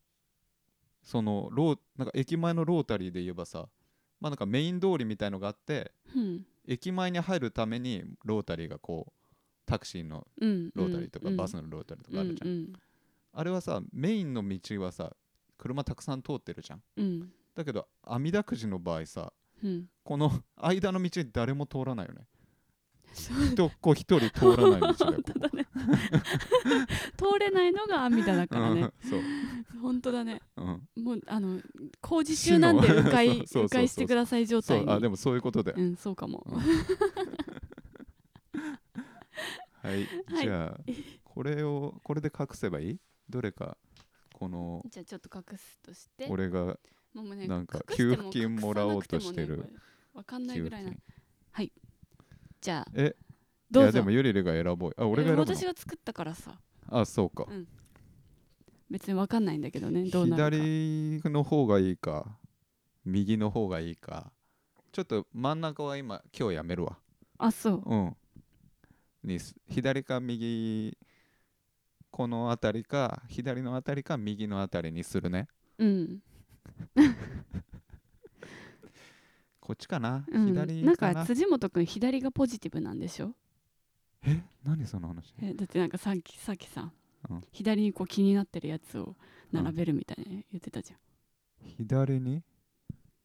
Speaker 1: そのローなんか駅前のロータリーで言えばさまあなんかメイン通りみたいのがあって
Speaker 2: うん
Speaker 1: 駅前に入るためにロータリーがこうタクシーの
Speaker 2: うん
Speaker 1: ロータリーとか
Speaker 2: うん
Speaker 1: バスのロータリーとかあるじゃん、
Speaker 2: うん
Speaker 1: あれはさメインの道はさ車たくさん通ってるじゃん
Speaker 2: うん
Speaker 1: だけどあみだくじの場合さ
Speaker 2: うんうん
Speaker 1: この <laughs> 間の道に誰も通らないよね
Speaker 2: そう
Speaker 1: 人こう一人通らない道だ
Speaker 2: <laughs>
Speaker 1: よここ
Speaker 2: 通れないのが阿弥陀だからね、
Speaker 1: うんそう、
Speaker 2: 本当だね
Speaker 1: うん、
Speaker 2: もうあの工事中なんで迂回
Speaker 1: <laughs> そうそうそうそう
Speaker 2: 迂回してください状
Speaker 1: そ
Speaker 2: 態
Speaker 1: う
Speaker 2: に
Speaker 1: あでもそういうことだよ
Speaker 2: うんそうかも、
Speaker 1: はい、
Speaker 2: はい
Speaker 1: じゃ
Speaker 2: <laughs>
Speaker 1: あこれをこれで隠せばいいどれかこの
Speaker 2: じゃあちょっと隠すとして
Speaker 1: 俺が
Speaker 2: もうね
Speaker 1: なんか
Speaker 2: 隠して
Speaker 1: 給
Speaker 2: も
Speaker 1: 付金もらおうとしてる
Speaker 2: 隠さなくてもねこれわかんない
Speaker 1: 給
Speaker 2: ぐ
Speaker 1: 付
Speaker 2: らいな
Speaker 1: 金
Speaker 2: じゃあ
Speaker 1: え
Speaker 2: ど
Speaker 1: いうや
Speaker 2: ぞ
Speaker 1: でもゆりりが選ぼうあ俺が
Speaker 2: え
Speaker 1: 選ぶ
Speaker 2: 私が作ったからさ
Speaker 1: のあそうか
Speaker 2: 別にわかんないんだけどねどうなるか
Speaker 1: 左の方がいいか右の方がいいかちょっと真ん中は今今日やめるわ
Speaker 2: あそう
Speaker 1: うんにす左か右この辺りか左の辺りか右の辺りにするね
Speaker 2: うん、
Speaker 1: こっちかな、
Speaker 2: うん、
Speaker 1: 左
Speaker 2: なん
Speaker 1: かな
Speaker 2: か辻本君左がポジティブなんでしょ
Speaker 1: え何その話
Speaker 2: えだってなんかさっきさっきさ、
Speaker 1: うん
Speaker 2: 左にこう気になってるやつを並べるみたいに言ってたじゃん、
Speaker 1: 左に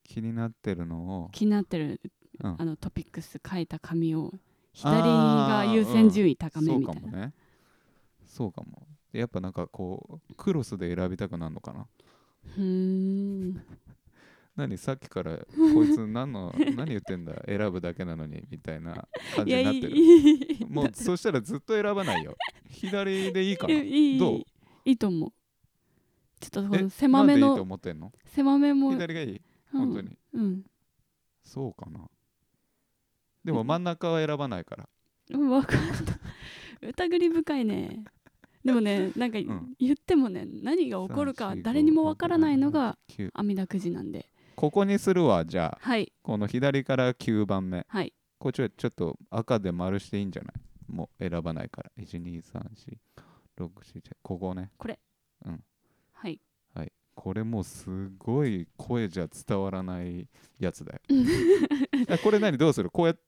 Speaker 1: 気になってるのを
Speaker 2: 気になってる、
Speaker 1: うん
Speaker 2: あのトピックス書いた紙を左が優先順位高めみたい
Speaker 1: そ
Speaker 2: な、
Speaker 1: うかもねそうかもでやっぱなんかこうクロスで選びたくなるのかな
Speaker 2: うーん
Speaker 1: 何さっき
Speaker 2: <laughs>
Speaker 1: からこいつ何の何言ってんだ選ぶだけなのにみたいな感
Speaker 2: い
Speaker 1: じ
Speaker 2: や
Speaker 1: になっ
Speaker 2: い
Speaker 1: て
Speaker 2: い
Speaker 1: る
Speaker 2: いい
Speaker 1: <laughs> もうそしたらずっと選ばないよ左でいいかな
Speaker 2: <laughs> えいい
Speaker 1: どう
Speaker 2: いいと思うちょっとこ
Speaker 1: え
Speaker 2: の狭
Speaker 1: な
Speaker 2: め
Speaker 1: んでいいと
Speaker 2: の
Speaker 1: 思ってんの
Speaker 2: 狭めも、うん、
Speaker 1: 左がいい本当に、
Speaker 2: うん
Speaker 1: そうかなでも真ん中は選ばないから
Speaker 2: うん分かった疑り深いねでもねなんか
Speaker 1: ん
Speaker 2: 言ってもね、何が起こるか
Speaker 1: 3 4
Speaker 2: 誰にも分からないのが
Speaker 1: 9
Speaker 2: 阿弥陀くじなんで
Speaker 1: ここにするわじゃあ
Speaker 2: はい
Speaker 1: この左から9番目
Speaker 2: はい
Speaker 1: こっちはちょっと赤で丸していいんじゃないもう選ばないから。1、2、3、4、6、7、ここね。
Speaker 2: はい
Speaker 1: これもうすごい声じゃ伝わらないやつだ
Speaker 2: <laughs>
Speaker 1: よ。あこれ何どうするこうやって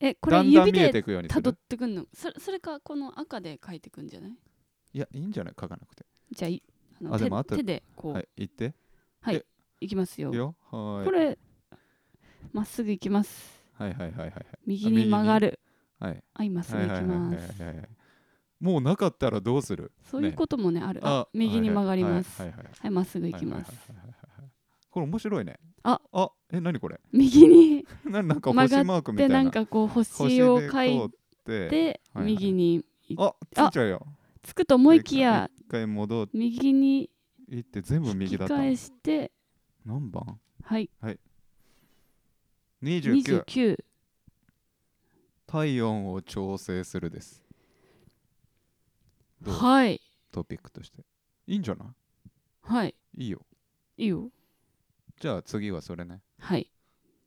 Speaker 2: えこ
Speaker 1: だ
Speaker 2: れ
Speaker 1: んだん
Speaker 2: 指
Speaker 1: 見え
Speaker 2: で
Speaker 1: ていくようにす
Speaker 2: たどっ
Speaker 1: る。
Speaker 2: てくんのそれそれかこの赤で書いてくんじゃない
Speaker 1: いや、いいんじゃない書かなくて。
Speaker 2: じゃあいあの
Speaker 1: あで
Speaker 2: 手
Speaker 1: も後で
Speaker 2: 手でこう、
Speaker 1: はい、行って。
Speaker 2: い、きますよ
Speaker 1: いいよ。はーい。
Speaker 2: これまっすぐ行きます
Speaker 1: はいはいはいはいはい。
Speaker 2: 右に曲がる
Speaker 1: はい。
Speaker 2: あ今すぐ
Speaker 1: はい
Speaker 2: 行
Speaker 1: はい
Speaker 2: き
Speaker 1: はい
Speaker 2: ま
Speaker 1: はい
Speaker 2: す
Speaker 1: はいはい。もうなかったらどうする
Speaker 2: そういうこともねあるあ
Speaker 1: あ
Speaker 2: 右に曲がります
Speaker 1: は
Speaker 2: はい
Speaker 1: いはいはい
Speaker 2: まっすぐ行
Speaker 1: はいはい
Speaker 2: きます
Speaker 1: はいはいはいはいこれ面白いね。
Speaker 2: あ
Speaker 1: あえ、何これ
Speaker 2: 右に
Speaker 1: ななんか
Speaker 2: 曲がっ
Speaker 1: 星マークみた
Speaker 2: で
Speaker 1: いな。
Speaker 2: なんかこう星を書い
Speaker 1: て
Speaker 2: て
Speaker 1: はいはい
Speaker 2: 右に
Speaker 1: あついちゃうよ。
Speaker 2: つくと思いきや
Speaker 1: 一回戻っ
Speaker 2: 右に
Speaker 1: ていって全部
Speaker 2: 引
Speaker 1: 右
Speaker 2: き
Speaker 1: だった。
Speaker 2: 返して
Speaker 1: 何番
Speaker 2: はい
Speaker 1: ?29
Speaker 2: 29
Speaker 1: 体温を調整するです。どう
Speaker 2: はい
Speaker 1: トピックとして。いいんじゃな
Speaker 2: はい
Speaker 1: いいいよ。
Speaker 2: いいよ
Speaker 1: じゃあ次はそれね。
Speaker 2: はい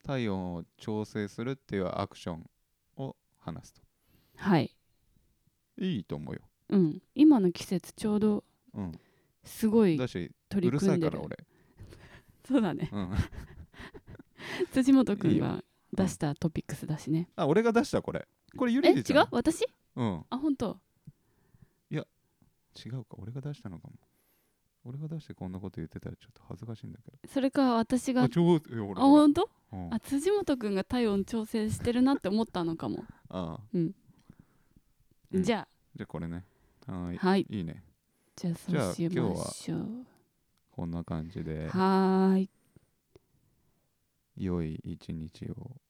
Speaker 1: 体温を調整するっていうアクションを話すと。
Speaker 2: はい
Speaker 1: いいと思うよ。
Speaker 2: うん今の季節ちょうど
Speaker 1: うん、
Speaker 2: すごい
Speaker 1: だし、
Speaker 2: 取
Speaker 1: う
Speaker 2: り
Speaker 1: るさ
Speaker 2: 組ん
Speaker 1: い
Speaker 2: で
Speaker 1: から
Speaker 2: る
Speaker 1: 俺。
Speaker 2: そうだね <laughs>
Speaker 1: うん、
Speaker 2: 辻本く
Speaker 1: い
Speaker 2: ん
Speaker 1: いよ
Speaker 2: が出したトピックスだしね
Speaker 1: あ、俺が出したこれ。これゆ
Speaker 2: え
Speaker 1: り
Speaker 2: 違
Speaker 1: り
Speaker 2: う
Speaker 1: ちゃん。
Speaker 2: 私
Speaker 1: うん。
Speaker 2: あ本当
Speaker 1: 違うか俺が出したのかも俺が出してこんなこと言ってたらちょっと恥ずかしいんだけど
Speaker 2: それか私が
Speaker 1: あ
Speaker 2: あ
Speaker 1: ちょうどえ俺俺
Speaker 2: 本当
Speaker 1: うん
Speaker 2: あ辻本くんが体温調整してるなって思ったのかも
Speaker 1: ああうん
Speaker 2: じゃ
Speaker 1: じゃあこれねはーい
Speaker 2: あはい
Speaker 1: いいね
Speaker 2: じゃあそうしましょ
Speaker 1: こんな感じ
Speaker 2: う
Speaker 1: で
Speaker 2: はーい
Speaker 1: 良い一日を